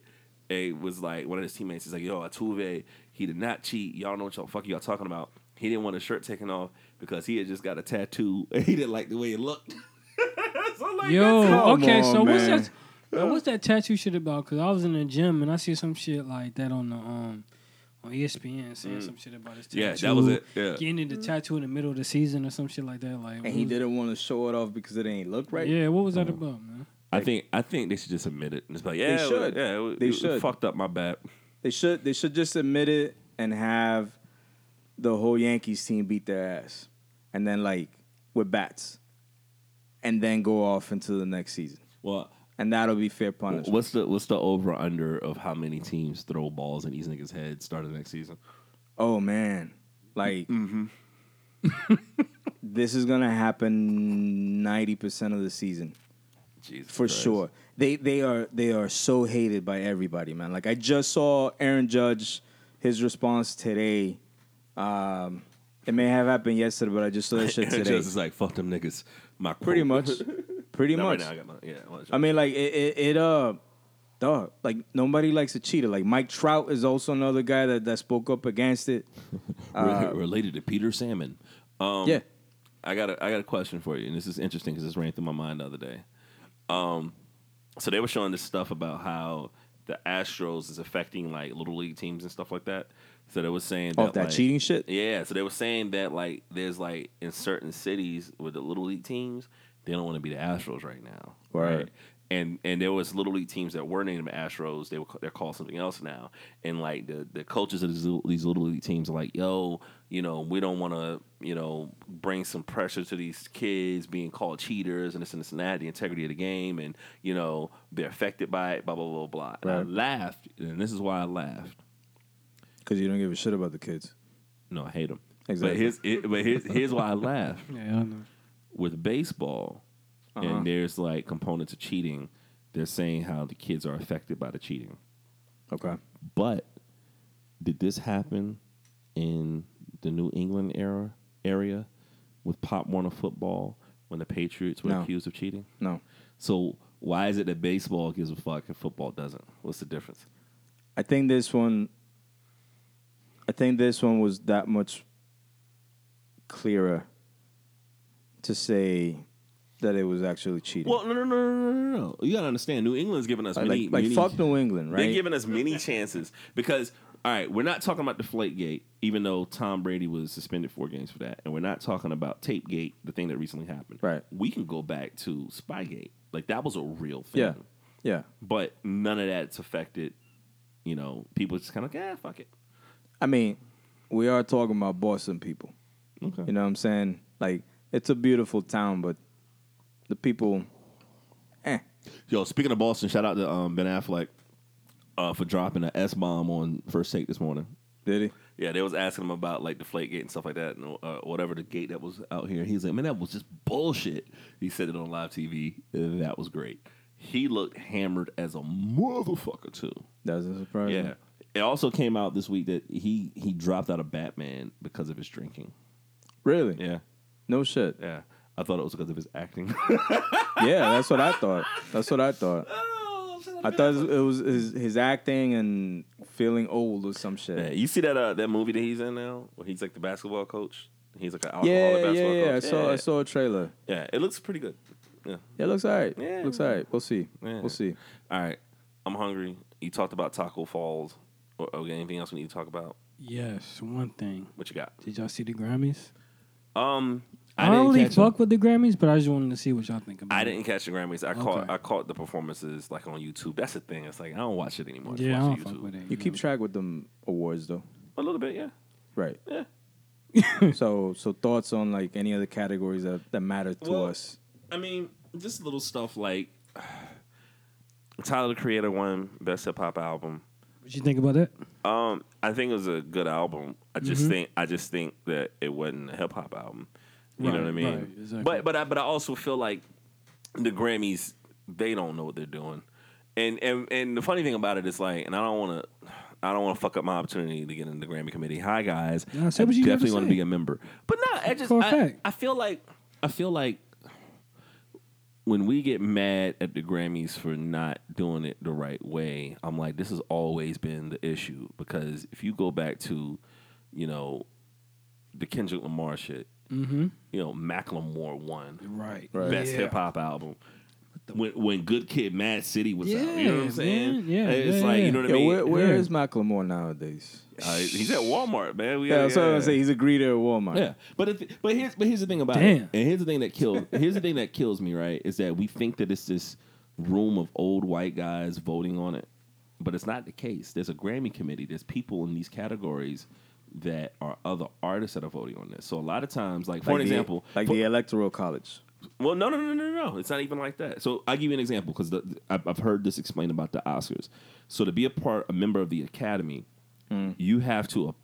Speaker 2: It was like one of his teammates is like, "Yo, Atuve, he did not cheat. Y'all know what y'all fuck y'all talking about. He didn't want his shirt taken off because he had just got a tattoo. and He didn't like the way it looked." so like, that's all.
Speaker 4: Yo,
Speaker 3: Come
Speaker 4: okay,
Speaker 3: on,
Speaker 4: so what's
Speaker 3: man.
Speaker 4: that? man, what's that tattoo shit about? Because I was in the gym and I see some shit like that on the um on ESPN
Speaker 3: Mm.
Speaker 4: saying some shit about his tattoo.
Speaker 2: Yeah, that was it, yeah.
Speaker 4: getting into tattoo in the middle of the season or some shit like that. Like, what
Speaker 3: and he
Speaker 4: was-
Speaker 3: didn't want to show it off because it ain't look right.
Speaker 4: Mm-hmm. Yeah, what was that about, man?
Speaker 2: I think I think they should just admit it. And It's like, yeah, it was-
Speaker 3: should.
Speaker 2: yeah, it was-
Speaker 3: They
Speaker 2: it was
Speaker 3: should.
Speaker 2: Fucked up, my bad.
Speaker 3: They should they should just admit it and have the whole Yankees team beat their ass. And then like with bats. And then go off into the next season.
Speaker 11: Well,
Speaker 3: And that'll be fair punishment.
Speaker 11: what's the what's the over under of how many teams throw balls in these niggas' heads starting next season?
Speaker 3: Oh man. Like this is gonna happen ninety percent of the season.
Speaker 2: Jesus
Speaker 3: For
Speaker 2: Christ.
Speaker 3: sure. They they are they are so hated by everybody, man. Like I just saw Aaron Judge his response today. Um it may have happened yesterday, but I just saw that shit
Speaker 2: Just
Speaker 3: today.
Speaker 2: is like fuck them niggas. My
Speaker 3: Pretty
Speaker 2: quote.
Speaker 3: much. Pretty
Speaker 2: Not right
Speaker 3: much.
Speaker 2: now. I got my yeah. I want to-
Speaker 3: I mean like it, it it uh dog, like nobody likes a cheater. Like Mike Trout is also another guy that, that spoke up against it.
Speaker 2: Re- related to Peter Salmon. Um,
Speaker 3: Yeah.
Speaker 2: I got a, I got a question for you, and this is interesting because this ran through my mind the other day. Um, so they were showing this stuff about how the Astros is affecting like little league teams and stuff like that. So they were saying
Speaker 3: Off that
Speaker 2: like-
Speaker 3: cheating shit?
Speaker 2: Yeah, so they were saying that like there's like in certain cities with the little league teams, they don't want to be the Astros right now,
Speaker 3: Right.
Speaker 2: And and there was little league teams that were named the Astros. They were they're called something else now. And like the the coaches of these little, these little league teams are like, yo, you know, we don't want to you know bring some pressure to these kids being called cheaters and this and this and that, the integrity of the game, and you know they're affected by it, blah blah blah blah. And I
Speaker 3: Right.
Speaker 2: laughed, and this is why I laughed.
Speaker 3: Because you don't give a shit about the kids.
Speaker 2: No, I hate them.
Speaker 3: Exactly.
Speaker 2: But here's it, but here's here's why I laugh
Speaker 4: Yeah, I know.
Speaker 2: with baseball, and there's like components of cheating. They're saying how the kids are affected by the cheating.
Speaker 3: Okay.
Speaker 2: But did this happen in the New England era area with Pop Warner football when the Patriots were
Speaker 3: No.
Speaker 2: accused of cheating?
Speaker 3: No.
Speaker 2: So why is it that baseball gives a fuck and football doesn't? What's the difference?
Speaker 3: I think this one. I think this one was that much clearer to say that it was actually cheating.
Speaker 2: Well, no, no, no, no, no, no. You gotta understand. New England's giving us
Speaker 3: like,
Speaker 2: many,
Speaker 3: like
Speaker 2: many-
Speaker 3: fuck New England, right?
Speaker 2: They're giving us many chances because, all right, we're not talking about Deflategate, even though Tom Brady was suspended four games for that, and we're not talking about Tapegate, the thing that recently happened.
Speaker 3: Right.
Speaker 2: We can go back to Spygate, like that was a real thing.
Speaker 3: yeah, yeah.
Speaker 2: But none of that's affected. You know, people just kind of like, yeah, fuck it.
Speaker 3: I mean, we are talking about Boston people. You know what I'm saying? Like, it's a beautiful town, but the people, eh.
Speaker 2: Yo, speaking of Boston, shout out to um, Ben Affleck uh, for dropping an S bomb on first take this morning.
Speaker 3: Did he?
Speaker 2: Yeah, they was asking him about like the flake gate and stuff like that, and uh, whatever the gate that was out here. He's like, man, that was just bullshit. He said it on live TV. That was great. He looked hammered as a motherfucker too.
Speaker 3: Doesn't surprise me.
Speaker 2: Yeah,
Speaker 12: It also came out this week that he he dropped out of Batman because of his drinking.
Speaker 3: Really?
Speaker 12: Yeah,
Speaker 3: No shit.
Speaker 12: yeah. I thought it was because of his acting.
Speaker 3: Yeah, that's what I thought. That's what I thought. I
Speaker 12: I
Speaker 3: thought it was his, his acting and feeling old or some shit.
Speaker 12: Yeah, you see that uh, that movie that he's in now, where he's like the basketball coach. He's like an alcoholic
Speaker 3: Yeah, yeah,
Speaker 12: basketball
Speaker 3: yeah, I
Speaker 12: coach.
Speaker 3: saw, I saw a trailer.
Speaker 12: yeah, it looks pretty good. Yeah.
Speaker 3: Yeah, it looks all right.
Speaker 12: Yeah.
Speaker 3: Looks all right. We'll see.
Speaker 12: Yeah.
Speaker 3: We'll see.
Speaker 12: All right, I'm hungry. You talked about Taco Falls. Or, or anything else we need to talk about?
Speaker 4: Yes, one thing.
Speaker 12: What you got?
Speaker 4: Did y'all see the Grammys?
Speaker 12: Um, I,
Speaker 4: I,
Speaker 12: didn't
Speaker 4: don't really
Speaker 12: catch 'em.
Speaker 4: fuck with the Grammys, but I just wanted to see what y'all think about.
Speaker 12: I
Speaker 4: it.
Speaker 12: didn't catch the Grammys. I caught
Speaker 4: Okay.
Speaker 12: I caught the performances like on YouTube. That's the thing. It's like I don't watch it anymore. I just
Speaker 4: Yeah, I
Speaker 12: watch
Speaker 4: don't
Speaker 12: the
Speaker 4: fuck with it.
Speaker 3: You keep track with them awards though,
Speaker 12: A little bit, yeah.
Speaker 3: right?
Speaker 12: Yeah.
Speaker 3: so, so thoughts on like any other categories that, that matter to
Speaker 12: Well,
Speaker 3: us?
Speaker 12: I mean, just little stuff like Tyler the Creator won Best Hip Hop Album.
Speaker 4: What you think about that?
Speaker 12: Um, I think it was a good album. I just
Speaker 4: Mm-hmm.
Speaker 12: think I just think that it wasn't a hip hop album. You know
Speaker 4: Right,
Speaker 12: what I mean?
Speaker 4: right, exactly.
Speaker 12: But but I but I also feel like the Grammys they don't know what they're doing. And and and the funny thing about it is like, and I don't want to. I don't want to fuck up my opportunity to get into the Grammy committee. Hi guys,
Speaker 4: Nah, say
Speaker 12: I
Speaker 4: what you gotta
Speaker 12: definitely want to
Speaker 4: say.
Speaker 12: be a member, but no, I just
Speaker 4: For a
Speaker 12: I,
Speaker 4: fact.
Speaker 12: I feel like I feel like when we get mad at the Grammys for not doing it the right way, I'm like, this has always been the issue because if you go back to, you know, the Kendrick Lamar shit,
Speaker 4: Mm-hmm.
Speaker 12: you know, Macklemore won
Speaker 4: Right.
Speaker 3: Right.
Speaker 12: best
Speaker 4: Yeah.
Speaker 12: hip hop album. When, when Good Kid, Mad City was out, you know what
Speaker 4: Yeah,
Speaker 12: I'm saying?
Speaker 4: man. Yeah,
Speaker 12: it's
Speaker 4: yeah,
Speaker 12: like
Speaker 4: yeah.
Speaker 12: you know what
Speaker 3: Yo,
Speaker 12: I mean.
Speaker 3: where, where
Speaker 4: yeah.
Speaker 3: is Macklemore nowadays?
Speaker 12: Uh, he's at Walmart, man. We
Speaker 3: Yeah,
Speaker 12: gotta-
Speaker 3: that's what I was gonna say. He's a greeter at Walmart.
Speaker 2: Yeah, but if, but here's but here's the thing about it,
Speaker 4: Damn.
Speaker 2: and here's the thing that kills here's the thing that kills me right is that we think that it's this room of old white guys voting on it, but it's not the case. There's a Grammy committee. There's people in these categories that are other artists that are voting on this. So a lot of times, like for
Speaker 3: Like
Speaker 2: an
Speaker 3: the-
Speaker 2: example,
Speaker 3: like
Speaker 2: for-
Speaker 3: the Electoral College.
Speaker 12: Well, no, no, no, no, no. It's not even like that.
Speaker 2: So I'll give you an example because I've I've heard this explained about the Oscars. So to be a part, a member of the Academy,
Speaker 3: Mm.
Speaker 2: you have to a-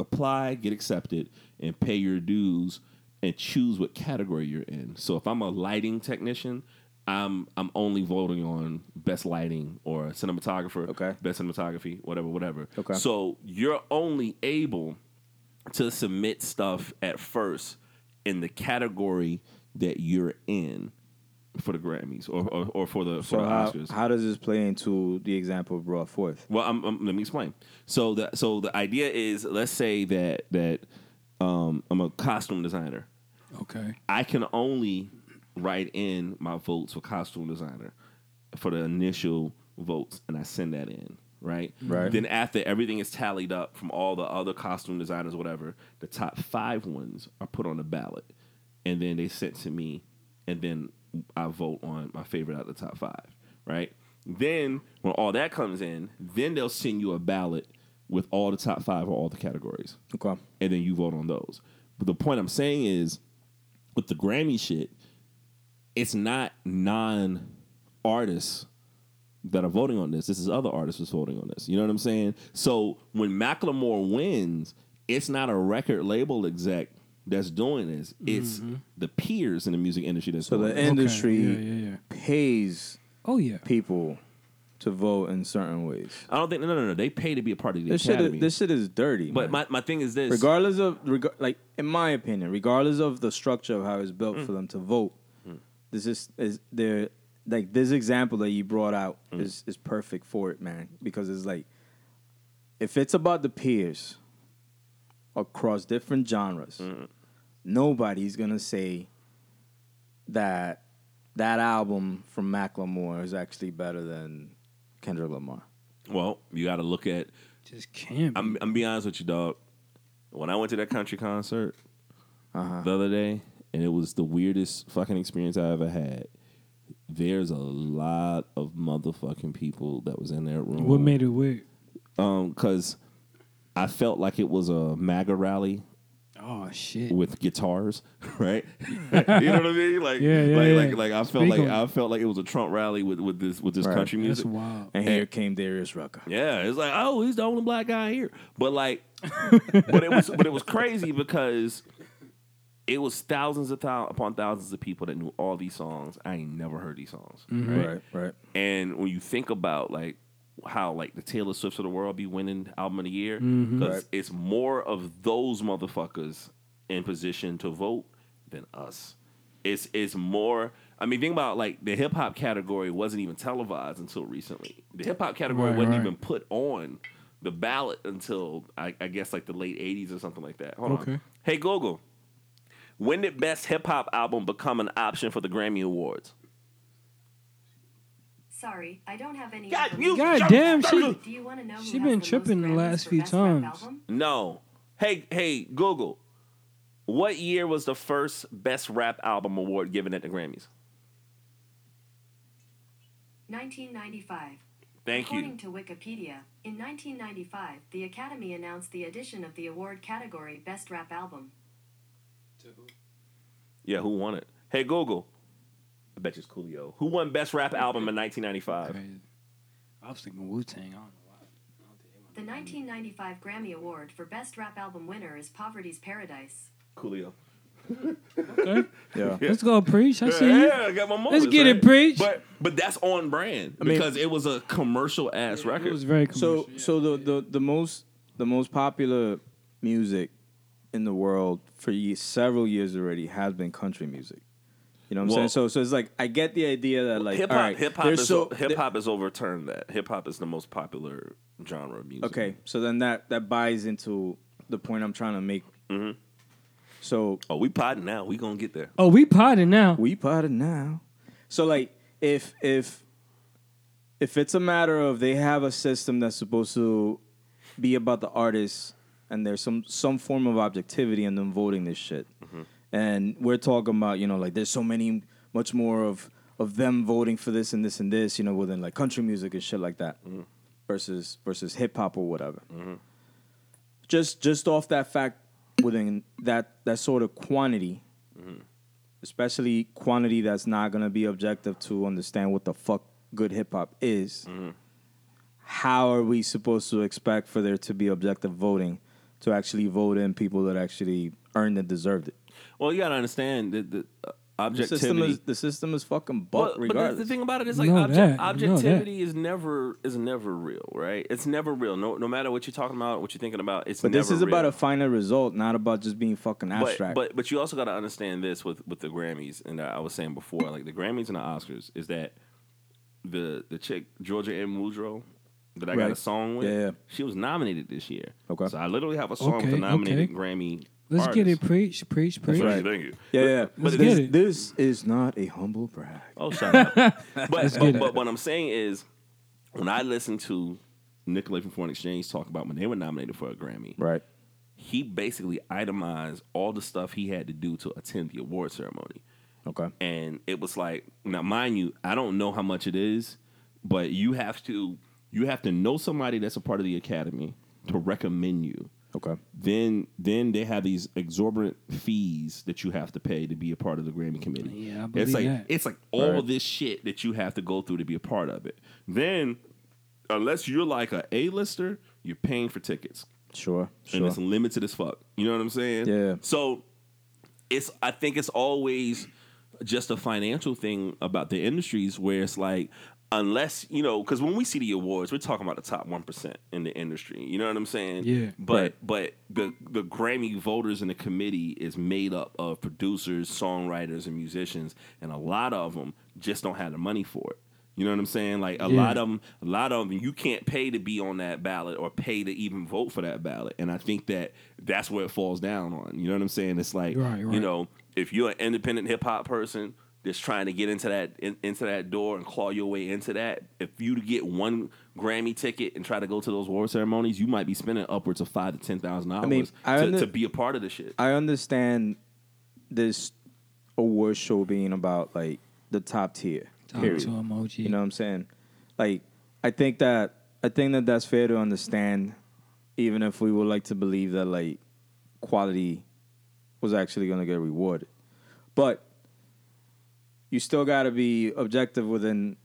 Speaker 2: apply, get accepted, and pay your dues, and choose what category you're in. So if I'm a lighting technician, I'm I'm only voting on best lighting or cinematographer,
Speaker 3: Okay.
Speaker 2: best cinematography, whatever, whatever.
Speaker 3: Okay.
Speaker 2: So you're only able to submit stuff at first in the category that you're in for the Grammys or or, or for the for
Speaker 3: So
Speaker 2: the
Speaker 3: how,
Speaker 2: Oscars.
Speaker 3: how does this play into the example brought forth?
Speaker 2: well, I'm, I'm- let me explain. So the so the idea is let's say that that um, I'm a costume designer.
Speaker 4: Okay.
Speaker 2: I can only write in my votes for costume designer for the initial votes, and I send that in. Right.
Speaker 3: Right.
Speaker 2: Then after everything is tallied up from all the other costume designers, whatever, the top five ones are put on the ballot, and then they sent to me, and then I vote on my favorite out of the top five. Right. Then when all that comes in, then they'll send you a ballot with all the top five or all the categories
Speaker 3: Okay.
Speaker 2: and then you vote on those. But the point I'm saying is with the Grammy shit, it's not non artists that are voting on this. This is other artists that's voting on this. You know what I'm saying? So when Macklemore wins, it's not a record label exec that's doing this. It's the peers in the music industry that's
Speaker 3: So
Speaker 2: doing
Speaker 3: the
Speaker 2: this.
Speaker 3: industry
Speaker 4: Okay. Yeah, yeah, yeah.
Speaker 3: pays
Speaker 4: Oh yeah.
Speaker 3: people to vote in certain ways.
Speaker 2: I don't think no no no. They pay to be a part of the
Speaker 3: This shit,
Speaker 2: academy.
Speaker 3: is, this shit is dirty.
Speaker 12: But
Speaker 3: man.
Speaker 12: my, my thing is this.
Speaker 3: regardless of reg- like in my opinion regardless of the structure of how it's built for them to vote this is is there like this example that you brought out is is perfect for it man because it's like if it's about the peers across different genres nobody's gonna say that that album from Macklemore is actually better than Kendrick Lamar
Speaker 12: well, you got to look at
Speaker 4: Just can't. Be.
Speaker 12: I'm I'm be honest with you, dog. When I went to that country concert the other day,
Speaker 2: and it was the weirdest fucking experience I ever had. There's a lot of motherfucking people that was in that room.
Speaker 4: What made it weird?
Speaker 2: Um, cause I felt like it was a MAGA rally
Speaker 4: Oh shit.
Speaker 2: with guitars, right? you know what I mean? Like,
Speaker 4: Yeah, yeah,
Speaker 2: like,
Speaker 4: yeah.
Speaker 2: like, like I felt
Speaker 4: Speak
Speaker 2: like
Speaker 4: on it.
Speaker 2: I felt like it was a Trump rally with with this with this
Speaker 3: Right.
Speaker 2: country
Speaker 4: That's
Speaker 2: music.
Speaker 4: wild.
Speaker 3: and here came Darius Rucker
Speaker 12: yeah, it's like, oh, he's the only black guy here. But like, but it was but it was crazy because it was thousands of thou- upon thousands of people that knew
Speaker 3: Mm-hmm.
Speaker 12: all these songs. I ain't never heard these songs, right?
Speaker 3: right right
Speaker 12: And when you think about like
Speaker 2: how like the Taylor Swifts of the world be winning album of the year because
Speaker 4: Mm-hmm.
Speaker 2: it's more of those motherfuckers in position to vote than us. It's it's more. I mean, think about like the hip hop category wasn't even televised until recently. The hip hop category
Speaker 4: Right,
Speaker 2: wasn't
Speaker 4: right.
Speaker 2: even put on the ballot until I, I guess like the late '80s or something like that. Hold
Speaker 4: Okay.
Speaker 2: on. Hey Google, when did best hip hop album become an option for the Grammy Awards?
Speaker 1: Sorry, I don't have any.
Speaker 2: God,
Speaker 1: information.
Speaker 2: you-
Speaker 4: God
Speaker 2: Jump,
Speaker 4: damn,
Speaker 2: jump,
Speaker 4: she.
Speaker 2: jump.
Speaker 1: Do you want to know? who
Speaker 4: She
Speaker 1: has
Speaker 4: been
Speaker 1: the
Speaker 4: tripping the
Speaker 1: most Grammys
Speaker 4: last
Speaker 1: for
Speaker 4: few
Speaker 1: Best Rap
Speaker 4: times.
Speaker 1: album?
Speaker 2: No. Hey, hey, Google. What year was the first Best Rap Album award given at the Grammys?
Speaker 1: 1995.
Speaker 2: Thank
Speaker 1: According
Speaker 2: you.
Speaker 1: to Wikipedia, in 1995, the Academy announced the addition of the award category Best Rap Album.
Speaker 2: Yeah, who won it? Hey, Google. I bet you it's Coolio. Who won Best Rap Album in 1995?
Speaker 4: Crazy. I was thinking Wu Tang. I don't know why.
Speaker 1: The 1995 Grammy Award for Best Rap Album winner is Poverty's Paradise.
Speaker 2: Coolio.
Speaker 3: Yeah.
Speaker 4: Let's go preach. I see you.
Speaker 2: Yeah, I got my moments,
Speaker 4: Let's get it,
Speaker 2: right?
Speaker 4: preach.
Speaker 2: But but that's on brand
Speaker 3: mean-
Speaker 2: because it was a commercial ass
Speaker 4: It
Speaker 2: record.
Speaker 4: was very commercial.
Speaker 3: So so the, the the most the most popular music in the world for ye- several years already has been country music. You know what I'm
Speaker 2: Well-
Speaker 3: saying? So so it's like I get the idea that like
Speaker 2: hip
Speaker 3: all
Speaker 2: hop,
Speaker 3: right,
Speaker 2: hip hop,
Speaker 3: there's
Speaker 2: is
Speaker 3: so-
Speaker 2: hip hop has overturned that. Hip hop is the most popular genre of music.
Speaker 3: Okay, so then that that buys into the point I'm trying to make.
Speaker 2: Mm-hmm.
Speaker 3: So
Speaker 2: Oh, we potting now. We gonna get there.
Speaker 4: oh, we potting now.
Speaker 3: we potted now. So like if if if it's a matter of they have a system that's supposed to be about the artists and there's some some form of objectivity in them voting this shit. And we're talking about, you know, like there's so many much more of of them voting for this and this and this, you know, within like country music and shit like that versus versus hip hop or whatever. Just just off that fact within that that sort of quantity especially quantity that's not gonna be objective to understand what the fuck good hip hop is. How are we supposed to expect for there to be objective voting to actually vote in people that actually earned and deserved it?
Speaker 2: Well, you gotta understand that the uh,
Speaker 3: The
Speaker 2: objectivity.
Speaker 3: system is the system is fucking
Speaker 2: Well,
Speaker 3: buck
Speaker 2: But the-
Speaker 3: regardless.
Speaker 2: the thing about it is like
Speaker 4: Know
Speaker 2: obje-
Speaker 4: that. Know
Speaker 2: objectivity is never is never real, right? It's never real. No, no matter what you're talking about, what you're thinking about, it's
Speaker 3: But
Speaker 2: never
Speaker 3: this is
Speaker 2: real.
Speaker 3: about a final result, not about just being fucking
Speaker 2: but,
Speaker 3: abstract.
Speaker 2: but but you also got to understand this with with the Grammys, and I was saying before, like the Grammys and the Oscars is that the the chick Georgia M. Woodrow that I got a
Speaker 3: Right.
Speaker 2: song with,
Speaker 3: Yeah, yeah.
Speaker 2: she was nominated this year.
Speaker 3: Okay.
Speaker 2: so I literally have a song with
Speaker 4: Okay,
Speaker 2: a nominated
Speaker 4: okay.
Speaker 2: Grammy.
Speaker 4: Let's get it,
Speaker 2: artist.
Speaker 4: preach, preach, preach.
Speaker 2: Thank
Speaker 3: right.
Speaker 2: you, thank you.
Speaker 3: yeah, yeah.
Speaker 2: but
Speaker 4: Let's
Speaker 2: this-
Speaker 4: get it.
Speaker 3: This is not a humble brag.
Speaker 2: Oh, shut up. But,
Speaker 4: get
Speaker 2: but,
Speaker 4: it.
Speaker 2: but what I'm saying is, when I listened to Nicolay from Foreign Exchange talk about when they were nominated for a Grammy,
Speaker 3: Right.
Speaker 2: he basically itemized all the stuff he had to do to attend the award ceremony.
Speaker 3: Okay.
Speaker 2: And it was like, now mind you, I don't know how much it is, but you have to you have to know somebody that's a part of the academy to recommend you
Speaker 3: Okay.
Speaker 2: then then they have these exorbitant fees that you have to pay to be a part of the Grammy committee.
Speaker 4: Yeah, I
Speaker 2: it's
Speaker 4: believe
Speaker 2: like
Speaker 4: that.
Speaker 2: it's like all this shit that you have to go through to be a part of it. Then unless you're like a A-lister, you're paying for tickets and
Speaker 3: Sure. Sure.
Speaker 2: it's limited as fuck. You know what I'm saying?
Speaker 3: Yeah.
Speaker 2: So it's I think it's always just a financial thing about the industries where it's like unless you know because when we see the awards we're talking about the top 1% in the industry you know what i'm saying
Speaker 4: Yeah.
Speaker 2: but but the the grammy voters in the committee is made up of producers songwriters and musicians and a lot of them just don't have the money for it you know what i'm saying like a
Speaker 4: Yeah.
Speaker 2: lot of them a lot of them you can't pay to be on that ballot or pay to even vote for that ballot and i think that that's where it falls down on you know what i'm saying it's like
Speaker 4: Right,
Speaker 2: you
Speaker 4: right.
Speaker 2: know if you're an independent hip-hop person that's trying to get into that in, into that door and claw your way into that if you to get one grammy ticket and try to go to those award ceremonies you might be spending upwards of five to ten thousand
Speaker 3: mean,
Speaker 2: dollars
Speaker 3: I
Speaker 2: to,
Speaker 3: under-
Speaker 2: to be a part of the shit
Speaker 3: I understand this award show being about like the top tier.
Speaker 4: Talk
Speaker 3: period.
Speaker 4: to emoji.
Speaker 3: You know what I'm saying? Like, I think that I think that that's fair to understand, even if we would like to believe that like quality was actually going to get rewarded, but you still got to be objective within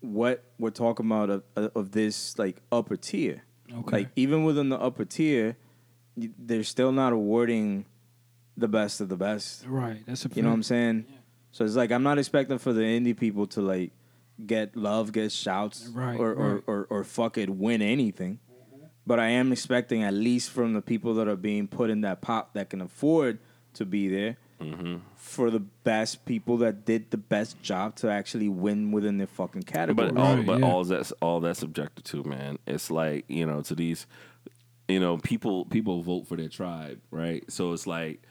Speaker 3: what we're talking about of, of this like upper tier.
Speaker 4: Okay.
Speaker 3: Like even within the upper tier, y- they're still not awarding the best of the best.
Speaker 4: right. That's a
Speaker 3: You know what I'm saying? So it's like I'm not expecting for the indie people to like get love, get shouts,
Speaker 4: Right,
Speaker 3: or,
Speaker 4: right. Mm-hmm.
Speaker 3: Or, or or fuck it, win anything. But I am expecting at least from the people that are being put in that pot that can afford to be there
Speaker 2: Mm-hmm.
Speaker 3: for the best people that did the best job to actually win within their fucking category.
Speaker 2: But all,
Speaker 4: Right,
Speaker 2: but
Speaker 4: yeah.
Speaker 2: all that's all that's subjective to, man. It's like you know, to these, you know, people people vote for their tribe, right? So it's like,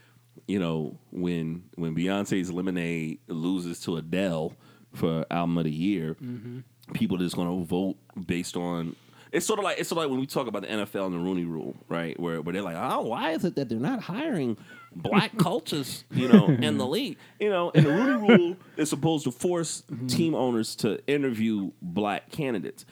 Speaker 2: you know, when when Beyonce's Lemonade loses to Adele for album of the year, people just going to vote based on. It's sort of like it's sort of like when we talk about the NFL and the Rooney Rule, right? Where where they're like, oh, why is it that they're not hiring black coaches, you know, in the league, you know? And the Rooney Rule is supposed to force
Speaker 4: Mm-hmm.
Speaker 2: team owners to interview black candidates,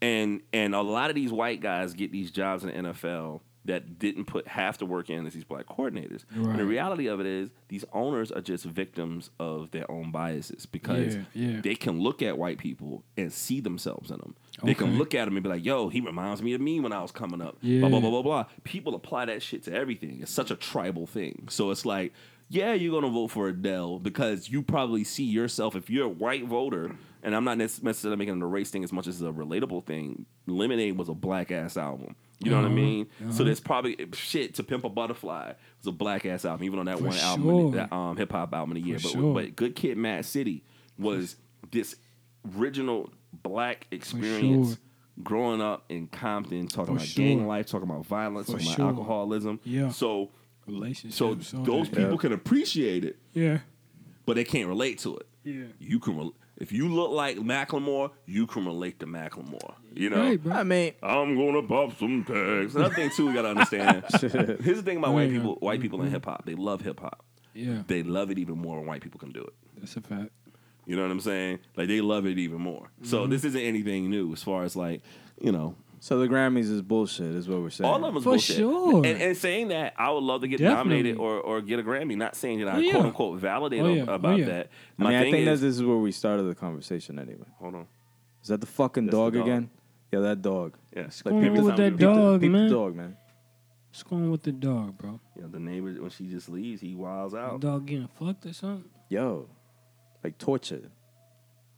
Speaker 2: and and a lot of these white guys get these jobs in the NFL that didn't put half the work in as these black coordinators. And the
Speaker 4: Right.
Speaker 2: reality of it is, these owners are just victims of their own biases because
Speaker 4: Yeah, yeah.
Speaker 2: they can look at white people and see themselves in them. They can
Speaker 4: Okay.
Speaker 2: look at them and be like, "Yo, he reminds me of me when I was coming up." Blah blah
Speaker 4: Yeah.
Speaker 2: blah blah blah. People apply that shit to everything. It's such a tribal thing. So it's like, yeah, you're gonna vote for Adele because you probably see yourself if you're a white voter. And I'm not nec- necessarily making it a race thing as much as a relatable thing. Lemonade was a black ass album. You know
Speaker 4: Uh-huh.
Speaker 2: what I mean? So there's probably shit to Pimp a Butterfly was a black ass album, even on that
Speaker 4: For
Speaker 2: one album,
Speaker 4: sure.
Speaker 2: that um, hip hop album of the year.
Speaker 4: For
Speaker 2: But,
Speaker 4: sure.
Speaker 2: but Good Kid, Mad City was this original black experience
Speaker 4: sure.
Speaker 2: growing up in Compton, talking
Speaker 4: For
Speaker 2: about gang
Speaker 4: sure.
Speaker 2: life, talking about violence,
Speaker 4: For
Speaker 2: talking
Speaker 4: sure.
Speaker 2: about alcoholism.
Speaker 4: Yeah.
Speaker 2: So
Speaker 4: Relationships.
Speaker 2: so
Speaker 4: all
Speaker 2: those
Speaker 4: that.
Speaker 2: people can appreciate it,
Speaker 4: Yeah.
Speaker 2: but they can't relate to it.
Speaker 4: Yeah.
Speaker 2: You can rel if you look like Macklemore, you can relate to Macklemore. You know.
Speaker 4: Right, bro.
Speaker 3: I mean,
Speaker 2: I'm gonna pop some tags. Another thing too, we gotta understand. Here's the thing about white
Speaker 4: Yeah. Mm-hmm.
Speaker 2: people. White people in hip hop, they love hip hop.
Speaker 4: Yeah.
Speaker 2: They love it even more when white people can do it.
Speaker 4: That's a fact.
Speaker 2: You know what I'm saying? Like they love it even more. So this isn't anything new as far as like you know
Speaker 3: so the Grammys is bullshit, is what we're saying.
Speaker 2: all of them is
Speaker 4: For
Speaker 2: bullshit.
Speaker 4: sure.
Speaker 2: And, and saying that I would love to get nominated
Speaker 4: Definitely.
Speaker 2: or, or get a Grammy. Not saying that I
Speaker 4: Oh, yeah.
Speaker 2: quote unquote validate
Speaker 4: Oh, yeah. Oh,
Speaker 2: about
Speaker 4: yeah.
Speaker 2: that.
Speaker 3: I
Speaker 2: My
Speaker 3: mean, I
Speaker 2: thing
Speaker 3: think that
Speaker 2: is
Speaker 3: this is where we started the conversation anyway.
Speaker 2: hold on.
Speaker 3: Is that the fucking
Speaker 2: the
Speaker 3: dog,
Speaker 2: dog.
Speaker 3: again? Yeah, that dog.
Speaker 2: Yeah,
Speaker 3: Like,
Speaker 4: going
Speaker 3: peep
Speaker 4: on
Speaker 3: the-
Speaker 4: with that
Speaker 3: peep the-
Speaker 4: dog,
Speaker 3: peep the
Speaker 4: man?
Speaker 3: dog, man.
Speaker 4: What's going on with the dog, bro?
Speaker 2: You know, the neighbor when she just leaves, he wilds
Speaker 3: Oh.
Speaker 4: The
Speaker 2: out.
Speaker 4: dog getting fucked or something?
Speaker 3: yo, like torture.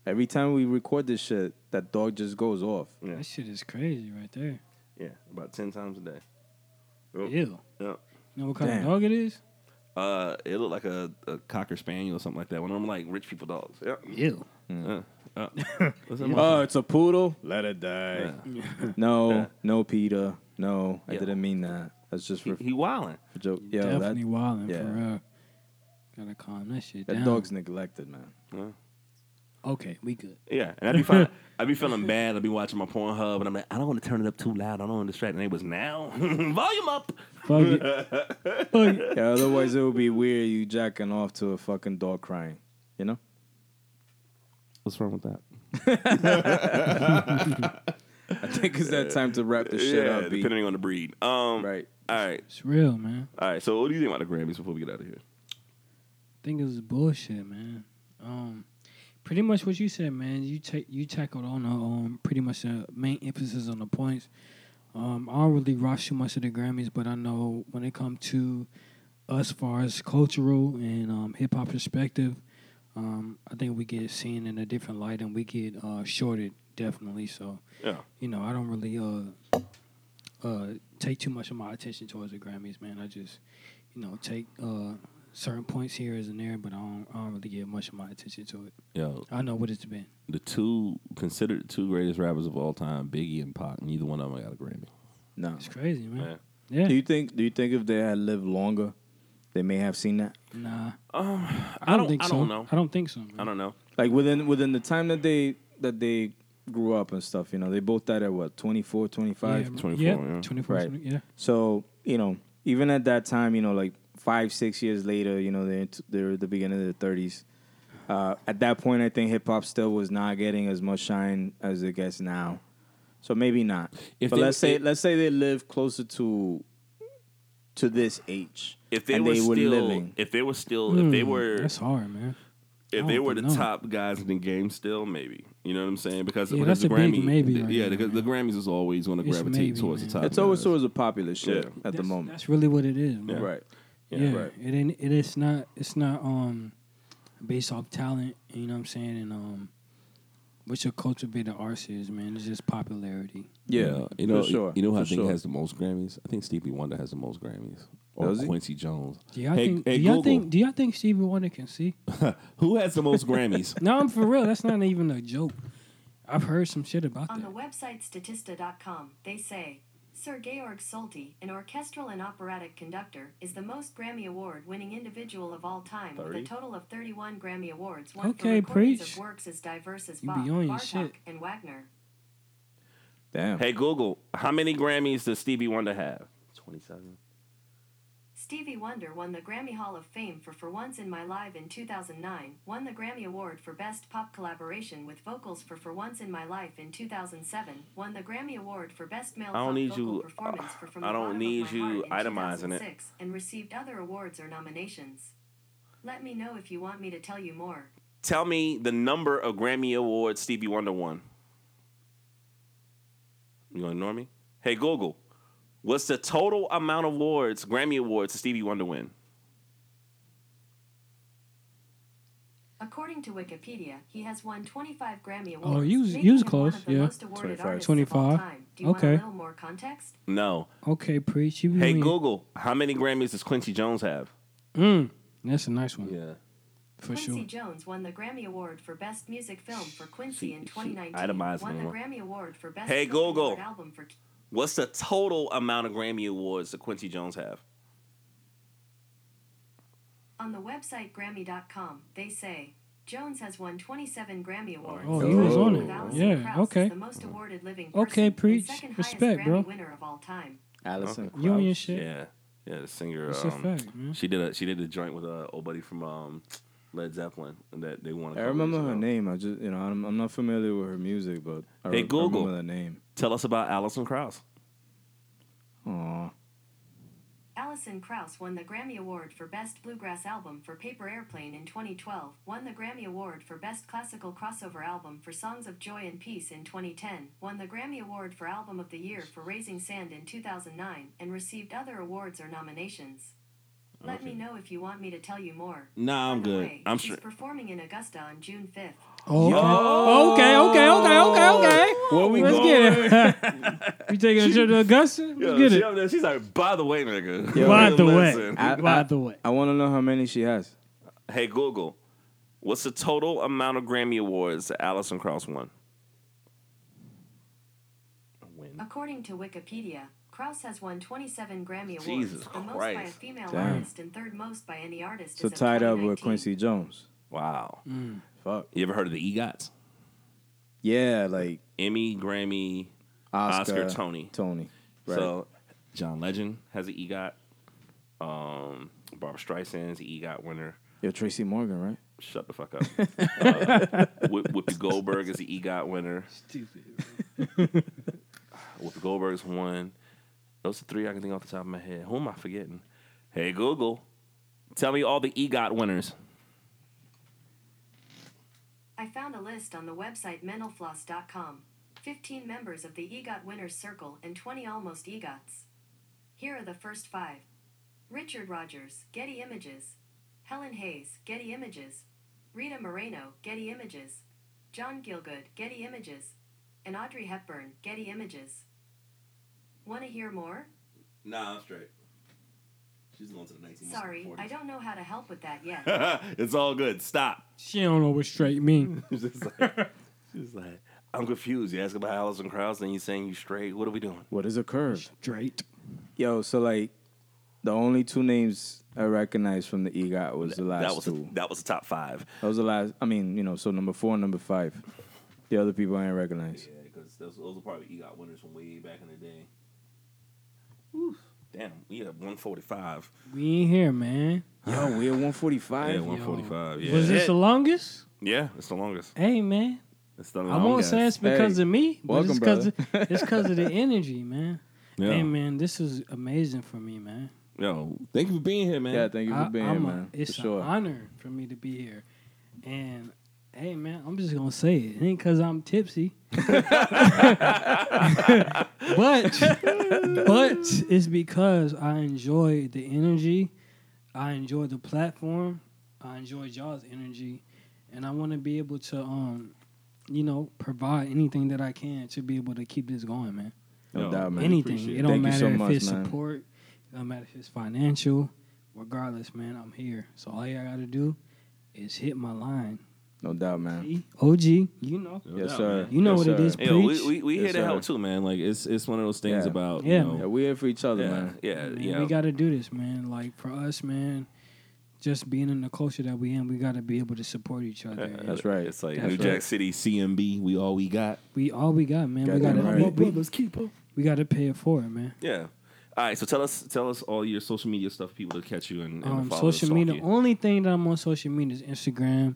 Speaker 3: Every time we record this shit, that dog just goes off.
Speaker 2: Yeah.
Speaker 4: That shit is crazy right there.
Speaker 2: Yeah, about ten times a day. Oh,
Speaker 4: Ew.
Speaker 2: yeah.
Speaker 4: You know what kind
Speaker 3: Damn.
Speaker 4: of dog it is?
Speaker 2: Uh, it looked like a, a cocker spaniel or something like that. One of them like rich people dogs. Yep.
Speaker 4: Ew.
Speaker 2: Uh, uh. What's that
Speaker 3: Oh,
Speaker 2: motherfucker?
Speaker 3: it's a poodle. Let it die. No, no, Peter. No, I
Speaker 2: Yeah.
Speaker 3: didn't mean that. That's just for,
Speaker 2: he, he wilding.
Speaker 3: for joke. Yo, that,
Speaker 4: Definitely wildin'
Speaker 3: yeah.
Speaker 4: for real. Gotta calm that shit
Speaker 3: that
Speaker 4: down.
Speaker 3: dog's neglected, man.
Speaker 4: okay. We good.
Speaker 2: Yeah, and I'd be feeling, I'd be feeling bad. I'd be watching my Pornhub, and I'm like, I don't want to turn it up too loud. I don't want to distract the neighbors now. Volume up.
Speaker 4: Fuck it. Fuck it.
Speaker 3: Yeah, otherwise it would be weird you jacking off to a fucking dog crying. You know?
Speaker 11: What's wrong with that?
Speaker 3: I think it's that time to wrap this shit
Speaker 2: yeah,
Speaker 3: up. B.
Speaker 2: depending on the breed. Um,
Speaker 3: Right.
Speaker 2: All right,
Speaker 4: It's real, man.
Speaker 2: all right. So, what do you think about the Grammys before we get out of here?
Speaker 4: think it was bullshit, man. Um, pretty much what you said, man. You take you tackled on the um pretty much the main emphasis on the points. Um, I don't really rush too much of the Grammys, but I know when it comes to us far as cultural and um, hip hop perspective, um, I think we get seen in a different light and we get uh, shorted definitely. So
Speaker 2: Yeah.
Speaker 4: you know, I don't really uh uh take too much of my attention towards the Grammys, man. I just you know take uh certain points here as and there, but I don't, I don't really give much of my attention to it.
Speaker 2: Yo,
Speaker 4: I know what it's been.
Speaker 2: the two considered two greatest rappers of all time, Biggie and Pac, neither one of them got a Grammy.
Speaker 3: No.
Speaker 4: It's crazy, man. Yeah,
Speaker 3: Do you think? Do you think if they had lived longer, they may have seen that?
Speaker 4: nah.
Speaker 2: Um,
Speaker 4: I
Speaker 2: I
Speaker 4: don't,
Speaker 2: don't-
Speaker 4: think
Speaker 2: I
Speaker 4: so.
Speaker 2: don't know.
Speaker 4: I don't think so. Man.
Speaker 2: I don't know.
Speaker 3: like within within the time that they that they grew up and stuff you know they both died at what 24 25
Speaker 4: Yeah,
Speaker 2: 24,
Speaker 4: yeah,
Speaker 2: yeah.
Speaker 4: 24,
Speaker 3: Right.
Speaker 4: yeah.
Speaker 3: so you know even at that time you know like five six years later you know they're into, they're at the beginning of the 30s uh, at that point i think hip-hop still was not getting as much shine as it gets now so maybe not
Speaker 2: If
Speaker 3: but
Speaker 2: they-
Speaker 3: let's say
Speaker 2: if-
Speaker 3: let's say they live closer to to this age
Speaker 2: If they
Speaker 3: and
Speaker 2: were
Speaker 3: they were
Speaker 2: still,
Speaker 3: living
Speaker 2: if they were still, if they
Speaker 4: Hmm,
Speaker 2: were,
Speaker 4: That's hard, man.
Speaker 2: if
Speaker 4: I
Speaker 2: they
Speaker 4: don't
Speaker 2: were the
Speaker 4: think no.
Speaker 2: top guys in the game still, maybe. You know what I'm saying? Because,
Speaker 4: Yeah,
Speaker 2: because
Speaker 4: that's
Speaker 2: the
Speaker 4: a big
Speaker 2: Grammy,
Speaker 4: maybe
Speaker 2: the-
Speaker 4: right
Speaker 2: yeah,
Speaker 4: now,
Speaker 2: because the Grammys is always going to
Speaker 4: It's
Speaker 2: gravitate
Speaker 4: maybe,
Speaker 2: towards the
Speaker 4: man.
Speaker 2: top.
Speaker 3: it's always
Speaker 2: guys.
Speaker 3: towards the popular shit
Speaker 2: Yeah.
Speaker 3: at the
Speaker 4: That's-
Speaker 3: moment
Speaker 4: That's really what it is, man.
Speaker 3: right
Speaker 4: Yeah,
Speaker 2: Yeah.
Speaker 3: Right.
Speaker 4: it ain't. It is not. It's not um based off talent. You know what I'm saying? And um, What should culture be? The arts is man. It's just popularity.
Speaker 3: Yeah,
Speaker 2: you know,
Speaker 3: for sure.
Speaker 2: you know who I
Speaker 3: for
Speaker 2: think
Speaker 3: sure.
Speaker 2: has the most Grammys? I think Stevie Wonder has the most Grammys. Or
Speaker 3: Does he?
Speaker 2: Quincy Jones.
Speaker 4: Do y'all
Speaker 2: hey,
Speaker 4: think?
Speaker 2: hey,
Speaker 4: do y'all
Speaker 2: Google,
Speaker 4: think? Do y'all think Stevie Wonder can see?
Speaker 2: who has the most Grammys?
Speaker 4: No, I'm for real. That's not even a joke. I've heard some shit about
Speaker 1: On the
Speaker 4: that.
Speaker 1: website Statista.com, they say Sir Georg Solti, an orchestral and operatic conductor, is the most Grammy Award winning individual of all time with a
Speaker 2: 30?
Speaker 1: total of 31 Grammy Awards won for
Speaker 4: Okay,
Speaker 1: recordings
Speaker 4: preach.
Speaker 1: of works as diverse as
Speaker 4: You
Speaker 1: Bach,
Speaker 4: be on your
Speaker 1: Bartok,
Speaker 4: shit.
Speaker 1: and Wagner.
Speaker 3: Damn.
Speaker 2: hey Google, how many Grammys does Stevie Wonder have? Twenty-seven.
Speaker 1: Stevie Wonder won the Grammy Hall of Fame for For Once in My Life in 2009, won the Grammy Award for Best Pop Collaboration with Vocals for For Once in My Life in 2007, won the Grammy Award for Best Male
Speaker 2: I don't
Speaker 1: Pop
Speaker 2: need
Speaker 1: Vocal
Speaker 2: you- uh,
Speaker 1: Performance for From
Speaker 2: I
Speaker 1: the
Speaker 2: don't
Speaker 1: Bottom
Speaker 2: need
Speaker 1: of My
Speaker 2: you
Speaker 1: Heart in
Speaker 2: itemizing it.
Speaker 1: 2006, and received other awards or nominations. Let me know if you want me to tell you more.
Speaker 2: Tell me the number of Grammy awards Stevie Wonder won. You gonna ignore me? Hey Google, what's the total amount of awards, Grammy awards, Stevie Wonder win?
Speaker 1: According to Wikipedia, he has won 25 Grammy Awards.
Speaker 4: Oh, you was-
Speaker 1: making
Speaker 4: you was
Speaker 1: him one of
Speaker 4: close,
Speaker 1: the
Speaker 4: yeah.
Speaker 1: most awarded
Speaker 3: 25.
Speaker 1: artists of all
Speaker 4: 25.
Speaker 1: time. Do you want a
Speaker 4: Okay.
Speaker 1: little more context?
Speaker 2: No.
Speaker 4: Okay, preach. You be
Speaker 2: Hey
Speaker 4: on your-
Speaker 2: Google, how many Grammys does Quincy Jones have?
Speaker 4: Mm, that's a nice one for
Speaker 1: Quincy
Speaker 4: sure.
Speaker 1: Jones won the Grammy Award for Best Music Film for Quincy in
Speaker 2: she
Speaker 1: 2019.
Speaker 2: itemized
Speaker 1: won the
Speaker 2: them.
Speaker 1: Grammy Award for Best
Speaker 2: Hey,
Speaker 1: Spoken
Speaker 2: Google.
Speaker 1: Word Album for
Speaker 2: What's the total amount of Grammy awards that Quincy Jones have?
Speaker 1: on the website Grammy.com. They say Jones has won 27 Grammy Awards.
Speaker 4: Oh, he was on it. Yeah, okay.
Speaker 1: The most awarded living person,
Speaker 4: Okay,
Speaker 1: and
Speaker 4: preach.
Speaker 1: second highest
Speaker 4: Respect, bro.
Speaker 1: Grammy winner of all time.
Speaker 3: Allison.
Speaker 4: Union shit.
Speaker 2: Yeah, yeah. The singer.
Speaker 4: That's a
Speaker 2: um,
Speaker 4: fact, man.
Speaker 2: She did a she did a joint with a old buddy from um, Led Zeppelin that they wanted.
Speaker 3: I remember her name. I just, you know, I'm, I'm not familiar with her music, but
Speaker 2: Hey,
Speaker 3: I re- I
Speaker 2: Google.
Speaker 3: remember that name.
Speaker 2: Tell us about Alison Krauss.
Speaker 3: Aw.
Speaker 1: Alison Krauss won the Grammy Award for Best Bluegrass Album for Paper Airplane in 2012, won the Grammy Award for Best Classical Crossover Album for Songs of Joy and Peace in 2010, won the Grammy Award for Album of the Year for Raising Sand in 2009, and received other awards or nominations. Let me know if you want me to tell you more.
Speaker 2: Nah, I'm
Speaker 1: By the
Speaker 2: good.
Speaker 1: way,
Speaker 2: I'm
Speaker 1: she's
Speaker 2: sure.
Speaker 1: performing in Augusta on June 5th.
Speaker 4: Oh, okay. okay, okay, okay, okay, okay.
Speaker 3: Where we
Speaker 4: Let's
Speaker 3: going?
Speaker 4: get it. you taking a trip to Augusta? Let's get it.
Speaker 2: She's like, by the way, nigga.
Speaker 4: By the way,
Speaker 2: Listen.
Speaker 4: by the way,
Speaker 3: I want to know how many she has.
Speaker 2: Hey Google, what's the total amount of Grammy awards that Alison Krauss won? Win.
Speaker 1: According to Wikipedia, Krauss has won 27 Grammy Awards,
Speaker 2: Jesus
Speaker 1: the most by a
Speaker 2: Christ.
Speaker 1: female
Speaker 3: Damn.
Speaker 1: artist and third most by any artist.
Speaker 3: So
Speaker 1: as of
Speaker 3: tied up with
Speaker 1: 2019.
Speaker 3: Quincy Jones.
Speaker 2: Wow.
Speaker 3: Fuck.
Speaker 2: You ever heard of the E EGOTs?
Speaker 3: Yeah, like
Speaker 2: Emmy, Grammy,
Speaker 3: Oscar,
Speaker 2: Oscar, Tony.
Speaker 3: Tony. Right.
Speaker 2: So John Legend has E an EGOT. Um, Barbara Streisand's E an EGOT winner.
Speaker 3: Yo, Tracy Morgan, right?
Speaker 2: Shut the fuck up. uh, Whoopi Whoopi Goldberg is the E EGOT winner. Whoopi Goldberg's one. Those are three I can think off the top of my head. Who am I forgetting? Hey Google, tell me all the E EGOT winners.
Speaker 1: I found a list on the website mentalfloss.com. 15 members of the E EGOT Winners Circle and 20 almost E EGOTs. Here are the first five Richard Rogers, Getty Images. Helen Hayes, Getty Images. Rita Moreno, Getty Images. John Gielgud, Getty Images. And Audrey Hepburn, Getty Images. Want to hear more?
Speaker 2: Nah, I'm straight. She's going to the 1940s.
Speaker 1: Sorry, I don't know how to help with that yet.
Speaker 2: it's all good. Stop.
Speaker 4: she don't know what straight mean.
Speaker 2: She's like, I'm confused. You ask about Allison Krauss, then you saying you straight. What are we doing?
Speaker 3: What is a curve?
Speaker 4: Straight.
Speaker 3: Yo, so like the only two names I recognized from the E EGOT was the last
Speaker 2: that was
Speaker 3: two.
Speaker 2: that was the top five.
Speaker 3: that was the last. I mean, you know, so number four and number five. The other people I ain't recognize.
Speaker 2: Yeah, because those, those were probably E EGOT winners from way back in the day. Damn, we at 145.
Speaker 4: We ain't here, man.
Speaker 3: Yo, we're 145.
Speaker 2: Yeah, 145. Yeah,
Speaker 4: Was this the longest?
Speaker 2: yeah, it's the longest.
Speaker 4: Hey, man.
Speaker 2: It's the
Speaker 4: I
Speaker 2: longest.
Speaker 4: won't say it's because
Speaker 3: Hey,
Speaker 4: of me, but
Speaker 3: welcome,
Speaker 4: it's because it's because of the energy, man.
Speaker 2: Yeah.
Speaker 4: Hey, man, this is amazing for me, man.
Speaker 2: Yo, thank you for being here, man.
Speaker 3: Yeah, thank you for
Speaker 4: I-
Speaker 3: being here,
Speaker 4: I'm a-
Speaker 3: man. for
Speaker 4: it's
Speaker 3: sure.
Speaker 4: an honor for me to be here. And hey, man, I'm just gonna say it. It ain't cause I'm tipsy, but but it's because I enjoy the energy. I enjoy the platform. I enjoy y'all's energy, and I want to be able to um you know, provide anything that I can to be able to keep this going, man.
Speaker 3: No doubt, man.
Speaker 4: anything.
Speaker 11: appreciate
Speaker 4: It
Speaker 11: it.
Speaker 4: don't
Speaker 3: Thank you
Speaker 4: matter
Speaker 3: so
Speaker 4: if
Speaker 3: much,
Speaker 4: it's
Speaker 3: man.
Speaker 4: support. It don't matter if it's financial. Regardless, man, I'm here. So all you gotta do is hit my line.
Speaker 3: No doubt, man.
Speaker 4: G, OG, you know,
Speaker 3: Yes,
Speaker 11: doubt,
Speaker 3: sir.
Speaker 11: man.
Speaker 4: you know
Speaker 3: Yes,
Speaker 4: what it
Speaker 3: sir.
Speaker 4: is.
Speaker 2: Hey, yo,
Speaker 4: preach.
Speaker 2: we we, we
Speaker 3: Yes,
Speaker 2: here to
Speaker 3: sir.
Speaker 2: help too, man. Like it's it's one of those things
Speaker 3: Yeah.
Speaker 2: about
Speaker 4: Yeah,
Speaker 2: you know,
Speaker 3: Yeah, we here for each other,
Speaker 2: yeah,
Speaker 3: man.
Speaker 2: yeah,
Speaker 4: Man,
Speaker 2: yeah.
Speaker 4: We got to do this, man. Like for us, man, just being in the culture that we in, we got to be able to support each other.
Speaker 2: Yeah,
Speaker 4: And
Speaker 3: That's right.
Speaker 2: It's like
Speaker 3: That's
Speaker 2: New
Speaker 3: right.
Speaker 2: Jack City CMB. We all we got.
Speaker 4: We all we got, man. we got
Speaker 3: Goddamn
Speaker 4: to
Speaker 3: right.
Speaker 4: we, we got to pay it forward, man.
Speaker 2: Yeah. All right. So tell us tell us all your social media stuff. People to catch you and, and
Speaker 4: Um,
Speaker 2: follow. and
Speaker 4: social
Speaker 2: stalk
Speaker 4: media.
Speaker 2: you.
Speaker 4: Only thing that I'm on social media is Instagram,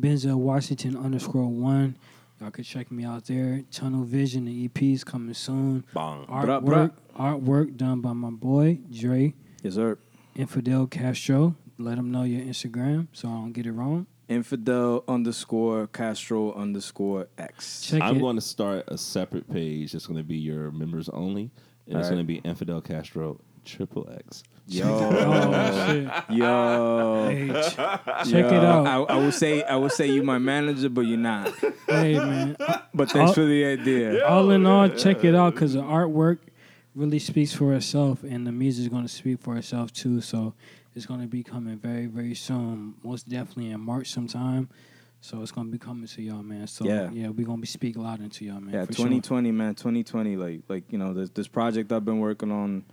Speaker 4: Benzel Washington underscore one. Y'all could check me out there. Tunnel Vision, the EP is coming soon.
Speaker 2: Bong.
Speaker 3: Bruh,
Speaker 4: Artwork,
Speaker 3: bruh.
Speaker 4: artwork done by my boy Dre
Speaker 3: Yes, sir.
Speaker 4: Infidel Castro. Let him know your Instagram so I don't get it wrong.
Speaker 3: Infidel underscore Castro underscore X.
Speaker 4: Check
Speaker 11: I'm
Speaker 4: it.
Speaker 11: going to start a separate page. It's going to be your members only, and it's
Speaker 3: Alright.
Speaker 11: going to be Infidel Castro Triple X.
Speaker 4: oh
Speaker 3: Yo,
Speaker 4: shit.
Speaker 3: yo,
Speaker 4: Hey, ch- check
Speaker 3: yo.
Speaker 4: it out.
Speaker 3: I, I would say, I would say you my manager, but you're not.
Speaker 4: hey man,
Speaker 3: But thanks
Speaker 4: Oh.
Speaker 3: for the idea.
Speaker 4: all in all, check it out because the artwork really speaks for itself, and the music is going to speak for itself too. So it's going to be coming very, very soon. Most definitely in March sometime. So it's going to be coming to y'all, man. So
Speaker 3: Yeah.
Speaker 4: yeah, we're going to be speaking loud into y'all, man.
Speaker 3: Yeah,
Speaker 4: for
Speaker 3: 2020, man, 2020. Like, like you know, this this project I've been working on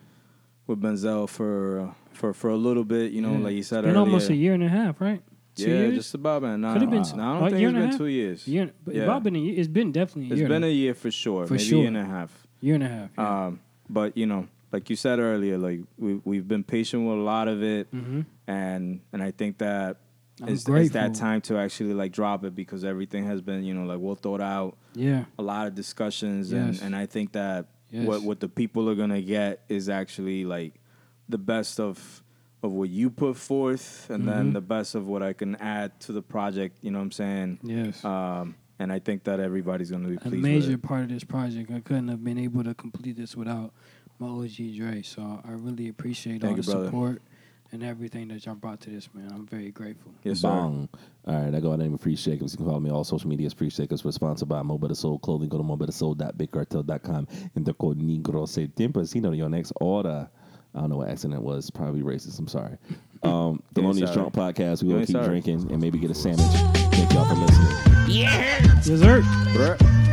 Speaker 3: with Benzel for uh, for for a little bit. You know,
Speaker 4: Yeah.
Speaker 3: like you
Speaker 4: Sure.
Speaker 3: said earlier,
Speaker 4: Been almost a year and a half, right? Two
Speaker 3: yeah,
Speaker 4: years.
Speaker 3: just about man. Nah,
Speaker 4: Could've been
Speaker 3: nah,
Speaker 4: two-
Speaker 3: I
Speaker 4: a
Speaker 3: don't think
Speaker 4: year
Speaker 3: it's
Speaker 4: and a
Speaker 3: been
Speaker 4: half?
Speaker 3: two years.
Speaker 4: year, but
Speaker 3: Yeah.
Speaker 4: it's about been a year. It's been definitely a
Speaker 3: It's
Speaker 4: year.
Speaker 3: been
Speaker 4: now.
Speaker 3: a year for sure,
Speaker 4: For
Speaker 3: maybe a
Speaker 4: sure.
Speaker 3: year and a half.
Speaker 4: year and a half. Yeah.
Speaker 3: Um, but you know, like you said earlier, like we we've been patient with a lot of it,
Speaker 4: Mm-hmm,
Speaker 3: and and I think that
Speaker 4: Mm. I'm
Speaker 3: it's, it's
Speaker 4: grateful.
Speaker 3: that time to actually like drop it because everything has been you know like well thought out,
Speaker 4: yeah.
Speaker 3: a lot of discussions,
Speaker 4: Yes.
Speaker 3: and and I think that
Speaker 4: Yes.
Speaker 3: what what the people are gonna get is actually like the best of of what you put forth, and
Speaker 4: Mm-hmm.
Speaker 3: then the best of what I can add to the project. You know what I'm saying?
Speaker 4: Yes.
Speaker 3: Um, and I think that everybody's gonna be
Speaker 4: a
Speaker 3: pleased. with
Speaker 4: major
Speaker 3: it.
Speaker 4: part of this project. I couldn't have been able to complete this without my OG Dre. So I really appreciate
Speaker 3: Thank
Speaker 4: all
Speaker 3: you,
Speaker 4: the
Speaker 3: brother.
Speaker 4: support and everything that y'all brought to this, man. I'm very grateful.
Speaker 3: Yes, sir.
Speaker 11: Bong. All right, I go by the name of Free Shakers. You can follow me on all social media as Free Shakers. We're sponsored by Mo Better Soul Clothing. Go to mobettersoul.bigcartel.com. Enter code Negro Save 10% on your next order. I don't know what accent it was. Probably racist. I'm sorry. Um, the
Speaker 3: You ain't
Speaker 11: Lonely
Speaker 3: sorry.
Speaker 11: Strong Podcast. We're
Speaker 3: You ain't
Speaker 11: going to keep
Speaker 3: sorry.
Speaker 11: drinking and maybe get a sandwich. Thank y'all for listening.
Speaker 4: Yes, sir.
Speaker 3: Bruh.